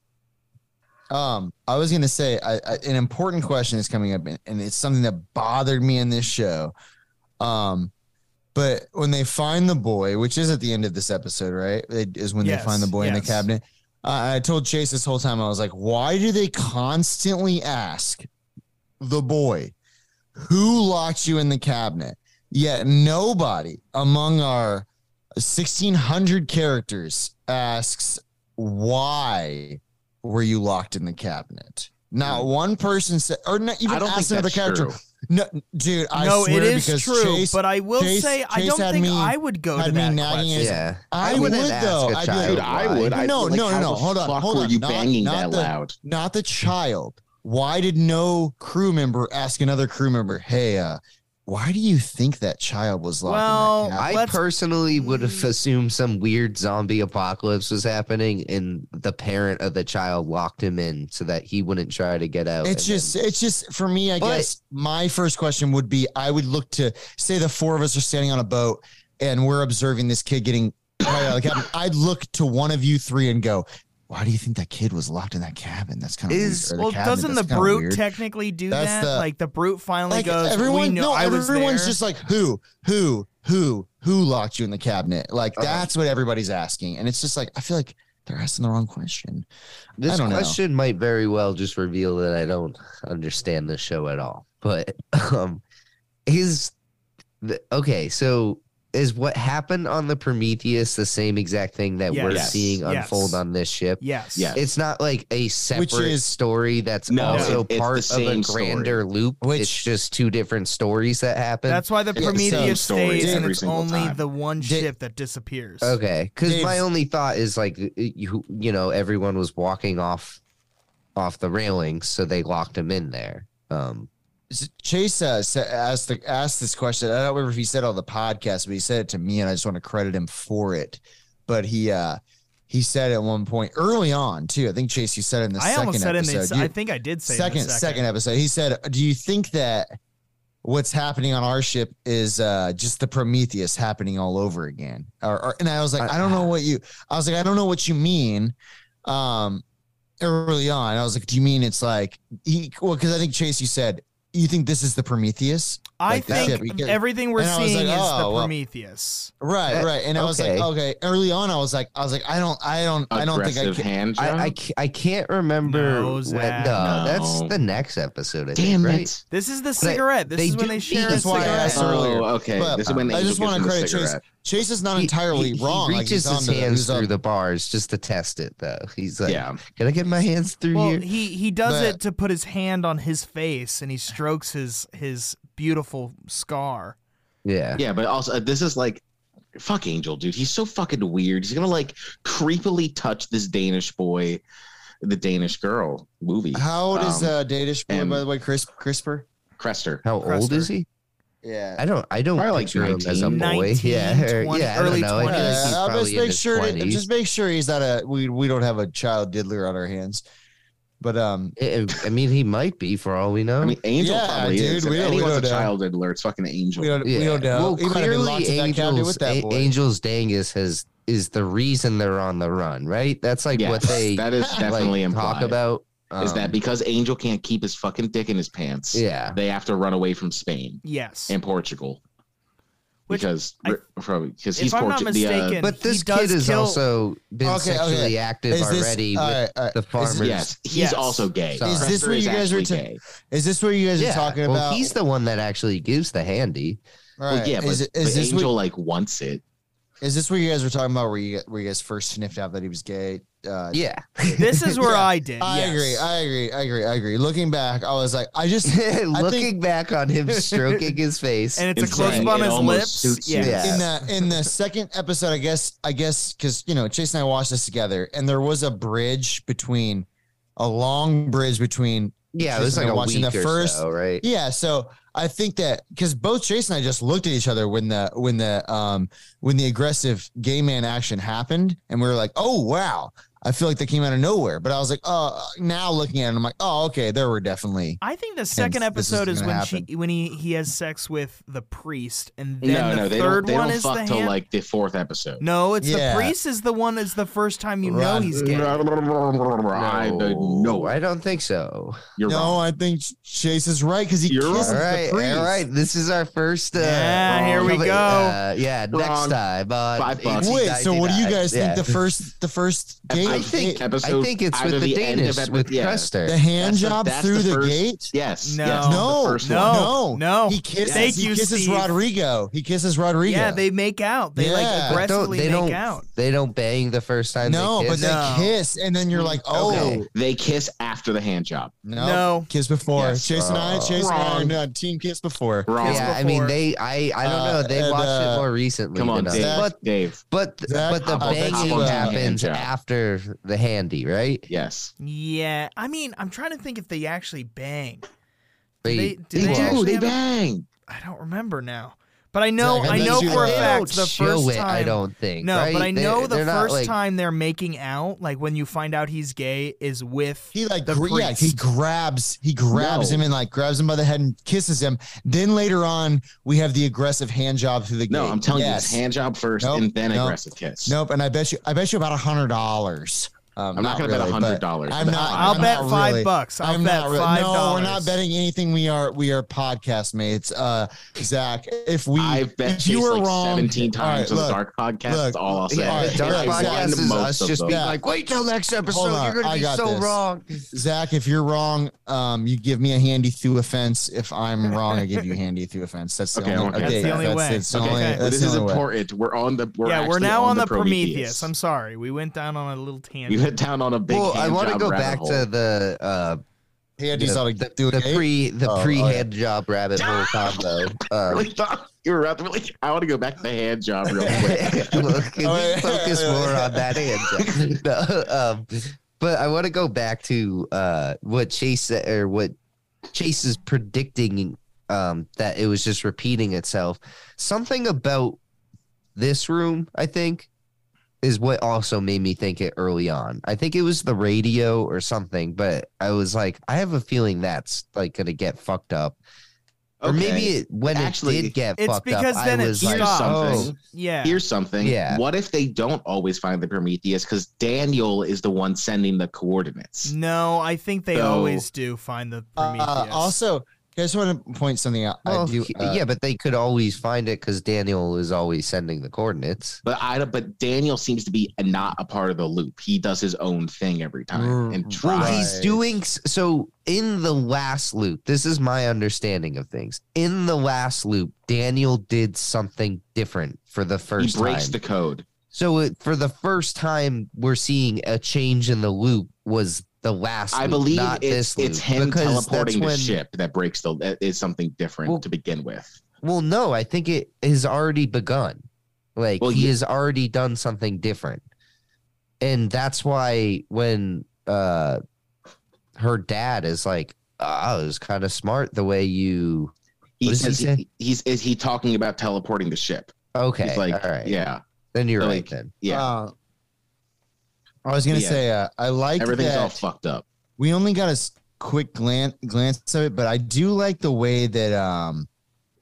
Speaker 3: Um, I was gonna say I, I, an important question is coming up, and, and it's something that bothered me in this show. Um, but when they find the boy, which is at the end of this episode, right? It is when
Speaker 1: Yes,
Speaker 3: they find the boy in the
Speaker 1: yes.
Speaker 3: cabinet. I I told Chase this whole time. I was like, why do they constantly ask the boy who locked you in the cabinet? Yet nobody among our 1600 characters asks why were you locked in the cabinet? Not one person said, or not even
Speaker 4: Hmm. I don't think
Speaker 3: asked
Speaker 4: that's
Speaker 3: another character.
Speaker 4: true.
Speaker 3: No, dude, I
Speaker 1: no,
Speaker 3: swear
Speaker 1: it is
Speaker 3: because
Speaker 1: true.
Speaker 3: Chase,
Speaker 1: but I will
Speaker 3: Chase-
Speaker 1: say I
Speaker 3: Chase
Speaker 1: don't
Speaker 3: had
Speaker 1: think
Speaker 3: me-
Speaker 1: I would go
Speaker 3: had
Speaker 1: to
Speaker 3: me
Speaker 1: that
Speaker 3: nagging
Speaker 1: question.
Speaker 3: his-
Speaker 2: Yeah.
Speaker 3: I, wouldn't though. I'd be like,
Speaker 4: Dude, I would. I'd be
Speaker 3: No,
Speaker 4: like,
Speaker 3: no,
Speaker 4: how
Speaker 3: no,
Speaker 4: the
Speaker 3: hold on,
Speaker 4: fuck
Speaker 3: hold
Speaker 4: were
Speaker 3: on.
Speaker 4: you
Speaker 3: Not-
Speaker 4: banging
Speaker 3: not
Speaker 4: that
Speaker 3: the-
Speaker 4: loud?
Speaker 3: not the child. Why did no crew member ask another crew member, hey, uh, why do you think that child was locked
Speaker 1: Well,
Speaker 3: in that
Speaker 2: I
Speaker 3: cabinet?
Speaker 1: Let's-
Speaker 2: personally would have assumed some weird zombie apocalypse was happening, and the parent of the child locked him in so that he wouldn't try to get out.
Speaker 3: It's
Speaker 2: and
Speaker 3: just, it's just for me. I
Speaker 2: But-
Speaker 3: guess my first question would be: I would look to say the four of us are standing on a boat and we're observing this kid getting [COUGHS] right out of the cabin. I'd look to one of you three and go, "Why do you think that kid was locked in that cabin? That's kind of
Speaker 2: Is-
Speaker 3: weird. Or the
Speaker 1: Well,
Speaker 3: cabin,
Speaker 1: doesn't the
Speaker 3: that's kinda
Speaker 1: brute
Speaker 3: weird."
Speaker 1: technically do
Speaker 3: That's
Speaker 1: that?
Speaker 3: the-
Speaker 1: like the brute finally
Speaker 3: like
Speaker 1: goes. we
Speaker 3: everyone?
Speaker 1: know
Speaker 3: No,
Speaker 1: I was
Speaker 3: everyone's
Speaker 1: there."
Speaker 3: just like who, who, who, who locked you in the cabinet? Like
Speaker 1: Uh-huh.
Speaker 2: Okay.
Speaker 3: that's what everybody's asking, and it's just like I feel like they're asking the wrong question.
Speaker 2: then- this
Speaker 3: I don't know.
Speaker 2: question might very well just reveal that I don't understand the show at all. But [LAUGHS] um, is the, okay. So is what happened on the Prometheus the same exact thing that we're
Speaker 1: Yes.
Speaker 2: seeing
Speaker 1: Yes.
Speaker 2: unfold on this ship?
Speaker 1: yes,
Speaker 4: Yeah.
Speaker 2: It's not like a separate
Speaker 3: is-
Speaker 2: story that's
Speaker 4: No,
Speaker 2: also
Speaker 4: it- it's
Speaker 2: part
Speaker 4: the
Speaker 2: of a
Speaker 4: same story.
Speaker 2: grander loop.
Speaker 3: Which-
Speaker 2: it's just two different stories that happen.
Speaker 1: That's why the
Speaker 4: It's the
Speaker 1: Prometheus
Speaker 4: same story
Speaker 1: stays, and
Speaker 4: every
Speaker 1: it's
Speaker 4: single
Speaker 1: only
Speaker 4: time.
Speaker 1: the one
Speaker 3: Did-
Speaker 1: ship that disappears.
Speaker 2: okay. Because
Speaker 3: Dave-
Speaker 2: my only thought is like you, you know, everyone was walking off off the railings, so they locked him in there. Um,
Speaker 3: S- Chase uh, sa- asked the, asked this question. I don't remember if he said it on the podcast, but he said it to me, and I just want to credit him for it. But he uh, he said at one point early on too. I think Chase, you said it in the
Speaker 1: I
Speaker 3: second
Speaker 1: almost said in
Speaker 3: episode.
Speaker 1: the.
Speaker 3: you-
Speaker 1: I think I did say in the
Speaker 3: second, second episode. He said, "Do you think that what's happening on our ship is uh, just the Prometheus happening all over again. Or, or- and I was like, I don't know what you. I was like, I don't know what you mean. Um, early on, I was like, Do you mean it's like? He, well, because I think Chase, you said you think this is the Prometheus,
Speaker 1: I
Speaker 3: Like that shit, we
Speaker 1: think
Speaker 3: get-
Speaker 1: everything we're
Speaker 3: And I was
Speaker 1: seeing
Speaker 3: like,
Speaker 1: is the
Speaker 3: oh, well.
Speaker 1: Prometheus.
Speaker 3: right?
Speaker 2: Uh,
Speaker 3: right. And I was like,
Speaker 2: okay.
Speaker 3: Okay. Early on, I was like, I was like, I don't, I don't, I don't think I
Speaker 4: Aggressive
Speaker 3: can.
Speaker 4: hand job.
Speaker 2: I, I, ca- I can't remember.
Speaker 1: No,
Speaker 2: when-
Speaker 1: Zach.
Speaker 2: no,
Speaker 4: No.
Speaker 2: that's the next episode. I
Speaker 4: Damn
Speaker 2: think, right?
Speaker 4: it.
Speaker 1: This is the cigarette. This
Speaker 2: they
Speaker 1: is when
Speaker 2: do
Speaker 1: they
Speaker 2: eat
Speaker 1: share a
Speaker 3: That's why I
Speaker 1: cigarette.
Speaker 3: asked earlier.
Speaker 4: Oh, okay.
Speaker 3: But
Speaker 4: this is when
Speaker 3: I
Speaker 4: Angel
Speaker 3: just
Speaker 4: gives
Speaker 3: wanna
Speaker 4: him the
Speaker 3: credit Chase.
Speaker 4: cigarette.
Speaker 3: Chase is not
Speaker 2: He-
Speaker 3: entirely
Speaker 2: he, he
Speaker 3: wrong. like,
Speaker 2: reaches
Speaker 3: he's on
Speaker 2: his
Speaker 3: the-
Speaker 2: hands
Speaker 3: he's
Speaker 2: through
Speaker 3: on-
Speaker 2: the bars just to test it, though. He's like,
Speaker 4: Yeah.
Speaker 2: "Can I get my hands through
Speaker 1: Well,
Speaker 2: here?"
Speaker 1: he he does
Speaker 3: But-
Speaker 1: it to put his hand on his face and he strokes his his beautiful scar.
Speaker 2: Yeah.
Speaker 4: Yeah, but also uh, this is like fuck Angel, dude. He's so fucking weird. He's gonna like creepily touch this Danish boy, the Danish girl movie.
Speaker 3: How old is
Speaker 4: Um,
Speaker 3: uh, Danish boy,
Speaker 4: and-
Speaker 3: by the way? Crisp, Crisper.
Speaker 4: Crester.
Speaker 2: How old
Speaker 1: Crester.
Speaker 2: is he?
Speaker 3: Yeah.
Speaker 2: I don't. I don't
Speaker 4: Probably like
Speaker 2: picture him as a
Speaker 4: 19,
Speaker 2: boy. Yeah. or-
Speaker 1: 20,
Speaker 2: yeah. I don't
Speaker 1: early
Speaker 2: know. I feel like
Speaker 1: 20s.
Speaker 2: he's
Speaker 3: Yeah, I'll
Speaker 2: probably
Speaker 3: just
Speaker 2: in
Speaker 3: make
Speaker 2: his
Speaker 3: sure. to-
Speaker 2: 20s.
Speaker 3: just make sure he's not a. We we don't have a child diddler on our hands, but um,
Speaker 2: I- I mean, he might be for all we know.
Speaker 4: I mean, Angel
Speaker 3: Yeah,
Speaker 4: probably
Speaker 3: dude,
Speaker 4: is.
Speaker 3: we
Speaker 4: If
Speaker 3: don't- we
Speaker 4: anyone's a
Speaker 3: don't know.
Speaker 4: child alert, it's fucking Angel.
Speaker 3: we don't we
Speaker 2: Yeah.
Speaker 3: don't know.
Speaker 2: Well,
Speaker 3: He might have been
Speaker 2: clearly,
Speaker 3: locked in that cabinet
Speaker 2: Angels,
Speaker 3: with that
Speaker 2: A-
Speaker 3: boy.
Speaker 2: Angels Dangus has is the reason they're on the run, right? That's like what
Speaker 4: Yes,
Speaker 2: they
Speaker 4: that is
Speaker 3: [LAUGHS] like,
Speaker 4: definitely
Speaker 2: like,
Speaker 4: implied.
Speaker 2: talk about.
Speaker 4: is
Speaker 2: um,
Speaker 4: that because Angel can't keep his fucking dick in his pants?
Speaker 2: Yeah.
Speaker 4: They have to run away from Spain
Speaker 1: Yes.
Speaker 4: and Portugal.
Speaker 1: Which
Speaker 4: because
Speaker 1: I-
Speaker 4: because
Speaker 1: if
Speaker 4: he's
Speaker 1: I'm not
Speaker 4: Portugal. The,
Speaker 1: mistaken-
Speaker 4: uh,
Speaker 1: And
Speaker 2: But
Speaker 1: he
Speaker 2: this
Speaker 1: does
Speaker 2: kid has
Speaker 1: kill-
Speaker 2: also been
Speaker 3: Okay, okay.
Speaker 2: sexually active
Speaker 3: Is this,
Speaker 2: already
Speaker 3: all
Speaker 2: with
Speaker 3: right, all right.
Speaker 2: the
Speaker 3: Is
Speaker 2: farmers.
Speaker 3: this-
Speaker 4: yes, he's
Speaker 1: Yes.
Speaker 4: also gay.
Speaker 2: Sorry. Is
Speaker 3: this
Speaker 4: Crester
Speaker 3: what you guys
Speaker 4: actually
Speaker 3: were ta-
Speaker 4: gay.
Speaker 3: Is this what you guys
Speaker 2: Yeah,
Speaker 3: are talking
Speaker 2: well,
Speaker 3: about?
Speaker 2: he's the one that actually gives the handy.
Speaker 3: All
Speaker 4: Well,
Speaker 3: right,
Speaker 4: yeah, but,
Speaker 3: is, it- is
Speaker 4: but
Speaker 3: this
Speaker 4: Angel
Speaker 3: what,
Speaker 4: like wants it.
Speaker 3: is this what you guys were talking about? Where you where you guys first sniffed out that he was gay? Uh,
Speaker 2: Yeah,
Speaker 1: [LAUGHS] This is where
Speaker 3: Yeah,
Speaker 1: I did.
Speaker 3: I
Speaker 1: yes.
Speaker 3: agree. I agree. I agree. I agree. Looking back, I was like,
Speaker 2: [LAUGHS]
Speaker 3: I just
Speaker 2: looking back on him stroking his
Speaker 3: [LAUGHS]
Speaker 2: face.
Speaker 1: and it's a
Speaker 4: It's
Speaker 1: close
Speaker 4: like-
Speaker 1: up on
Speaker 4: it
Speaker 1: his
Speaker 4: almost
Speaker 1: lips.
Speaker 4: suits you.
Speaker 1: Yeah.
Speaker 2: Yeah.
Speaker 3: in the in the second episode, I guess I guess because you know Chase and I watched this together, and there was a bridge between a long bridge between
Speaker 2: yeah, it was like a
Speaker 3: watching
Speaker 2: week
Speaker 3: the
Speaker 2: or
Speaker 3: first-
Speaker 2: so, right?
Speaker 3: yeah. So I think that because both Chase and I just looked at each other when the when the um when the aggressive gay man action happened, and we were like, oh wow, I feel like they came out of nowhere. But I was like, oh, now looking at it, I'm like, oh okay, there were definitely
Speaker 1: I think the second
Speaker 3: this is
Speaker 1: episode is
Speaker 3: gonna
Speaker 1: when
Speaker 3: happen.
Speaker 1: she when he, he has sex with the priest and then
Speaker 4: no,
Speaker 1: the
Speaker 4: no, they
Speaker 1: 3rd
Speaker 4: don't. They
Speaker 1: one
Speaker 4: don't
Speaker 1: is
Speaker 4: fuck
Speaker 1: the
Speaker 4: till
Speaker 1: hand.
Speaker 4: like the fourth episode.
Speaker 1: no, it's
Speaker 3: Yeah.
Speaker 1: the priest is the one is the first time you know
Speaker 3: Right.
Speaker 1: he's gay.
Speaker 4: I
Speaker 2: no,
Speaker 4: no,
Speaker 2: I don't think so.
Speaker 4: you're
Speaker 3: no.
Speaker 4: wrong.
Speaker 3: I think Chase is right because he
Speaker 4: You're
Speaker 3: kisses
Speaker 2: All
Speaker 4: Isn't
Speaker 3: the
Speaker 2: right,
Speaker 3: priest.
Speaker 2: all right. This is our first. Uh,
Speaker 3: Oh,
Speaker 1: Yeah,
Speaker 4: here we
Speaker 2: company-
Speaker 1: go.
Speaker 2: Uh, yeah,
Speaker 4: Wrong.
Speaker 2: next time. on
Speaker 4: Five bucks.
Speaker 3: Wait, so what do you
Speaker 2: 1899.
Speaker 3: guys
Speaker 2: Yeah.
Speaker 3: think the first the first gate?
Speaker 2: I think
Speaker 3: the,
Speaker 2: [LAUGHS]
Speaker 4: Episode-
Speaker 2: I think it's
Speaker 4: either
Speaker 2: with the,
Speaker 4: the end of
Speaker 2: Danish
Speaker 4: epi-
Speaker 2: with
Speaker 4: yeah.
Speaker 2: Crester.
Speaker 3: hand
Speaker 4: That's the-
Speaker 3: job
Speaker 4: that's
Speaker 3: through
Speaker 4: the
Speaker 3: the,
Speaker 4: first-
Speaker 3: gate?
Speaker 4: Yes.
Speaker 1: No.
Speaker 4: Yes, the
Speaker 3: No,
Speaker 4: first
Speaker 1: no,
Speaker 4: one.
Speaker 3: No,
Speaker 1: no.
Speaker 3: He kisses.
Speaker 1: Thank
Speaker 3: he
Speaker 1: you,
Speaker 3: kisses
Speaker 1: Steve.
Speaker 3: Rodrigo. He kisses Rodrigo.
Speaker 1: Yeah, they make out. They
Speaker 3: Yeah.
Speaker 1: like
Speaker 3: But
Speaker 2: But don't-
Speaker 1: aggressively
Speaker 2: they
Speaker 1: make
Speaker 2: don't.
Speaker 1: out.
Speaker 2: They don't bang the first time.
Speaker 3: no,
Speaker 2: they
Speaker 3: but
Speaker 2: kiss.
Speaker 3: they
Speaker 1: No.
Speaker 3: kiss, and then you're like, oh
Speaker 2: Okay.
Speaker 4: They kiss after the hand job.
Speaker 3: no,
Speaker 1: No.
Speaker 3: kiss before.
Speaker 4: Yes.
Speaker 3: Chase and I,
Speaker 2: Oh.
Speaker 3: Chase and I, are
Speaker 4: Wrong.
Speaker 3: not team kiss before.
Speaker 4: Wrong.
Speaker 1: Yeah.
Speaker 2: yeah, I mean
Speaker 1: before.
Speaker 2: they. I. I don't
Speaker 3: Uh,
Speaker 2: know. They
Speaker 3: and,
Speaker 2: watched
Speaker 3: uh,
Speaker 2: it more recently.
Speaker 4: Come on,
Speaker 2: than us.
Speaker 4: Dave.
Speaker 3: Zach.
Speaker 2: But
Speaker 4: Dave.
Speaker 2: but
Speaker 3: Zach,
Speaker 2: but the
Speaker 4: I'll bet you,
Speaker 2: banging
Speaker 4: uh,
Speaker 2: happens
Speaker 4: hand job.
Speaker 2: after the handy, right?
Speaker 4: Yes.
Speaker 1: Yeah, I mean, I'm trying to think if they actually bang.
Speaker 2: Wait,
Speaker 1: they- do
Speaker 2: think
Speaker 1: they
Speaker 2: about-
Speaker 1: actually
Speaker 4: Ooh, they
Speaker 1: have-
Speaker 4: bang.
Speaker 1: I don't remember now, but I know
Speaker 3: Zach, I
Speaker 1: I
Speaker 3: bet
Speaker 1: know
Speaker 3: you
Speaker 1: for a
Speaker 3: they
Speaker 2: don't
Speaker 1: fact the
Speaker 2: show
Speaker 1: first
Speaker 2: it,
Speaker 1: time.
Speaker 2: I don't think.
Speaker 1: no,
Speaker 2: right?
Speaker 1: but I
Speaker 2: They-
Speaker 1: know the
Speaker 2: they're not,
Speaker 1: first
Speaker 2: like-
Speaker 1: time they're making out, like when you find out he's gay, is with
Speaker 3: He like
Speaker 1: The
Speaker 3: gr- yeah,
Speaker 1: priest.
Speaker 3: he grabs he grabs
Speaker 4: No.
Speaker 3: him and like grabs him by the head and kisses him. Then later on, we have the aggressive hand job through the
Speaker 4: No,
Speaker 3: gate.
Speaker 4: I'm telling
Speaker 3: Yes.
Speaker 4: you, it's hand job first
Speaker 3: Nope,
Speaker 4: and then
Speaker 3: nope,
Speaker 4: aggressive kiss.
Speaker 3: Nope, and I bet you, I bet you about a hundred dollars. Um,
Speaker 4: I'm not gonna bet
Speaker 3: really,
Speaker 4: a
Speaker 3: but
Speaker 4: hundred dollars.
Speaker 3: I'm not.
Speaker 1: I'll
Speaker 3: I'm
Speaker 1: bet
Speaker 3: not
Speaker 1: five
Speaker 3: really.
Speaker 1: bucks. I'll
Speaker 3: I'm
Speaker 1: bet
Speaker 3: not. Really,
Speaker 1: five
Speaker 3: no,
Speaker 1: dollars.
Speaker 3: we're not betting anything. We are we are podcast mates. Uh, Zach, if we,
Speaker 4: I've bet
Speaker 3: if you
Speaker 4: Chase
Speaker 3: were
Speaker 4: like
Speaker 3: wrong,
Speaker 4: 17
Speaker 3: All right,
Speaker 4: times on
Speaker 3: look,
Speaker 4: the Dark Podcast.
Speaker 3: look,
Speaker 4: That's all I'll say.
Speaker 2: Yeah, the
Speaker 3: Alright,
Speaker 2: dark
Speaker 3: alright,
Speaker 2: podcast
Speaker 4: Zach.
Speaker 2: is
Speaker 4: Most
Speaker 2: us
Speaker 4: of
Speaker 2: just
Speaker 4: them.
Speaker 2: being
Speaker 3: Yeah.
Speaker 2: like, wait till next episode.
Speaker 3: Hold on,
Speaker 2: You're
Speaker 3: I
Speaker 2: gonna be
Speaker 3: got
Speaker 2: so
Speaker 3: this.
Speaker 2: wrong.
Speaker 3: Zach, if you're wrong, um, you give me a handy through offense. If I'm wrong, I give you handy through offense. That's the
Speaker 4: Okay,
Speaker 3: only.
Speaker 4: okay. That's
Speaker 1: the only way.
Speaker 3: That's, the
Speaker 4: Okay,
Speaker 3: only,
Speaker 1: Okay.
Speaker 3: that's
Speaker 4: this
Speaker 3: the
Speaker 4: is
Speaker 3: only way.
Speaker 4: important. We're on the. We're
Speaker 1: yeah, we're
Speaker 4: actually
Speaker 1: now on, the
Speaker 4: Prometheus.
Speaker 1: I'm sorry, we went down on a little
Speaker 4: we
Speaker 1: tangent.
Speaker 4: went down on a big.
Speaker 2: Well, I
Speaker 4: want
Speaker 2: to go back to the uh,
Speaker 3: Handy's
Speaker 2: the,
Speaker 3: all
Speaker 2: the-
Speaker 3: through a
Speaker 2: the
Speaker 3: gate?
Speaker 2: pre the
Speaker 3: Oh, oh,
Speaker 2: pre
Speaker 3: yeah.
Speaker 2: hand job rabbit hole combo. Um,
Speaker 4: [LAUGHS]
Speaker 3: [LAUGHS]
Speaker 4: Really thought you were about to really. I want to go back to the hand job
Speaker 2: [LAUGHS]
Speaker 4: real quick.
Speaker 2: Well, can
Speaker 3: Oh,
Speaker 2: we
Speaker 3: yeah,
Speaker 1: [LAUGHS]
Speaker 2: focus
Speaker 3: yeah,
Speaker 2: more
Speaker 3: yeah.
Speaker 2: on that hand job? No, um, but I want to go back to uh, what Chase said- or what Chase is predicting um, that it was just repeating itself. Something about this room, I think, is what also made me think it early on. I think it was the radio or something, but I was like, I have a feeling that's like going to get fucked up. Or maybe it, when
Speaker 4: Actually,
Speaker 2: it did get
Speaker 1: it's
Speaker 2: fucked
Speaker 1: because
Speaker 2: up,
Speaker 1: then
Speaker 2: I
Speaker 1: it
Speaker 2: was
Speaker 4: here's
Speaker 2: like, oh,
Speaker 4: something.
Speaker 1: Yeah.
Speaker 4: Here's something.
Speaker 2: Yeah.
Speaker 4: What if they don't always find the Prometheus? Because Daniel is the one sending the coordinates.
Speaker 1: no, I think they
Speaker 4: So-
Speaker 1: always do find the Prometheus.
Speaker 3: Uh, also, I just want to point something out.
Speaker 2: well,
Speaker 3: I do,
Speaker 2: he-
Speaker 3: uh,
Speaker 2: yeah, but they could always find it because Daniel is always sending the coordinates.
Speaker 4: But I don't- but Daniel seems to be not a part of the loop. He does his own thing every time and
Speaker 2: Well,
Speaker 4: tries.
Speaker 2: he's doing s- so in the last loop. This is my understanding of things. In the last loop, Daniel did something different for the first
Speaker 4: he breaks
Speaker 2: time.
Speaker 4: the code.
Speaker 2: so it, for the first time, we're seeing a change in the loop. Was the last?
Speaker 4: I
Speaker 2: loop,
Speaker 4: believe
Speaker 2: not
Speaker 4: it's
Speaker 2: this loop,
Speaker 4: it's him
Speaker 2: because that's
Speaker 4: teleporting the
Speaker 2: when-
Speaker 4: ship that breaks the. That is something different
Speaker 2: Well-
Speaker 4: to begin with.
Speaker 2: Well, no, I think it has already begun. Like
Speaker 4: Well,
Speaker 2: he
Speaker 4: yeah.
Speaker 2: has already done something different, and that's why when uh, her dad is like, "Oh, it was kind of smart the way you."
Speaker 4: He
Speaker 2: What does he
Speaker 4: says
Speaker 2: say?
Speaker 4: he, he's is he talking about teleporting the ship?
Speaker 2: Okay,
Speaker 4: He's like,
Speaker 2: all right,
Speaker 4: yeah,
Speaker 2: then you're
Speaker 4: so,
Speaker 2: right.
Speaker 4: like,
Speaker 2: then
Speaker 4: yeah.
Speaker 3: uh, I was gonna
Speaker 4: Yeah.
Speaker 3: say uh, I like
Speaker 4: Everything's
Speaker 3: that
Speaker 4: all fucked up.
Speaker 3: we only got a s- quick glance glance of it, but I do like the way that um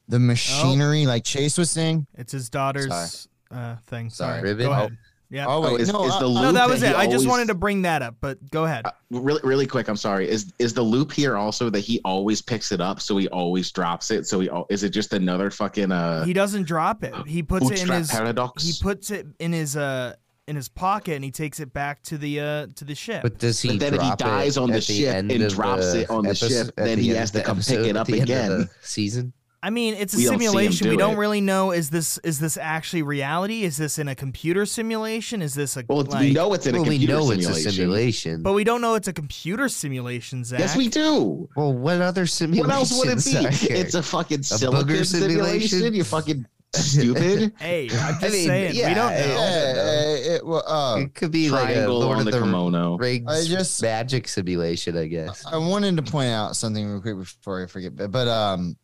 Speaker 3: the machinery,
Speaker 1: Oh.
Speaker 3: like Chase was saying.
Speaker 1: it's his daughter's uh, thing. Sorry.
Speaker 2: Sorry, Ribbit.
Speaker 1: Go ahead. Yeah.
Speaker 3: Oh, wait,
Speaker 4: is,
Speaker 3: no,
Speaker 4: is
Speaker 3: uh,
Speaker 4: the loop
Speaker 1: no, that was
Speaker 4: he
Speaker 1: it. I just
Speaker 4: always- Uh,
Speaker 1: wanted to bring that up, but go ahead.
Speaker 4: really really quick i'm sorry is is the loop here also that he always picks it up so he always drops it so he al- is it just another fucking uh
Speaker 1: he doesn't drop it. He puts it in
Speaker 4: bootstrap
Speaker 1: his
Speaker 4: paradox
Speaker 1: he puts it in his uh in his pocket and he takes it back to the uh to the ship.
Speaker 2: but does he?
Speaker 4: but then if he
Speaker 2: drop it
Speaker 4: dies on the
Speaker 2: at
Speaker 4: ship
Speaker 2: end
Speaker 4: and
Speaker 2: of
Speaker 4: drops it on the
Speaker 2: epis-
Speaker 4: ship,
Speaker 2: at
Speaker 4: then
Speaker 2: the
Speaker 4: he
Speaker 2: end
Speaker 4: has
Speaker 2: of
Speaker 4: to
Speaker 2: the
Speaker 4: come pick
Speaker 2: episode,
Speaker 4: it
Speaker 2: at
Speaker 4: up
Speaker 2: the end of
Speaker 4: again?
Speaker 2: the Season.
Speaker 1: I mean, it's a
Speaker 4: We don't see him
Speaker 1: simulation. we
Speaker 4: do
Speaker 1: don't
Speaker 4: it.
Speaker 1: really know is this is this actually reality? Is this in a computer simulation? Is this a
Speaker 4: well it's- we
Speaker 1: like-
Speaker 4: know it's in
Speaker 2: well,
Speaker 4: a
Speaker 2: we
Speaker 4: computer
Speaker 2: know
Speaker 4: simulation.
Speaker 2: it's a simulation.
Speaker 1: but we don't know it's a computer simulation, Zach.
Speaker 4: yes we do
Speaker 2: well, what other simulation?
Speaker 4: what else would it be it's a fucking silicon
Speaker 2: booger
Speaker 4: simulation?
Speaker 2: simulation?
Speaker 4: you fucking stupid
Speaker 1: Hey, I'm just
Speaker 2: I mean,
Speaker 1: saying we don't
Speaker 2: yeah,
Speaker 1: know.
Speaker 2: yeah.
Speaker 3: Uh, it- well,
Speaker 4: Hmm.
Speaker 3: uh,
Speaker 2: It could [LAUGHS] be like a
Speaker 4: triangle
Speaker 2: Lord
Speaker 4: on
Speaker 2: of
Speaker 4: the,
Speaker 2: the,
Speaker 4: kimono
Speaker 2: Rings
Speaker 3: I just- Uh,
Speaker 2: magic simulation, I guess.
Speaker 3: I wanted to point out something real quick before I forget, but, but um,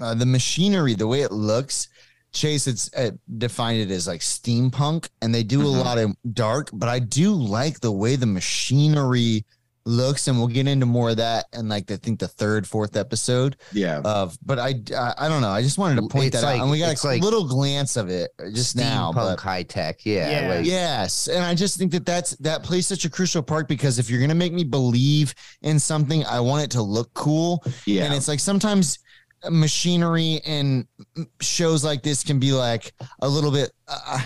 Speaker 3: uh, the machinery, the way it looks, Chase it's uh, defined it as like steampunk, and they do a
Speaker 4: Mhm.
Speaker 3: lot of dark. But I do like the way the machinery looks, and we'll get into more of that in like I think the third, fourth episode.
Speaker 4: yeah
Speaker 3: of but I, I I don't know i just wanted to point
Speaker 2: It's
Speaker 3: that
Speaker 2: like-
Speaker 3: out and we got
Speaker 2: it's
Speaker 3: a
Speaker 2: like
Speaker 3: little glance of it just now
Speaker 2: Steampunk
Speaker 3: but
Speaker 2: high tech, yeah.
Speaker 1: Yeah.
Speaker 2: like-
Speaker 3: yes and i just think that that's that plays such a crucial part because if you're gonna make me believe in something i want it to look cool
Speaker 4: yeah
Speaker 3: and it's like sometimes machinery and shows like this can be like a little bit uh,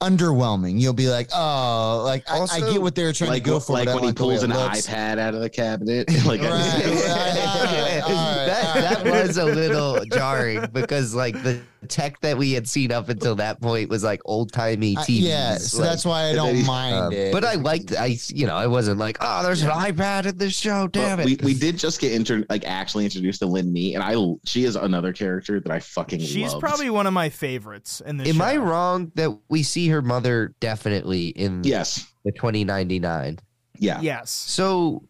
Speaker 3: underwhelming you'll be like oh like I- I,
Speaker 2: Also,
Speaker 3: get what they're trying
Speaker 4: like,
Speaker 3: to go
Speaker 4: what-
Speaker 3: for
Speaker 4: like
Speaker 3: but I
Speaker 4: when he
Speaker 3: the way
Speaker 4: pulls
Speaker 3: it
Speaker 4: an
Speaker 3: looks.
Speaker 4: iPad out of the cabinet. Like [LAUGHS] I-
Speaker 2: [LAUGHS]
Speaker 3: Right, right, all right, all right, all
Speaker 2: that,
Speaker 3: right.
Speaker 2: that was a little jarring because like the tech that we had seen up until that point was like old timey
Speaker 3: I-
Speaker 2: TVs.
Speaker 3: Uh, yeah so
Speaker 2: like,
Speaker 3: that's why i
Speaker 4: and then
Speaker 3: don't
Speaker 4: he-
Speaker 3: mind
Speaker 2: um,
Speaker 3: it
Speaker 2: but I liked, I you know, I wasn't like, oh, there's an iPad in this show, damn
Speaker 4: But
Speaker 2: it.
Speaker 4: We, we did just get inter- like actually introduced to Lin Nee, and I she is another character that I fucking
Speaker 1: She's
Speaker 4: loved.
Speaker 1: probably one of my favorites in this.
Speaker 2: Am
Speaker 1: show.
Speaker 2: I wrong that we see her mother definitely in
Speaker 4: yes,
Speaker 2: the 2099?
Speaker 4: yeah.
Speaker 1: Yes.
Speaker 2: So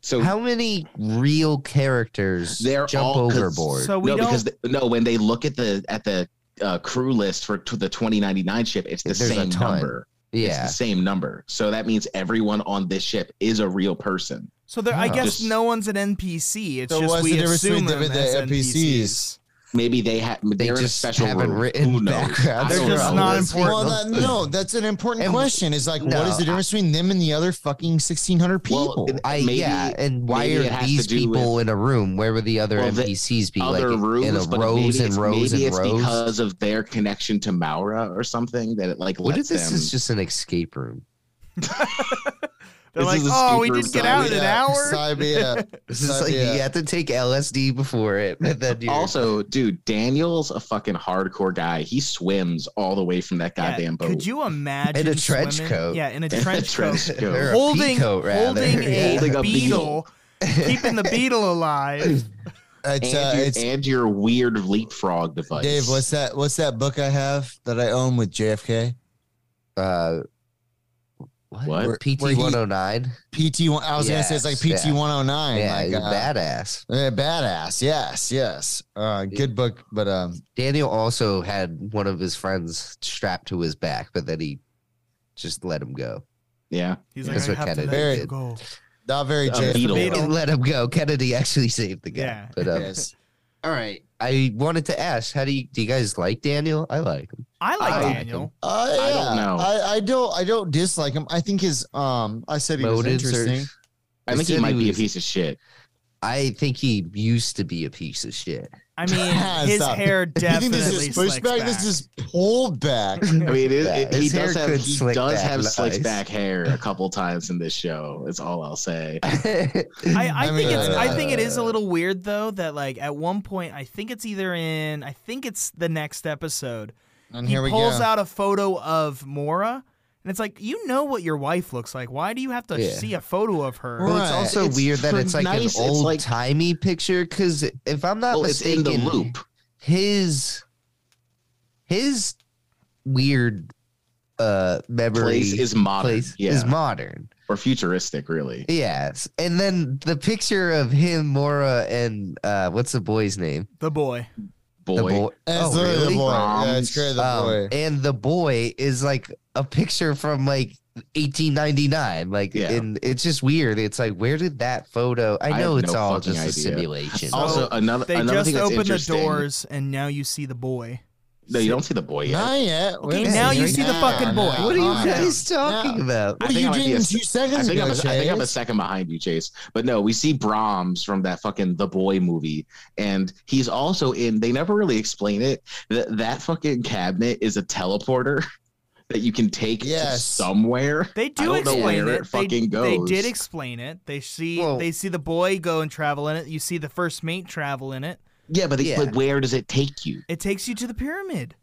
Speaker 4: So
Speaker 2: how many real characters
Speaker 4: They're
Speaker 2: jump
Speaker 4: all- 'cause-
Speaker 2: overboard?
Speaker 1: So we
Speaker 4: no,
Speaker 1: don't.
Speaker 4: because they- no, when they look at the at the uh, crew list for t- the 2099 ship, it's the
Speaker 2: There's a
Speaker 4: same
Speaker 2: ton.
Speaker 4: number. It's
Speaker 2: yeah,
Speaker 4: the same number. So that means everyone on this ship is a real person.
Speaker 1: so there, I
Speaker 2: Huh.
Speaker 1: guess
Speaker 4: Just-
Speaker 1: no one's an NPC. It's
Speaker 3: So
Speaker 1: just
Speaker 3: what's
Speaker 1: we
Speaker 3: the difference
Speaker 1: assume
Speaker 3: between
Speaker 1: them
Speaker 3: the
Speaker 1: as
Speaker 3: NPCs?
Speaker 1: NPCs.
Speaker 4: Maybe they have
Speaker 2: they
Speaker 4: they're in a
Speaker 2: just
Speaker 4: special
Speaker 2: haven't
Speaker 4: room. Who
Speaker 2: written
Speaker 4: knows?
Speaker 2: background.
Speaker 4: I don't
Speaker 1: They're just
Speaker 4: know.
Speaker 1: not
Speaker 2: That's-
Speaker 1: important.
Speaker 3: Well, that, no, that's an important
Speaker 2: And-
Speaker 3: question. Is like,
Speaker 2: No,
Speaker 3: what is the difference between them and the other fucking sixteen hundred people?
Speaker 4: Well, it-
Speaker 2: I
Speaker 4: Maybe-
Speaker 2: yeah, and why
Speaker 4: maybe it
Speaker 2: are
Speaker 4: has
Speaker 2: these
Speaker 4: to do
Speaker 2: people in a room? Where would the other
Speaker 4: Well, the
Speaker 2: NPCs be?
Speaker 4: Other
Speaker 2: like
Speaker 4: rooms,
Speaker 2: in a
Speaker 4: but
Speaker 2: rows
Speaker 4: maybe
Speaker 2: and
Speaker 4: it's,
Speaker 2: rows
Speaker 4: maybe
Speaker 2: and
Speaker 4: it's
Speaker 2: rows.
Speaker 4: because of their connection to Maura or something that it like
Speaker 2: what if
Speaker 4: lets
Speaker 2: this
Speaker 4: them.
Speaker 2: is just an escape room?
Speaker 1: They're like,
Speaker 4: This is a
Speaker 1: oh, we
Speaker 4: escape
Speaker 1: just
Speaker 4: room
Speaker 1: get out in an
Speaker 3: Side-
Speaker 1: hour.
Speaker 3: side-
Speaker 1: [LAUGHS]
Speaker 3: yeah.
Speaker 2: This is
Speaker 3: That'd
Speaker 2: like
Speaker 3: be a-
Speaker 2: you have to take LSD before it, and then you
Speaker 4: Also, dude, Daniel's a fucking hardcore guy. He swims all the way from that
Speaker 1: Yeah,
Speaker 4: goddamn boat. [LAUGHS]
Speaker 1: Could you imagine
Speaker 2: In a trench
Speaker 1: swimming-
Speaker 2: coat.
Speaker 1: Yeah, in a
Speaker 4: In a
Speaker 1: trench coat.
Speaker 4: [LAUGHS] trench coat.
Speaker 2: or a
Speaker 1: Holding,
Speaker 2: peacoat, rather.
Speaker 1: holding a
Speaker 4: Holding a
Speaker 1: beetle,
Speaker 4: beetle.
Speaker 1: [LAUGHS] keeping the beetle alive.
Speaker 3: It's,
Speaker 4: and,
Speaker 3: uh,
Speaker 4: your,
Speaker 3: it's
Speaker 4: and your weird leapfrog device.
Speaker 3: Dave. What's that? What's that book I have that I own with JFK?
Speaker 2: uh, what,
Speaker 4: What?
Speaker 3: Where-
Speaker 2: PT
Speaker 3: where he-
Speaker 2: one hundred nine?
Speaker 3: PT one. I was gonna say it's like
Speaker 2: Yes,
Speaker 3: PT one hundred nine.
Speaker 2: Yeah, he's
Speaker 3: like, uh,
Speaker 2: badass.
Speaker 3: yeah, badass. Yes, yes. Uh, good book, but um,
Speaker 2: Daniel also had one of his friends strapped to his back, but then he just let him go.
Speaker 4: Yeah.
Speaker 1: He's like,
Speaker 2: That's
Speaker 1: I
Speaker 2: what
Speaker 1: have to
Speaker 2: Kennedy
Speaker 1: let you
Speaker 3: did.
Speaker 1: go.
Speaker 3: not very
Speaker 4: A
Speaker 3: JFK.
Speaker 4: beetle.
Speaker 1: beetle.
Speaker 2: He let him go. Kennedy actually saved the guy.
Speaker 1: Yeah.
Speaker 2: But um,
Speaker 3: Yes.
Speaker 2: All right. I wanted to ask, how do you do you guys like Daniel? I like him.
Speaker 1: I like
Speaker 3: I like
Speaker 1: Daniel.
Speaker 3: Uh,
Speaker 4: I
Speaker 3: yeah.
Speaker 4: don't know.
Speaker 3: I, I don't. I don't dislike him. I think his um. I said he
Speaker 2: Motives are-
Speaker 3: was interesting.
Speaker 4: I think
Speaker 2: They
Speaker 4: he
Speaker 2: said
Speaker 4: might be a
Speaker 2: was-
Speaker 4: piece
Speaker 2: [LAUGHS]
Speaker 4: of shit.
Speaker 2: I think he used to be a piece of
Speaker 4: [LAUGHS]
Speaker 2: shit.
Speaker 1: I mean, his
Speaker 3: Stop.
Speaker 1: hair
Speaker 3: You
Speaker 1: definitely
Speaker 3: think this is
Speaker 1: slicks
Speaker 3: pushback?
Speaker 1: back.
Speaker 3: This is pullback.
Speaker 4: I mean, it is,
Speaker 2: Yeah,
Speaker 4: it,
Speaker 2: his
Speaker 4: he
Speaker 2: hair
Speaker 4: does have
Speaker 2: could
Speaker 4: he
Speaker 2: slick
Speaker 4: does
Speaker 2: back
Speaker 4: have slicks
Speaker 2: nice.
Speaker 4: back hair a couple times in this show. It's all I'll say.
Speaker 2: [LAUGHS] I,
Speaker 1: I, I,
Speaker 3: I
Speaker 1: think
Speaker 3: mean,
Speaker 1: it's I
Speaker 3: uh,
Speaker 1: think it is a little weird though that like at one point I think it's either in I think it's the next episode
Speaker 3: And
Speaker 1: he
Speaker 3: here we go.
Speaker 1: pulls out a photo of Mora and it's like you know what your wife looks like why do you have to
Speaker 2: Yeah.
Speaker 1: see a photo of her
Speaker 2: Well, it's
Speaker 3: Right.
Speaker 2: also
Speaker 4: It's
Speaker 2: weird that
Speaker 4: for
Speaker 2: it's like
Speaker 4: nice, it's
Speaker 2: an old
Speaker 4: like-
Speaker 2: timey picture because if I'm not
Speaker 4: Well, it's in
Speaker 2: mistaken,
Speaker 4: the loop.
Speaker 2: his his weird uh memory
Speaker 4: Place is modern,
Speaker 2: place
Speaker 4: yeah,
Speaker 2: is modern.
Speaker 4: or futuristic, really.
Speaker 2: Yes, and then the picture of him, Mora, and uh what's the boy's name?
Speaker 1: the boy
Speaker 4: Boy,
Speaker 2: The boy.
Speaker 3: That's
Speaker 2: oh,
Speaker 3: literally
Speaker 2: really?
Speaker 3: the boy.
Speaker 4: Um,
Speaker 3: Yeah, it's great. The
Speaker 2: Um,
Speaker 3: boy.
Speaker 2: and the boy is like a picture from like 1899 like
Speaker 4: Yeah.
Speaker 2: and it's just weird it's like where did that photo i
Speaker 4: I
Speaker 2: know
Speaker 4: have
Speaker 2: it's
Speaker 4: no
Speaker 2: all
Speaker 4: fucking
Speaker 2: just a
Speaker 4: idea.
Speaker 2: simulation
Speaker 4: also
Speaker 1: So,
Speaker 4: another
Speaker 1: they
Speaker 4: another
Speaker 1: just
Speaker 4: thing that's
Speaker 1: open the
Speaker 4: interesting-
Speaker 1: doors and now you see the boy
Speaker 4: No, you don't see the boy yet.
Speaker 3: Not yet. Wait
Speaker 1: Okay,
Speaker 3: a
Speaker 1: now
Speaker 3: second.
Speaker 1: you see the fucking boy.
Speaker 2: what are you
Speaker 3: Nah,
Speaker 2: guys
Speaker 3: nah.
Speaker 2: talking about
Speaker 4: I
Speaker 3: What are
Speaker 4: think
Speaker 3: you
Speaker 4: I might be
Speaker 3: doing
Speaker 4: a-
Speaker 3: two
Speaker 4: I
Speaker 3: seconds
Speaker 4: think,
Speaker 3: ago,
Speaker 4: I'm a, I think I'm a
Speaker 3: Chase?
Speaker 4: second behind you, Chase. But no, we see Brahms from that fucking The Boy movie, and he's also in. They never really explain it. That that fucking cabinet is a teleporter [LAUGHS] that you can take to
Speaker 3: Yes.
Speaker 4: somewhere.
Speaker 1: they
Speaker 4: I
Speaker 1: do
Speaker 4: don't know
Speaker 1: explain
Speaker 4: where
Speaker 1: it,
Speaker 4: it
Speaker 1: They-
Speaker 4: fucking
Speaker 1: they
Speaker 4: goes.
Speaker 1: did explain it they see
Speaker 2: Well-
Speaker 1: they see the boy go and travel in it you see the first mate travel in it
Speaker 4: Yeah, but, they,
Speaker 2: Yeah.
Speaker 4: but where does it take you?
Speaker 1: it takes you to the
Speaker 4: Oh,
Speaker 1: pyramid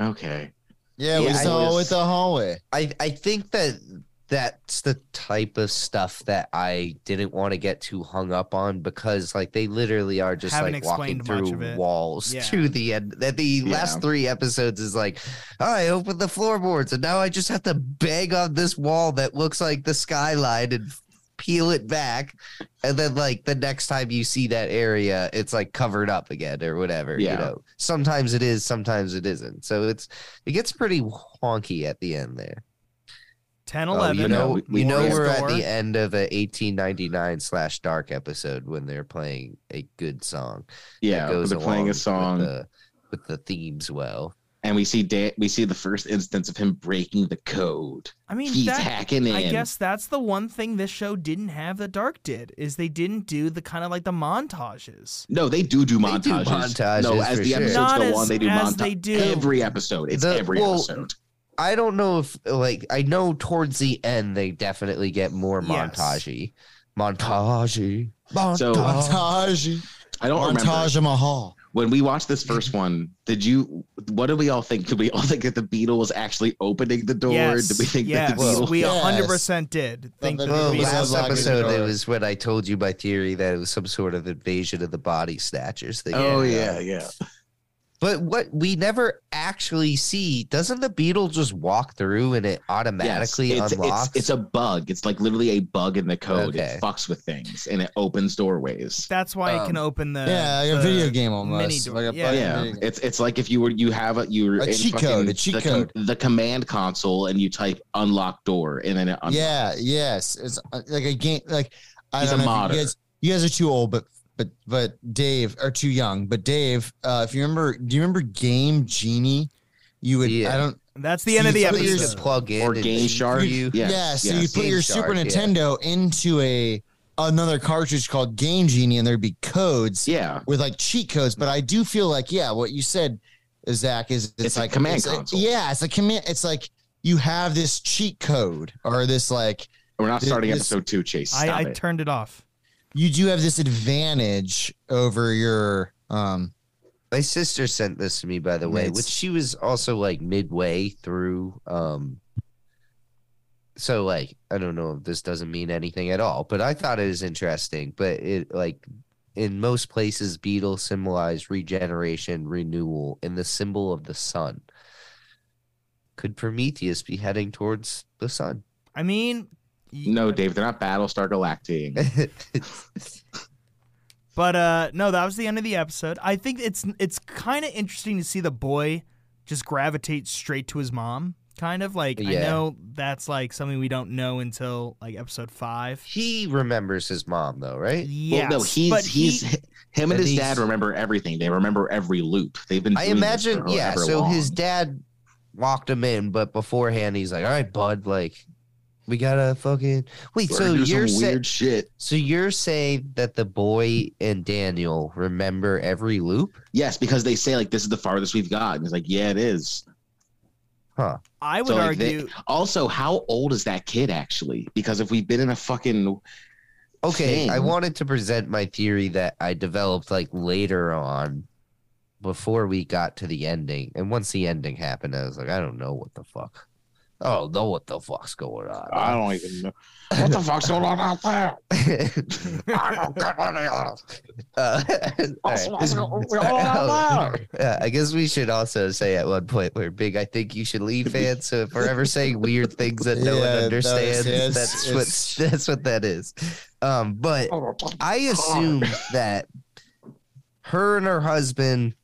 Speaker 4: Okay.
Speaker 3: Yeah, we
Speaker 2: Yeah, I
Speaker 3: saw
Speaker 4: was-
Speaker 3: with the hallway.
Speaker 2: I, I think that that's the type of stuff that i didn't want to get too hung up on because like they literally are just
Speaker 1: Haven't
Speaker 2: like walking
Speaker 1: explained much of
Speaker 2: through
Speaker 1: it.
Speaker 2: walls
Speaker 1: Yeah.
Speaker 2: to the end that the last three episodes is like i opened the floorboards and now i just have to bang on this wall that looks like the skyline and peel it back and then like the next time you see that area it's like covered up again or whatever
Speaker 4: Yeah.
Speaker 2: you know sometimes it is sometimes it isn't so it's it gets pretty wonky at the end there
Speaker 1: 10
Speaker 4: Oh, you
Speaker 1: 11
Speaker 4: know-
Speaker 1: Mora's
Speaker 2: we know
Speaker 4: Warriors
Speaker 2: we're at
Speaker 1: door.
Speaker 2: the end of a 1899 slash dark episode when they're playing a good song
Speaker 4: Yeah, they're
Speaker 2: along
Speaker 4: playing a
Speaker 2: with
Speaker 4: song,
Speaker 2: the, with the themes well
Speaker 4: and we see da- we see the first instance of him breaking the code.
Speaker 1: I mean
Speaker 4: He's
Speaker 1: that
Speaker 4: hacking in.
Speaker 1: I guess that's the one thing this show didn't have that Dark did is they didn't do the kind of like the montages.
Speaker 4: No, they do do
Speaker 2: They do
Speaker 4: montages. no,
Speaker 2: montages
Speaker 4: as
Speaker 2: for
Speaker 4: the
Speaker 2: sure.
Speaker 4: episodes
Speaker 1: Not
Speaker 4: go
Speaker 1: as-
Speaker 4: on, they do
Speaker 1: as
Speaker 4: montages.
Speaker 1: they do.
Speaker 4: Every episode, it's
Speaker 2: The-
Speaker 4: every
Speaker 2: well,
Speaker 4: episode.
Speaker 2: i don't know if like i know towards the end they definitely get more
Speaker 1: Yes.
Speaker 2: montagey montagey montage
Speaker 4: So-
Speaker 3: Montage.
Speaker 4: I don't remember
Speaker 3: Montage Mahal.
Speaker 4: when we watched this first one. Did you? What did we all think? Did we all think that the beetle was actually opening the door?
Speaker 1: yes,
Speaker 4: Did we think
Speaker 1: yes,
Speaker 4: that the beetle?
Speaker 1: we
Speaker 3: Yes.
Speaker 1: hundred percent did think
Speaker 3: Well,
Speaker 1: that
Speaker 4: Oh,
Speaker 2: well,
Speaker 1: the Beatles
Speaker 2: last
Speaker 3: was like-
Speaker 2: episode it was when I told you my theory that it was some sort of invasion of the body snatchers thing. uh,
Speaker 4: oh
Speaker 2: going on.
Speaker 4: yeah, yeah.
Speaker 2: But what we never actually see, doesn't the beetle just walk through and it
Speaker 4: Yes,
Speaker 2: automatically
Speaker 4: it's,
Speaker 2: unlocks?
Speaker 4: it's it's a bug. It's like literally a bug in the code.
Speaker 2: Okay.
Speaker 4: It fucks with things and it opens doorways.
Speaker 1: that's why it can
Speaker 2: um,
Speaker 1: open the
Speaker 3: yeah, like
Speaker 1: the,
Speaker 3: a video game almost.
Speaker 1: door,
Speaker 3: Like a
Speaker 1: yeah.
Speaker 3: fucking
Speaker 4: Oh, yeah,
Speaker 3: video game.
Speaker 4: it's it's like if you were you have a you were
Speaker 3: A
Speaker 4: in
Speaker 3: cheat
Speaker 4: fucking
Speaker 3: code, a cheat
Speaker 4: the,
Speaker 3: code.
Speaker 4: the command console and you type unlock door and then it unlocks.
Speaker 3: Yeah, yes. It's uh, like a game. Like I
Speaker 4: He's
Speaker 3: don't
Speaker 4: a
Speaker 3: know if
Speaker 4: modder.
Speaker 3: You guys, you guys are too old, but but but Dave are too young. But Dave, uh, if you remember, do you remember Game Genie? You would.
Speaker 2: Yeah.
Speaker 3: I don't.
Speaker 1: That's the end of
Speaker 3: See,
Speaker 1: the
Speaker 3: so
Speaker 2: Something you
Speaker 3: there's-
Speaker 1: episode.
Speaker 2: could plug in
Speaker 4: Or
Speaker 2: and
Speaker 4: Game
Speaker 2: see
Speaker 4: Shark.
Speaker 2: You,
Speaker 4: Yes,
Speaker 3: yeah. So you
Speaker 4: yes.
Speaker 3: put your
Speaker 2: Game
Speaker 3: Super
Speaker 2: Shark, yeah.
Speaker 3: Nintendo into a another cartridge called Game Genie, and there'd be codes
Speaker 4: yeah.
Speaker 3: with like cheat codes. But I do feel like, yeah, what you said, Zach, is it's,
Speaker 4: It's a
Speaker 3: like
Speaker 4: command
Speaker 3: it's
Speaker 4: console.
Speaker 3: yeah, it's a command. It's like you have this cheat code or this like
Speaker 4: We're not
Speaker 3: Th-
Speaker 4: starting
Speaker 3: this-
Speaker 4: episode two, Chase. Stop
Speaker 1: I, I
Speaker 4: it.
Speaker 1: turned it off.
Speaker 3: you do have this advantage over your um
Speaker 2: My sister sent this to me, by the way,
Speaker 3: Mates.
Speaker 2: which she was also like midway through. Um, so like I don't know if this doesn't mean anything at all, but I thought it was interesting. But it like in most places, beetles symbolize regeneration, renewal, and the symbol of the sun. Could Prometheus be heading towards the sun? [LAUGHS]
Speaker 1: I mean, y-
Speaker 4: No, Dave, they're not Battlestar
Speaker 2: [LAUGHS]
Speaker 4: Galactic.
Speaker 1: But uh, no, that was the end of the episode. I think it's it's kind of interesting to see the boy just gravitate straight to his mom, kind of like I
Speaker 2: Yeah.
Speaker 1: know that's like something we don't know until like episode five.
Speaker 2: He remembers his mom though, right?
Speaker 1: Yeah,
Speaker 4: well, no,
Speaker 1: but
Speaker 4: he's
Speaker 1: he-
Speaker 4: he's him and
Speaker 2: but
Speaker 4: his
Speaker 2: he's-
Speaker 4: dad remember everything. They remember every loop. They've been.
Speaker 2: I
Speaker 4: doing this
Speaker 2: imagine,
Speaker 4: for
Speaker 2: yeah.
Speaker 4: however
Speaker 2: So
Speaker 4: long.
Speaker 2: his dad walked him in, but beforehand he's like, "All right, bud, like we gotta fucking wait."
Speaker 4: We're
Speaker 2: so
Speaker 4: gonna do
Speaker 2: you're
Speaker 4: some
Speaker 2: saying,
Speaker 4: weird shit.
Speaker 2: so you're saying that the boy and Daniel remember every loop?
Speaker 4: Yes, because they say like this is the farthest we've got. And it's like, yeah, it is.
Speaker 1: I would
Speaker 4: So, like, they-
Speaker 1: argue
Speaker 4: Also, how old is that kid actually? Because if we've been in a fucking
Speaker 2: Okay, I
Speaker 4: Thing.
Speaker 2: wanted to present my theory that I developed like later on, before we got to the ending, and once the ending happened, I was like, I don't know what the fuck. I don't know what the fuck's going on.
Speaker 4: I don't even know what the fuck's going on out
Speaker 2: [LAUGHS]
Speaker 4: there.
Speaker 2: Uh, [LAUGHS] all right. [LAUGHS] Uh, I guess we should also say at one point we're big. I think you should leave
Speaker 3: [LAUGHS]
Speaker 2: fans. So if we're ever saying weird things that no
Speaker 3: Yeah,
Speaker 2: one
Speaker 3: that
Speaker 2: understands,
Speaker 3: is-
Speaker 2: that's
Speaker 3: it's- [LAUGHS]
Speaker 2: what that's what that is. Um, but
Speaker 4: Oh,
Speaker 2: I assume that her and her husband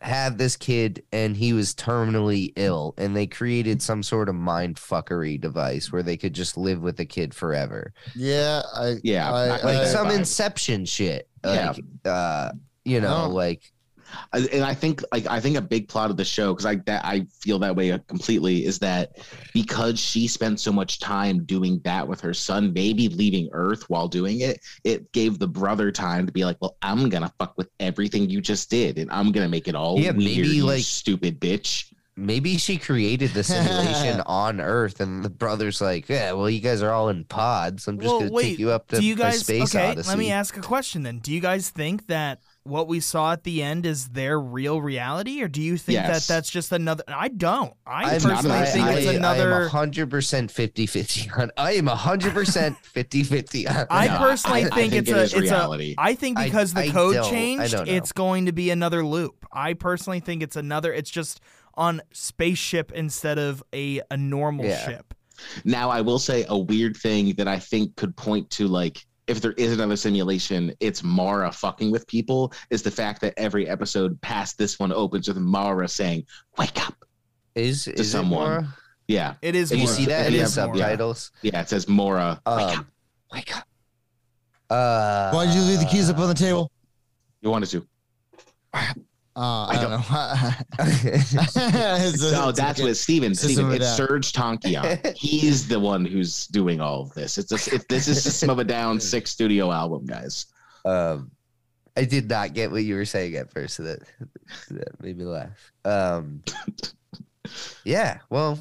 Speaker 2: had this kid and he was terminally ill and they created some sort of mind fuckery device where they could just live with the kid forever
Speaker 3: Yeah, I
Speaker 4: Yeah,
Speaker 3: I- I-
Speaker 4: not
Speaker 2: like
Speaker 4: that
Speaker 2: some
Speaker 4: vibe.
Speaker 2: inception shit
Speaker 4: Yeah.
Speaker 2: like uh you know
Speaker 3: No.
Speaker 2: like
Speaker 4: I- and I think like I think a big plot of the show because I that I feel that way completely is that because she spent so much time doing that with her son, maybe leaving Earth while doing it, it gave the brother time to be like, well, I'm gonna fuck with everything you just did, and I'm gonna make it all
Speaker 2: Yeah,
Speaker 4: weird,
Speaker 2: maybe,
Speaker 4: you
Speaker 2: like-
Speaker 4: stupid bitch.
Speaker 2: maybe she created the simulation on earth and the brother's like yeah well you guys are all in pods i'm just
Speaker 1: Well,
Speaker 2: gonna
Speaker 1: wait,
Speaker 2: take you up to
Speaker 1: do you
Speaker 2: my
Speaker 1: guys
Speaker 2: space
Speaker 1: okay
Speaker 2: odyssey
Speaker 1: let me ask a question then do you guys think that what we saw at the end is their real reality or do you think
Speaker 4: Yes.
Speaker 1: that that's just another i don't i
Speaker 2: I'm
Speaker 1: personally
Speaker 4: not- I-
Speaker 1: think it's
Speaker 4: I-
Speaker 1: another
Speaker 2: 100% 50 50 on. I
Speaker 1: [LAUGHS]
Speaker 2: am 100% 50 50 on.
Speaker 1: I
Speaker 4: No,
Speaker 1: personally
Speaker 4: I,
Speaker 1: think
Speaker 4: I
Speaker 1: it's
Speaker 4: it
Speaker 1: a-
Speaker 4: is
Speaker 1: it's a-
Speaker 4: reality.
Speaker 1: i think
Speaker 2: I-
Speaker 1: because
Speaker 2: I
Speaker 1: the code
Speaker 2: don't- I
Speaker 1: changed
Speaker 2: don't know.
Speaker 1: it's going to be another loop i personally think it's another it's just on spaceship instead of a a normal
Speaker 2: Yeah.
Speaker 1: ship
Speaker 4: Now, I will say a weird thing that I think could point to like if there is another simulation, it's Mara fucking with people. Is the fact that every episode past this one opens with Mara saying "Wake up."
Speaker 2: is, is
Speaker 4: someone.
Speaker 2: It more?
Speaker 4: Yeah,
Speaker 1: it is
Speaker 2: Did you
Speaker 1: more.
Speaker 2: see
Speaker 1: it
Speaker 2: that in the
Speaker 1: is more.
Speaker 2: subtitles?
Speaker 4: yeah. Oh It says Mora. wake up.
Speaker 2: Um, wake up. Uh,
Speaker 3: Why did you leave the keys up on the table?
Speaker 4: You wanted to?
Speaker 3: Uh,
Speaker 4: I
Speaker 3: I don't know.
Speaker 2: [LAUGHS]
Speaker 3: [LAUGHS]
Speaker 2: the
Speaker 3: It's a-
Speaker 4: [LAUGHS] No,
Speaker 3: it's a
Speaker 4: that's
Speaker 3: good-
Speaker 4: with Steven.
Speaker 3: System
Speaker 4: Steven,
Speaker 3: of a
Speaker 4: it's
Speaker 3: Down. [LAUGHS]
Speaker 4: Serge Tankian. He's the one who's doing all of this. It's a, it, this is System of
Speaker 3: [LAUGHS]
Speaker 4: a Down six studio album, guys.
Speaker 2: um, I did not get what you were saying at first, so that, that made me laugh. Um, yeah, well,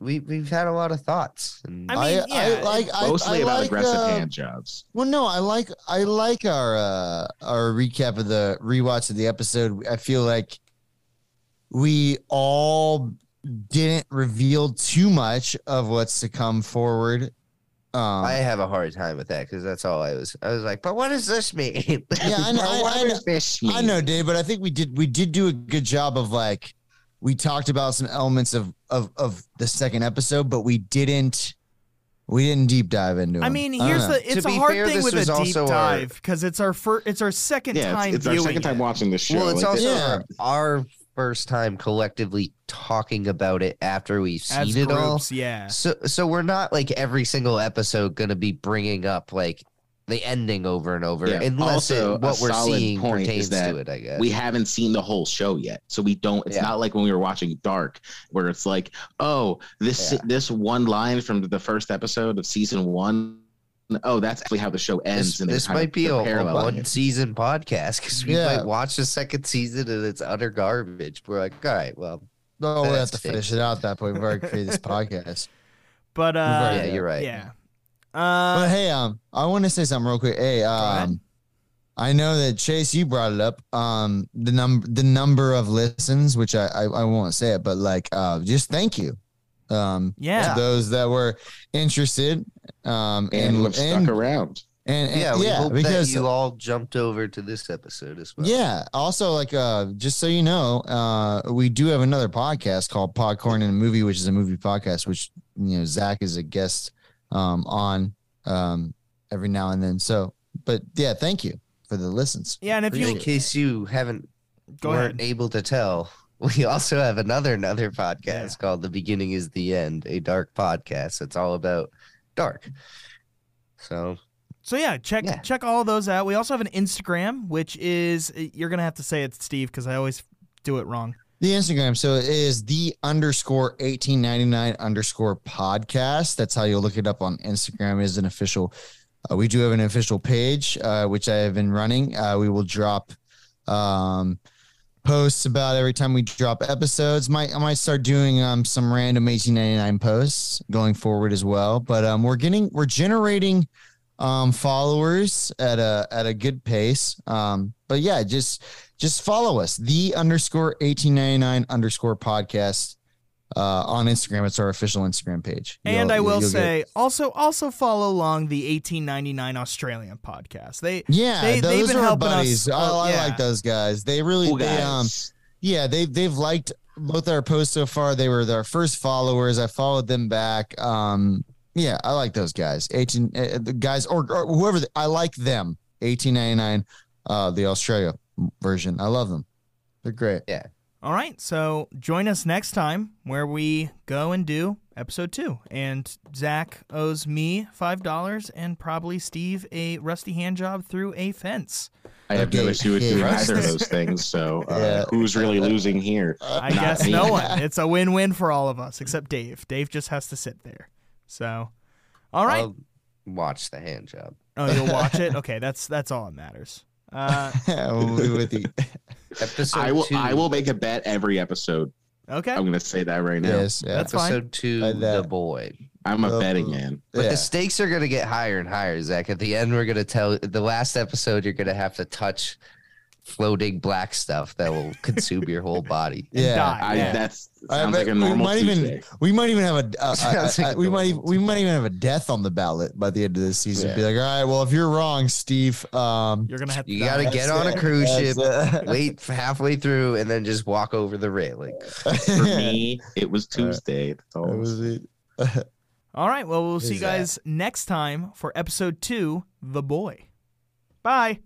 Speaker 2: we, we've had a lot of thoughts. And
Speaker 1: I mean, yeah,
Speaker 3: I like I,
Speaker 4: Mostly
Speaker 3: I
Speaker 4: about
Speaker 3: like,
Speaker 4: aggressive
Speaker 3: uh,
Speaker 4: hand jobs.
Speaker 3: Well, no, I like I like our uh, our recap of the rewatch of the episode. I feel like we all didn't reveal too much of what's to come forward. Um,
Speaker 2: I have a hard time with that because that's all I was. I was like, but what does this mean? [LAUGHS] yeah,
Speaker 3: I know- I- I know- I know, Dave, but I think we did we did do a good job of like we talked about some elements of of of the second episode, but we didn't we didn't deep dive into.
Speaker 1: I
Speaker 3: them.
Speaker 1: mean,
Speaker 4: Uh,
Speaker 3: don't
Speaker 1: here's
Speaker 3: know.
Speaker 1: the it's a
Speaker 2: be
Speaker 1: hard
Speaker 2: fair,
Speaker 1: thing
Speaker 2: this
Speaker 1: with a
Speaker 2: was
Speaker 1: deep
Speaker 2: also our-
Speaker 1: dive because it's our first it's our second
Speaker 4: Yeah,
Speaker 1: time
Speaker 4: it's, it's our
Speaker 1: viewing
Speaker 4: second time
Speaker 1: it.
Speaker 4: watching this show.
Speaker 2: Well, it's
Speaker 4: Like,
Speaker 2: also
Speaker 3: yeah.
Speaker 2: our, our first time collectively talking about it after we've
Speaker 1: as
Speaker 2: seen it all.
Speaker 1: groups, yeah.
Speaker 2: So, so we're not like every single episode going to be bringing up like the ending over and over,
Speaker 4: Yeah.
Speaker 2: unless
Speaker 4: Also,
Speaker 2: it,
Speaker 4: a
Speaker 2: what we're
Speaker 4: solid
Speaker 2: seeing
Speaker 4: point is
Speaker 2: pertains
Speaker 4: that
Speaker 2: to it. I guess.
Speaker 4: we haven't seen the whole show yet so we don't it's
Speaker 2: Yeah.
Speaker 4: not like when we were watching dark where it's like oh this
Speaker 2: Yeah.
Speaker 4: this one line from the first episode of season one oh that's actually how the show ends
Speaker 2: this
Speaker 4: and they're
Speaker 2: this
Speaker 4: kind
Speaker 2: might
Speaker 4: of-
Speaker 2: be
Speaker 4: they're
Speaker 2: a, a
Speaker 4: paralleling
Speaker 2: one
Speaker 4: it.
Speaker 2: season podcast because we
Speaker 3: Yeah.
Speaker 2: might watch the second season and it's utter garbage. We're like, all right, well,
Speaker 3: No, we'll have to
Speaker 2: That's it.
Speaker 3: finish it out at that point. We've already created this podcast.
Speaker 1: But uh,
Speaker 2: yeah, you're right.
Speaker 1: Yeah.
Speaker 3: but
Speaker 1: Uh,
Speaker 3: hey, um, I want to say something real quick. Hey,
Speaker 1: ahead.
Speaker 3: um, I know that Chase, you brought it up. Um, the number the number of listens, which I, I I won't say it, but like, uh, just thank you. Um,
Speaker 1: Yeah.
Speaker 3: to those that were interested. Um,
Speaker 4: and
Speaker 3: and
Speaker 4: we've stuck
Speaker 3: and,
Speaker 4: around
Speaker 3: and, and-
Speaker 2: yeah, we
Speaker 3: yeah,
Speaker 2: hope
Speaker 3: because
Speaker 2: that you all jumped over to this episode as well.
Speaker 3: Yeah. Also, like, uh, just so you know, uh, we do have another podcast called Podcorn and a Movie, which is a movie podcast, which you know Zach is a guest um, on um, every now and then. So, but yeah, thank you for the listens.
Speaker 1: yeah, and if
Speaker 2: In
Speaker 1: you
Speaker 2: case you haven't
Speaker 1: go ahead,
Speaker 2: weren't able to tell, [LAUGHS] We also have another another podcast called "The Beginning Is the End," a dark podcast. It's all about dark. So
Speaker 1: So yeah, check
Speaker 2: Yeah.
Speaker 1: check all those out. We also have an Instagram, which is you're gonna have to say it, Steve, because I always do it wrong.
Speaker 3: The Instagram. So it is the underscore 1899 underscore podcast. That's how you'll look it up on Instagram is an official. Uh, we do have an official page, uh, which I have been running. Uh, we will drop um, posts about every time we drop episodes. Might I might start doing um, some random 1899 posts going forward as well. But um, we're getting we're generating um, followers at a at a good pace. Um, but yeah, just just follow us the underscore 1899 underscore podcast uh, on instagram it's our official instagram page
Speaker 1: and
Speaker 3: You'll-
Speaker 1: I will
Speaker 3: you'll get-
Speaker 1: say also also follow along the 1899 Australian podcast. They
Speaker 3: yeah
Speaker 1: they-
Speaker 3: those
Speaker 1: they've been
Speaker 3: are our
Speaker 1: helping us-
Speaker 3: buddies I, I
Speaker 1: yeah.
Speaker 3: like those guys they really
Speaker 4: Cool
Speaker 3: they, um,
Speaker 4: guys.
Speaker 3: yeah they, they've liked both our posts so far they were our first followers i followed them back um, yeah i like those guys 18 uh, the guys or, or whoever the- i like them 1899 uh, the australia version i love them they're great
Speaker 1: all right. So join us next time where we go and do episode two. And Zach owes me five dollars and probably Steve a rusty hand job through a fence.
Speaker 4: I have no
Speaker 3: Okay.
Speaker 4: issue with
Speaker 3: Yeah.
Speaker 4: doing either of those
Speaker 3: [LAUGHS]
Speaker 4: things. So uh,
Speaker 3: Yeah.
Speaker 4: who's really losing here?
Speaker 3: [LAUGHS]
Speaker 1: I
Speaker 4: Not
Speaker 1: guess
Speaker 4: me.
Speaker 1: no one. It's a win win for all of us except Dave. Dave just has to sit there. So all right.
Speaker 2: I'll watch the hand job.
Speaker 1: Oh, you'll watch it? Okay, that's that's all that matters. Uh
Speaker 3: we'll be
Speaker 1: [LAUGHS]
Speaker 3: with you
Speaker 2: Episode
Speaker 4: I will.
Speaker 2: two.
Speaker 4: I will make a bet every episode.
Speaker 1: okay.
Speaker 4: [LAUGHS] I'm going to say that right now.
Speaker 3: yes yeah.
Speaker 1: That's fine.
Speaker 2: episode two.
Speaker 3: Like that.
Speaker 2: The boy.
Speaker 4: I'm a
Speaker 3: Uh,
Speaker 4: betting man.
Speaker 2: But
Speaker 3: Yeah.
Speaker 2: the stakes are going to get higher and higher, Zach. At the end, we're going to tell the last episode, you're going to have to touch floating black stuff that will consume your
Speaker 1: [LAUGHS]
Speaker 2: whole body.
Speaker 1: And
Speaker 3: Yeah.
Speaker 1: die.
Speaker 4: I,
Speaker 1: yeah.
Speaker 4: That's
Speaker 3: I
Speaker 4: sounds
Speaker 3: bet
Speaker 4: like a
Speaker 3: Uh, we
Speaker 4: normal
Speaker 3: might even-
Speaker 4: Tuesday.
Speaker 3: We might even have a, uh, uh,
Speaker 2: Sounds like a
Speaker 3: we might even,
Speaker 2: normal
Speaker 3: we might even have a death on the ballot by the end of this season.
Speaker 2: Yeah.
Speaker 3: Be like, all right, well, if you're wrong, Steve, um,
Speaker 1: You're gonna have to
Speaker 2: You
Speaker 1: die.
Speaker 2: got to
Speaker 3: That's
Speaker 2: get on a
Speaker 3: it.
Speaker 2: cruise ship,
Speaker 3: That's
Speaker 2: wait halfway through, and then just walk over the railing.
Speaker 3: [LAUGHS]
Speaker 4: For me, it was Tuesday. That's all.
Speaker 3: That was it.
Speaker 1: All right. Well, we'll see you
Speaker 2: Is that-
Speaker 1: guys next time for episode two, The Boy. Bye.